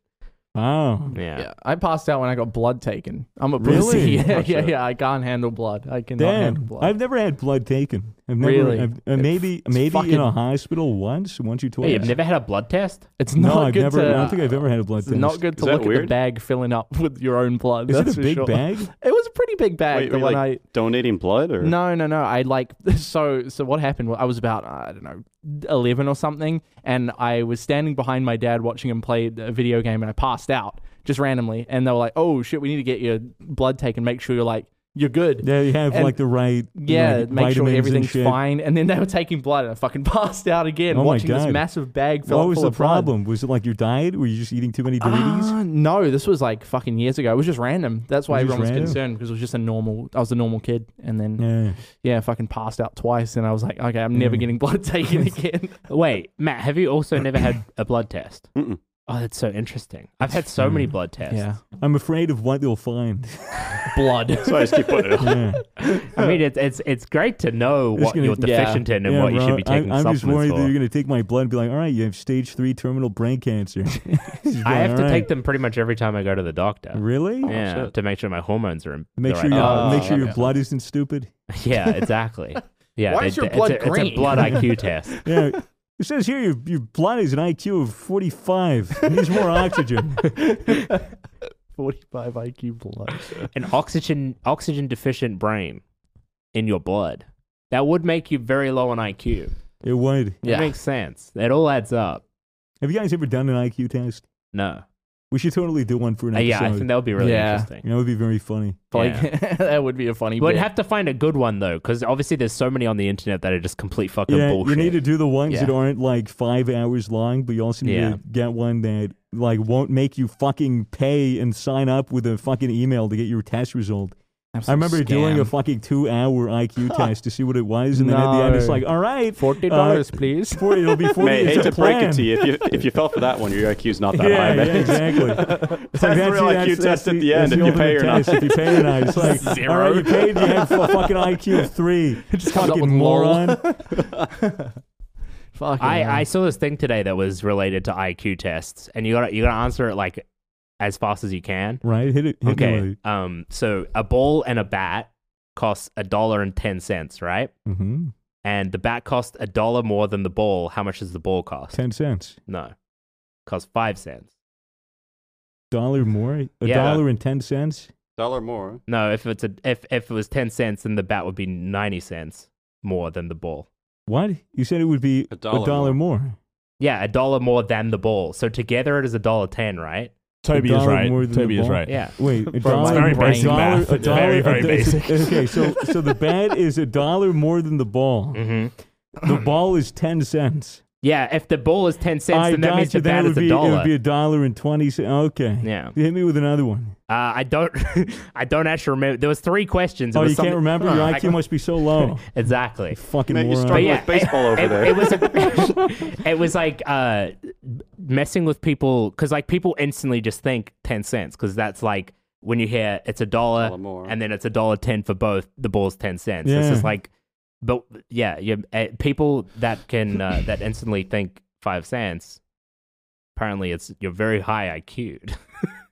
A: Wow.
D: Yeah,
C: Yeah, I passed out when I got blood taken. I'm a
A: Really?
C: pussy. Yeah,
B: Oh,
C: yeah,
B: shit.
C: yeah. I can't handle blood. I cannot handle
A: Damn,
C: blood.
A: I've never had blood taken. I've never,
C: Really?
A: I've, uh, maybe,
C: it's
A: maybe in
C: fucking-
A: a hospital once, once or twice.
D: Wait, you've never had a blood test?
C: it's
A: no,
C: not
A: I've
C: good
A: never.
C: to.
A: I don't think I've ever had a blood
C: it's
A: test.
C: not good to
B: Is that
C: look at the
B: weird?
C: bag filling up with your own blood.
A: Is it
C: that's
A: a
C: for
A: big
C: sure.
A: bag?
C: It was a pretty big bag.
B: Wait,
C: the
B: were you,
C: one
B: like donating blood or?
C: I no, no, no. I like so. So what happened? was I was about I don't know, eleven or something, and I was standing behind my dad watching him play a video game, and I passed out just randomly, and they were like, "Oh shit, we need to get your blood taken, make sure you're like you're good."
A: Yeah, you have
C: And-
A: like the right.
C: Yeah,
A: like,
C: make sure
A: vitamins and
C: everything's
A: shit.
C: fine. And then they were taking blood, and I fucking passed out again,
A: Oh my
C: watching this
A: God.
C: massive bag fill
A: What
C: up
A: was
C: full
A: the
C: of blood.
A: problem? Was it like your diet? Were you just eating too many Doritos?
C: Ah, no, this was like fucking years ago. It was just random. That's why
A: It was just
C: everyone was
A: random?
C: concerned because it was just a normal. I was a normal kid, and then yeah,
A: yeah.
C: fucking passed out twice, and I was like, okay, I'm never
A: Yeah.
C: getting blood taken again.
D: Wait, Matt, have you also never had a blood test?
B: Mm-mm.
D: Oh, that's so interesting. I've had so many blood tests.
C: Yeah.
A: I'm afraid of what they'll find.
C: Blood.
B: So I just keep putting it. up.
A: Yeah.
D: I mean, it's it's it's great to know
A: It's
D: what
A: gonna-
D: you're
C: yeah.
D: deficient in and
A: Yeah,
D: what you should
A: bro,
D: be taking
A: I, I'm just
D: supplements
A: worried
D: for.
A: that you're going to take my blood and be like, all right, you have stage three terminal brain cancer.
D: I have to take them pretty much every time I go to the doctor.
A: Really?
D: Yeah,
B: shit.
D: to make sure my hormones are in
A: Make
D: the
A: sure your
D: right
C: Oh,
A: make sure your
E: yeah.
A: blood isn't stupid.
D: order. Yeah, exactly. Yeah,
C: Why
D: they-
C: is your
D: it's
C: blood
D: a- It's
C: green?
D: a blood IQ test.
A: Yeah. It says here your, your blood is an IQ of 45. It needs more oxygen.
C: 45 IQ blood.
D: An oxygen oxygen deficient brain in your blood that would make you very low on IQ.
A: It would.
D: It
C: Yeah.
D: makes sense. It all adds up.
A: Have you guys ever done an IQ test?
D: No.
A: We should totally do one for an
D: Uh,
A: episode.
D: yeah, I think that would be really
C: Yeah.
D: interesting.
A: you know, it would be very funny.
C: Like, that would be a funny
D: We'd
C: bit.
D: have to find a good one though, because obviously there's so many on the internet that are just complete fucking
A: Yeah,
D: bullshit.
A: you need to do the ones that
C: Yeah.
A: aren't like five hours long, but you also need
D: Yeah.
A: to get one that like won't make you fucking pay and sign up with a fucking email to get your test result. I remember doing a fucking two-hour IQ test to see what it was, and then at the end, it's
C: No.
A: like, all right,
C: $40,
A: uh,
C: please.
A: for it'll be forty.
B: Mate,
A: it's
B: hate
A: a
B: to
A: plan.
B: break it to you. If you if you fell for that one, your IQ's not that
A: Yeah,
B: high.
A: yeah,
B: Man.
A: exactly. It's like,
B: the real IQ test at the
A: that's
B: end, if you
A: ultimate
B: pay or not.
A: test, If you pay or not, it's like
D: Zero.
A: All right, you paid. You have a fucking IQ of three. Just
C: comes up
A: fucking
C: with
A: moron.
C: Fuck
D: I, I saw this thing today that was related to IQ tests, and you got to you got to answer it like as fast as you can.
A: Right? Hit it. Hit me with
D: Okay.
A: it.
D: Um. So a ball and a bat costs a dollar and ten cents, right?
A: Mhm.
D: And the bat costs a dollar more than the ball. How much does the ball cost?
A: Ten cents.
D: No, costs five cents.
A: Dollar more. A
D: Yeah.
A: dollar and ten cents.
B: Dollar more.
D: No, if it's a if if it was ten cents, then the bat would be ninety cents more than the ball.
A: What? You said it would be
B: A dollar
A: more.
D: Yeah, a dollar more than the ball. So together it is a dollar ten, right?
E: Toby
A: A
E: is
A: dollar
E: right.
A: more than a
E: Toby is
A: ball.
E: right.
D: Yeah.
A: Wait, a
C: Bro,
A: dollar,
C: it's
E: very
A: a
E: basic
A: dollar-
E: math.
A: a dollar-
E: Very, very
A: a-
E: basic.
A: Okay, so so the bat is a dollar more than the ball.
D: Mm-hmm.
A: The ball is ten cents.
D: Yeah, if the ball is ten cents,
A: I
D: then that
A: got
D: means
A: you.
D: the bat
A: would
D: is
A: be
D: a
A: it
D: dollar.
A: would be a dollar and twenty cents. Okay.
D: Yeah.
A: You hit me with another one.
D: Uh, I don't, I don't actually remember. There was three questions. It
A: Oh,
D: was
A: you
D: something-
A: can't remember. Your
D: I-
A: IQ must be so low.
D: exactly.
A: Fucking
B: Mate, you
A: moron.
B: start
D: But yeah,
B: with baseball over
D: it,
B: there.
D: It was, a, it was like uh, messing with people because like people instantly just think ten cents because that's like when you hear it's a dollar,
B: Dollar more.
D: and then it's a dollar ten for both. The ball's ten cents. It's
A: Yeah.
D: just like, but yeah, you, uh, people that can uh, that instantly think five cents. Apparently, it's you're very high IQ'd.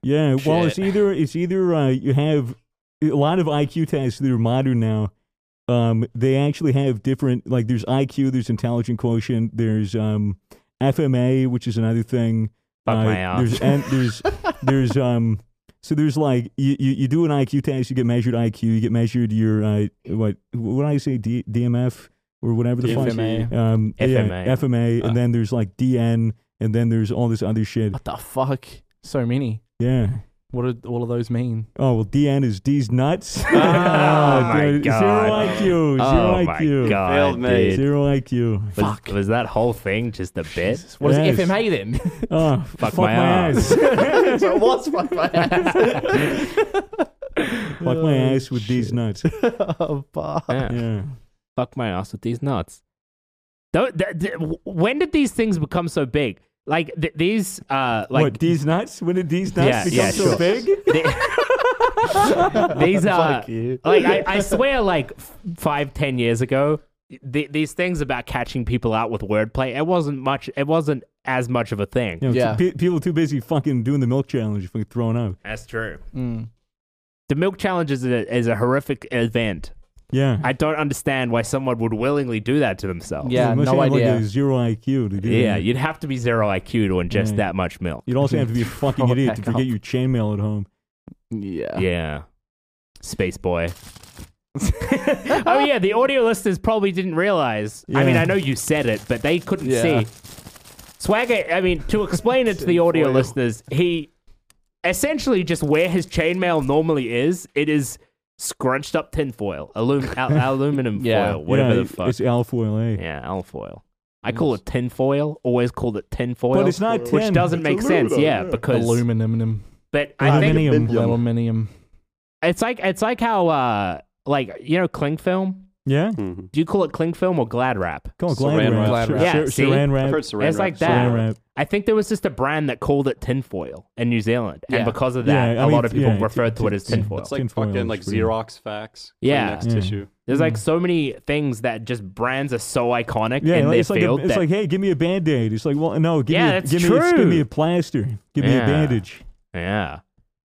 A: Yeah, well, it's
C: Shit.
A: either it's either uh, you have a lot of IQ tests that are modern now. Um, they actually have different like there's IQ, there's intelligent quotient, there's um, FMA, which is another thing.
D: Fuck
A: Uh,
D: my ass.
A: There's and there's there's um so there's like you, you, you do an IQ test, you get measured IQ, you get measured your uh, what what did I say D, DMF or whatever the fuck
C: FMA.
A: um
D: FMA.
A: yeah, FMA,
D: Uh.
A: and then there's like DN, and then there's all this other shit.
C: What the fuck? So many.
A: Yeah.
C: What do all of those mean?
A: Oh well, DN is D's nuts.
D: Oh,
A: Oh,
D: my
A: dude,
D: God.
A: Zero IQ.
D: oh
A: zero
D: my
A: IQ.
D: god,
B: Failed me.
D: dude.
A: Zero IQ.
D: Was,
C: Fuck.
D: was that whole thing just a bit?
C: What is
A: Yes.
C: FMA then?
A: Oh,
D: Fuck
A: fuck my,
D: my ass.
A: ass.
C: so it was fuck my ass.
A: fuck my ass with D's nuts.
C: oh, fuck.
A: Yeah.
D: Fuck my ass with these nuts. Don't, th- th- when did these things become so big? Like th- these, uh, like
A: what D's nuts? When did D's nuts become
D: Yeah, yeah,
A: so
D: sure.
A: big?
D: these are
C: Fuck you.
D: like I, I swear, like f- five, ten years ago, th- these things about catching people out with wordplay, it wasn't much. It wasn't as much of a thing.
A: You know,
C: Yeah.
A: pe- people too busy fucking doing the milk challenge, fucking throwing out.
D: That's true.
C: Mm.
D: The milk challenge is a, is a horrific event.
A: Yeah.
D: I don't understand why someone would willingly do that to themselves.
C: Yeah,
A: It must
C: no
A: have, like,
C: idea.
A: a zero IQ to do
D: Yeah,
A: that.
D: you'd have to be zero IQ to ingest
A: Yeah.
D: that much milk.
A: You'd also have to be a fucking
C: Oh,
A: idiot to
C: heck
A: forget
C: up.
A: your chainmail at home.
C: Yeah.
D: Yeah. Space boy. oh yeah, the audio listeners probably didn't realize. I mean,
A: Yeah.
D: I know you said it, but they couldn't
C: Yeah.
D: see. Swagger, I mean, to explain it to the audio
C: Tinfoil.
D: listeners, he essentially just where his chainmail normally is, it is scrunched up tinfoil, alum- al- aluminum
C: Yeah.
D: foil, whatever
A: yeah,
D: the fuck.
A: It's alfoil, eh?
D: Yeah, alfoil. I call it tinfoil. Always called it tinfoil,
A: But it's not tin.
D: which doesn't
A: It's
D: make sense.
A: aluminum.
D: Yeah, because
C: Aluminum.
D: but I think
A: Aluminium.
C: Aluminum.
D: It's like it's like how uh like you know cling film.
A: Yeah?
B: Mhm.
D: Do you call it cling film or glad wrap?
A: Call it
B: Saran
A: Glad
B: wrap.
A: Wrap.
B: Glad
A: Sar-
D: wrap. Yeah, see?
A: Saran Wrap.
B: I've heard saran
D: it's like
B: wraps.
D: that.
A: Saran wrap.
D: I think there was just a brand that called it tinfoil in New Zealand,
C: Yeah.
D: and because of that,
A: Yeah, I
D: a
A: mean,
D: lot of people
A: yeah,
D: referred
A: tin-
D: to it as
A: tin-
D: tinfoil.
B: It's like
A: Tinfoil
B: fucking
A: is
B: like
A: pretty-
B: Xerox fax.
D: Yeah.
B: Kleenex
A: Yeah.
B: tissue.
D: There's like so many things that just brands are so iconic
A: mm. Yeah,
D: in
A: like-
D: their
A: it's, like a,
D: field.
A: it's
D: that-
A: like, hey, give me a band aid. It's like, well, no, give
D: Yeah,
A: me, a,
D: that's
A: give, me a, give
D: true.
A: me a plaster, give me a
D: Yeah.
A: bandage.
D: yeah,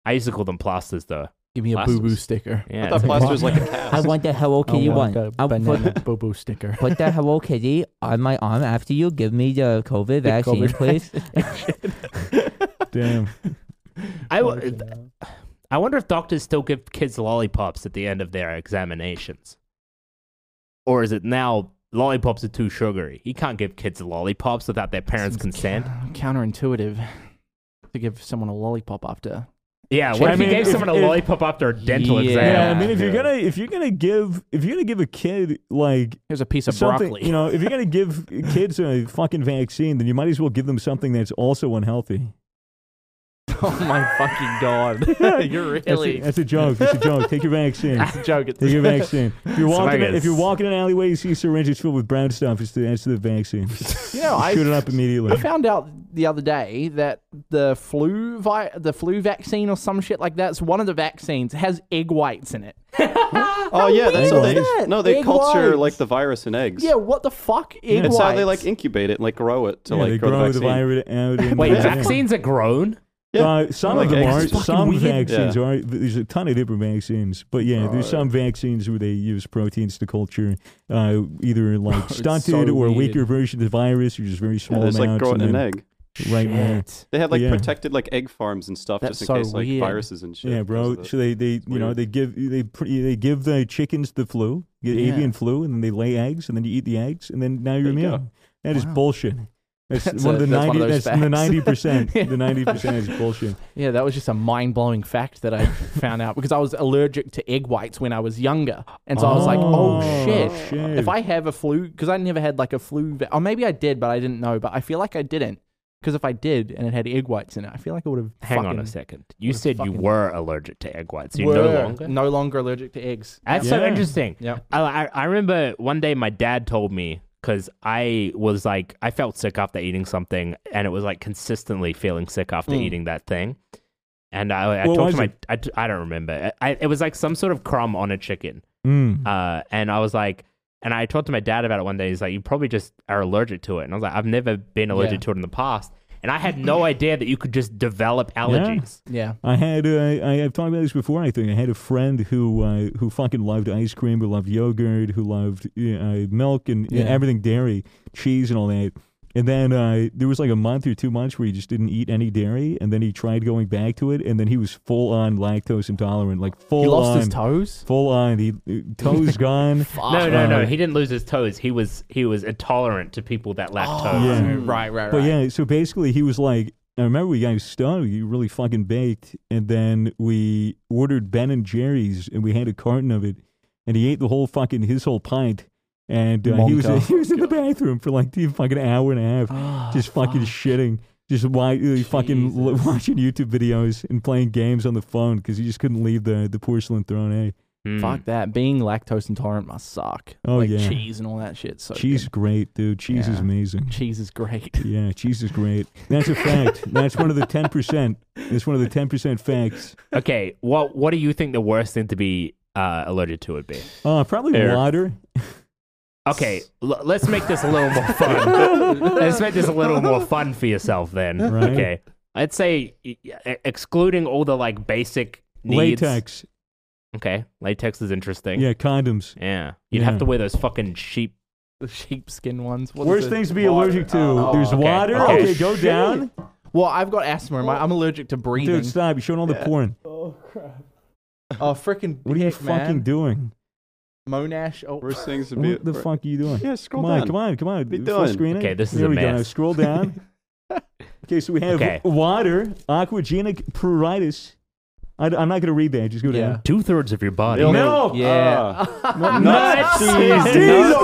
D: I used to call them plasters though.
C: Give me a
B: Plasters.
C: boo boo sticker.
D: Yeah,
B: I thought
D: it's like-
B: plaster was like a
F: I
B: cast.
F: want the Hello Kitty one. I put,
C: boo boo sticker.
F: put the Hello Kitty on my arm after you. Give me the COVID vaccine,
C: COVID
F: please.
A: Damn.
D: I, w- I wonder if doctors still give kids lollipops at the end of their examinations, or is it now lollipops are too sugary? You can't give kids lollipops without their parents' consent.
C: Counterintuitive to give someone a lollipop after.
D: Yeah, what
A: I
D: if
A: mean,
D: you gave
A: if-
D: someone a
A: if-
D: lollipop after a dental
C: Yeah.
D: exam?
A: Yeah, I mean, if you're
B: Yeah.
A: gonna if you're gonna give if you're gonna give a kid like
C: Here's a piece of
A: something,
C: broccoli.
A: you know, if you're gonna give kids a fucking vaccine, then you might as well give them something that's also unhealthy.
C: oh my fucking god! You're
A: That's a-
C: really.
A: That's a, joke. That's a joke. Take your vaccine.
C: That's a joke. It's
A: Take your vaccine. If you're walking,
D: Smuggers.
A: if you're walking in an alleyway, you see a syringe it's filled with brown stuff. It's the that's the vaccine.
C: You know, I
A: Shoot it up
C: I
A: immediately.
C: found out the other day that the flu vi- the flu vaccine or some shit like that's one of the vaccines has egg whites in it.
B: Oh yeah, that's how
A: weird
B: they.
A: is
F: that?
B: No, they
C: Egg
B: culture
C: whites.
B: like the virus in eggs.
C: Yeah, what the fuck? Egg
B: It's
C: whites.
B: how they like incubate it and like grow it to
A: Yeah,
B: like
A: they
B: grow,
A: grow
B: the
A: the
B: vaccine.
A: virus out. in-
D: Wait,
A: yeah.
D: vaccines are grown?
A: Uh, some
B: Like
A: of them
B: eggs.
A: are.
B: It's Oh, fucking
A: Some
C: weird.
A: vaccines
B: Yeah. Uh,
A: are. There's a ton of different vaccines, but yeah, there's some vaccines where they use proteins to culture uh, either like
C: it's
A: stunted
C: so
A: or
C: weird.
A: weaker version of the virus, or just very
B: Yeah,
A: small
B: there's like
A: amounts.
B: growing
A: and
B: an
A: then
B: egg.
A: Right there.
B: They had like
A: Yeah.
B: protected like egg farms and stuff
C: That's
B: just in
C: so
B: case like
C: weird.
B: viruses and shit.
A: Yeah,
B: because
A: bro.
B: of
A: So they, they you know
B: weird.
A: they give they pr- they give the chickens the flu, get
C: Yeah.
A: avian flu, and then they lay eggs, and then you eat the eggs, and then now you're
B: There you go.
A: immune. That is
C: Wow.
A: bullshit. That's,
C: That's
A: one
C: a-
A: of the
C: that's one
A: ninety.
C: of
A: that's
C: those
A: the
C: facts.
A: ninety percent.
C: Yeah.
A: The ninety percent is bullshit.
C: Yeah, that was just a mind blowing fact that I found out because I was allergic to egg whites when I was younger, and so I was like, oh shit.
A: shit.
C: If I have a flu, because I never had like a flu, va- or maybe I did, but I didn't know. But I feel like I didn't, because if I did and it had egg whites in it, I feel like I would have.
D: Hang
C: fucking
D: on a second. You
C: what a
D: said you
C: fucking-
D: were allergic to egg whites. You
C: were
D: no longer. Ah.
C: no longer allergic to eggs.
D: That's so
A: Yeah.
D: interesting.
C: Yeah.
D: I, I I remember one day my dad told me because I was like I felt sick after eating something, and it was like consistently feeling sick after
C: Mm.
D: eating that thing. And I, I
A: What
D: talked
A: was
D: to my I, I don't remember. I, it was like some sort of crumb on a chicken.
A: Mm.
D: Uh, and I was like, and I talked to my dad about it one day. He's like, you probably just are allergic to it. And I was like, I've never been allergic
C: Yeah.
D: to it in the past. And I had no idea that you could just develop allergies.
C: Yeah.
A: I had uh, I, I've talked about this before. I think I had a friend who uh, who fucking loved ice cream, who loved yogurt, who loved uh, milk and
C: Yeah.
A: everything dairy, cheese and all that. And then uh, there was like a month or two months where he just didn't eat any dairy, and then he tried going back to it, and then he was full on lactose intolerant, like full
C: He lost
A: on,
C: his toes.
A: full on. He uh, toes gone.
D: No, no, no.
A: Uh,
D: He didn't lose his toes. He was he was intolerant to people that lactose.
A: Yeah.
C: Right, right, right.
A: But yeah, so basically he was like, I remember we got stoned, you really fucking baked, and then we ordered Ben and Jerry's, and we had a carton of it, and he ate the whole fucking his whole pint, and uh, he was
C: Monka. Oh,
A: he was in the bathroom for like the fucking hour and a half, just fucking shitting, just why uh, fucking l-
C: Jesus.
A: watching YouTube videos and playing games on the phone because he just couldn't leave the the porcelain throne. Eh?
D: Hmm.
C: Fuck that. Being lactose intolerant must suck.
A: Oh,
C: like
A: yeah.
C: cheese and all that shit. So
A: Cheese,
C: good.
A: is great dude. Cheese is
C: Yeah.
A: amazing.
C: cheese is great.
A: Yeah, cheese is great. That's a fact. That's one of the ten percent. That's one of the ten percent facts.
D: Hmm. Okay. What what do you think the worst thing to be uh, allergic to would be?
A: Uh, probably
B: Air.
A: water.
D: Okay. L- let's make this a little more fun. let's make this a little more fun for yourself then.
A: Right.
D: Okay. I'd say e- e- excluding all the like basic needs.
A: Latex.
D: Okay. Latex is interesting.
A: Yeah, condoms.
D: Yeah. You'd have
A: Yeah.
D: to wear those fucking sheep.
C: the sheepskin ones. What is
A: Worst
C: it?
A: things to be
C: Water.
A: allergic to.
C: Oh,
A: There's
D: okay.
A: water.
D: Oh,
A: Okay, go down.
C: Well, I've got asthma. am I- I'm allergic to breathing.
A: Dude, stop. You're showing all the porn.
C: oh, freaking.
A: What are you
C: dick,
A: fucking
C: man.
A: doing?
C: Monash. Oh,
B: Worst things to be.
A: What the
B: wor-
A: fuck are you doing?
B: Yeah, scroll
A: Come on,
B: down.
A: come on, come on.
B: Be
A: Full
B: done.
A: screen it.
D: Okay, this is
A: There
D: a
A: we go.
D: mess.
A: Now Scroll down. okay, so we have
D: Okay.
A: water, aquagenic pruritus. I, am not going to read that. Just go down.
D: Two thirds of your body.
B: Milk.
A: Milk.
C: Yeah.
A: Nuts.
D: Nuts.
A: Cheese. Nuts.
D: Cheese.
C: No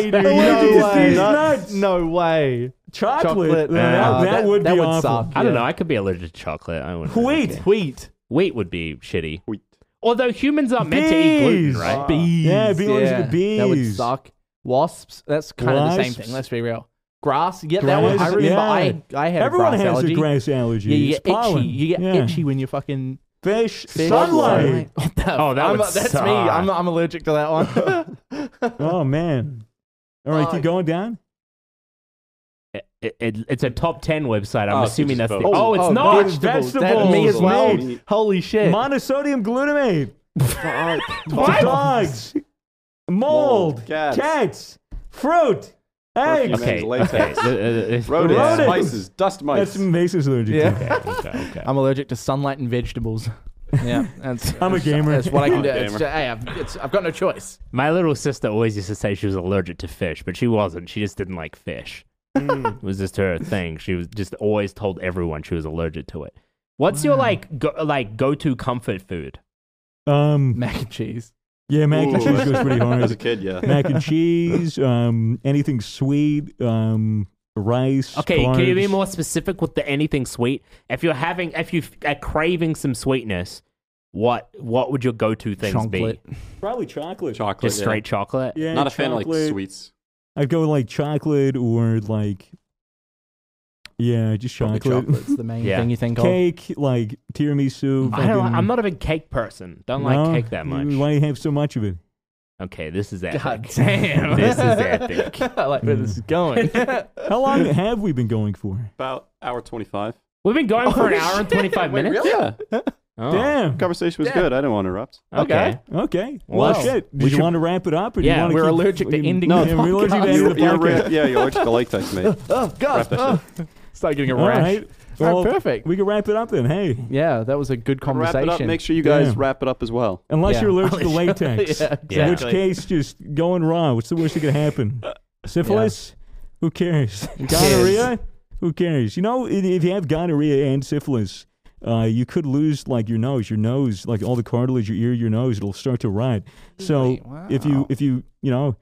C: way, dude.
A: Allergic
C: No
A: to cheese.
C: way.
A: Nuts.
C: No way.
A: Chocolate.
C: Chocolate.
A: That,
D: Uh,
A: that,
C: that-
A: would
C: that
A: be
C: would
A: awful.
C: suck.
D: I don't
C: Yeah.
D: know. I could be allergic to chocolate. I wouldn't.
A: Wheat.
D: Okay.
C: Wheat.
D: Wheat would be shitty.
B: Wheat.
D: Although humans aren't meant to eat gluten,
A: Bees. Uh,
D: right?
E: Bees.
A: Yeah, be allergic to bees.
C: That would suck. Wasps, that's kind of the same
A: Wasps.
C: thing. Let's be real. Grass, yeah, that was. I
A: Grass,
C: remember
A: yeah.
C: I, I had
A: Everyone
C: a grass
A: has
C: allergy.
A: a grass allergy.
C: Yeah, you
A: It's
C: get itchy.
A: pollen.
C: You get
A: Yeah.
C: itchy when you fucking
A: Fish,
C: fish.
A: sunlight.
C: What the-
D: Oh, that
C: I'm,
D: would
C: that's
D: suck.
C: me. I'm, I'm allergic to that one.
A: Oh man. All right, keep going down.
D: It, it, it's a top 10 website. I'm
B: Oh, it's
D: assuming
B: just
D: that's the.
B: both.
D: Oh, it's not.
A: it's
C: vegetables. That-
A: vegetables.
C: me as well.
B: Meat.
C: Holy shit.
A: Monosodium glutamate.
D: What?
A: Dogs. Mold.
B: Mold, cats.
A: Cats. Fruit. Eggs.
B: Perfume.
D: Okay. okay. uh,
B: Latex. Rodents,
A: Rodents.
B: spices, dust mites.
A: That's Mason's allergy.
C: Yeah.
A: too.
D: okay, okay.
C: I'm allergic to sunlight and vegetables. Yeah, that's,
A: I'm a gamer.
C: that's what I can
B: I'm
C: do.
B: a
C: It's,
B: gamer.
C: hey, I've, it's, I've got no choice.
D: My little sister always used to say she was allergic to fish, but she wasn't. She just didn't like fish. it was just her thing. She was just always told everyone she was allergic to it. What's your like go, like go to comfort food?
A: Um.
C: Mac and cheese.
A: Yeah, mac and
B: Ooh,
A: cheese goes pretty
B: As a
A: hard.
B: kid, yeah.
A: mac and cheese. Um. Anything sweet. Um. Rice.
D: Okay, can you be
A: corns.
D: more specific with the anything sweet? If you're having, if you are craving some sweetness, what what would your go to things
C: Chocolate.
D: be?
A: Probably chocolate.
B: Chocolate.
D: Just
B: yeah.
D: straight chocolate.
A: Yeah.
B: Not a fan of like
A: chocolate.
B: sweets.
A: I'd go with, like chocolate or like. Yeah, just
C: Chocolate.
A: chocolate.
C: Chocolate's the main
D: Yeah.
C: thing you think of.
A: Cake, like tiramisu.
D: I don't,
A: fucking-
D: I'm not a big cake person. Don't
A: No,
D: like cake that much.
A: you- Why do you have so much of it?
D: Okay, this is epic.
C: God damn.
D: This is epic.
C: I like where this is going.
A: Mm. How long have we been going for?
B: About hour 25.
D: We've been going for an
C: Oh,
D: hour and
C: shit.
D: 25
C: Wait,
D: minutes.
B: Yeah.
D: Oh,
A: Damn.
B: Conversation was
C: Yeah.
B: good. I didn't want to interrupt.
D: Okay.
A: Okay.
D: Wow.
A: Well, shit. Did you want to wrap it up? Or
D: Yeah,
A: do you
C: We're
A: want
C: allergic to ending
A: No,
C: the
A: we're allergic to
C: podcast.
A: ending
B: You're,
A: the
B: you're,
A: podcast.
B: ra- yeah, you're allergic to latex, mate.
C: Oh, God.
B: Wrap that
C: Oh. Start getting a
A: All
C: rash.
A: right.
C: Alright,
A: Well,
C: perfect.
A: We can wrap it up then. Hey,
C: Yeah, that was a good
B: Wrap
C: conversation.
B: it up. Make sure you guys
A: Yeah.
B: wrap it up as well.
A: unless
C: Yeah.
A: you're allergic to latex,
C: yeah,
D: Yeah.
A: in which
C: exactly.
A: case, just going raw. What's the worst that could happen? Syphilis? Who cares? Gonorrhea? Who cares? You know, i- if you have gonorrhea and syphilis, uh, you could lose like your nose, your nose, like all the cartilage, your ear, your nose. It'll start to rot. So if you, if you, you know,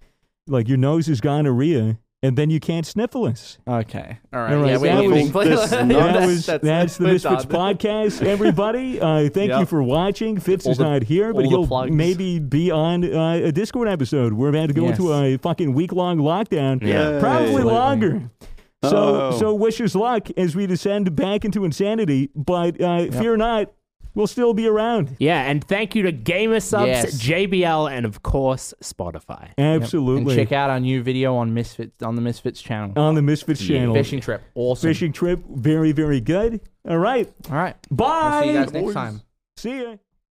A: like your nose is gonorrhea, and then then you can't syphilis.
C: Okay. All right.
A: All right,
C: Yeah, we
A: that
C: need
A: was-
C: to completely-
B: this- that
A: that
C: that's-
A: was that's,
C: that's-
A: the
C: we're
A: Misfits
C: done.
A: podcast. Everybody, uh, thank you
C: Yep.
A: for watching. Fitz
C: All
A: is
C: the-
A: not here, but
C: all the
A: he'll
C: plugs.
A: maybe be on uh, a Discord episode. We're about to go into a fucking week long lockdown,
D: Yeah.
B: Yay.
A: probably longer. So,
B: Oh.
A: so wish us luck as we descend back into insanity. But uh, fear not, we'll still be around.
D: Yeah, and thank you to Gamer Subs,
C: Yes.
D: JBL, and of course Spotify.
A: Absolutely,
C: And check out our new video on Misfits on the Misfits channel.
A: on the Misfits channel.
C: Fishing trip. Awesome.
A: Fishing trip, very very good. All right,
C: All right.
A: bye.
C: See you guys next time.
A: See ya.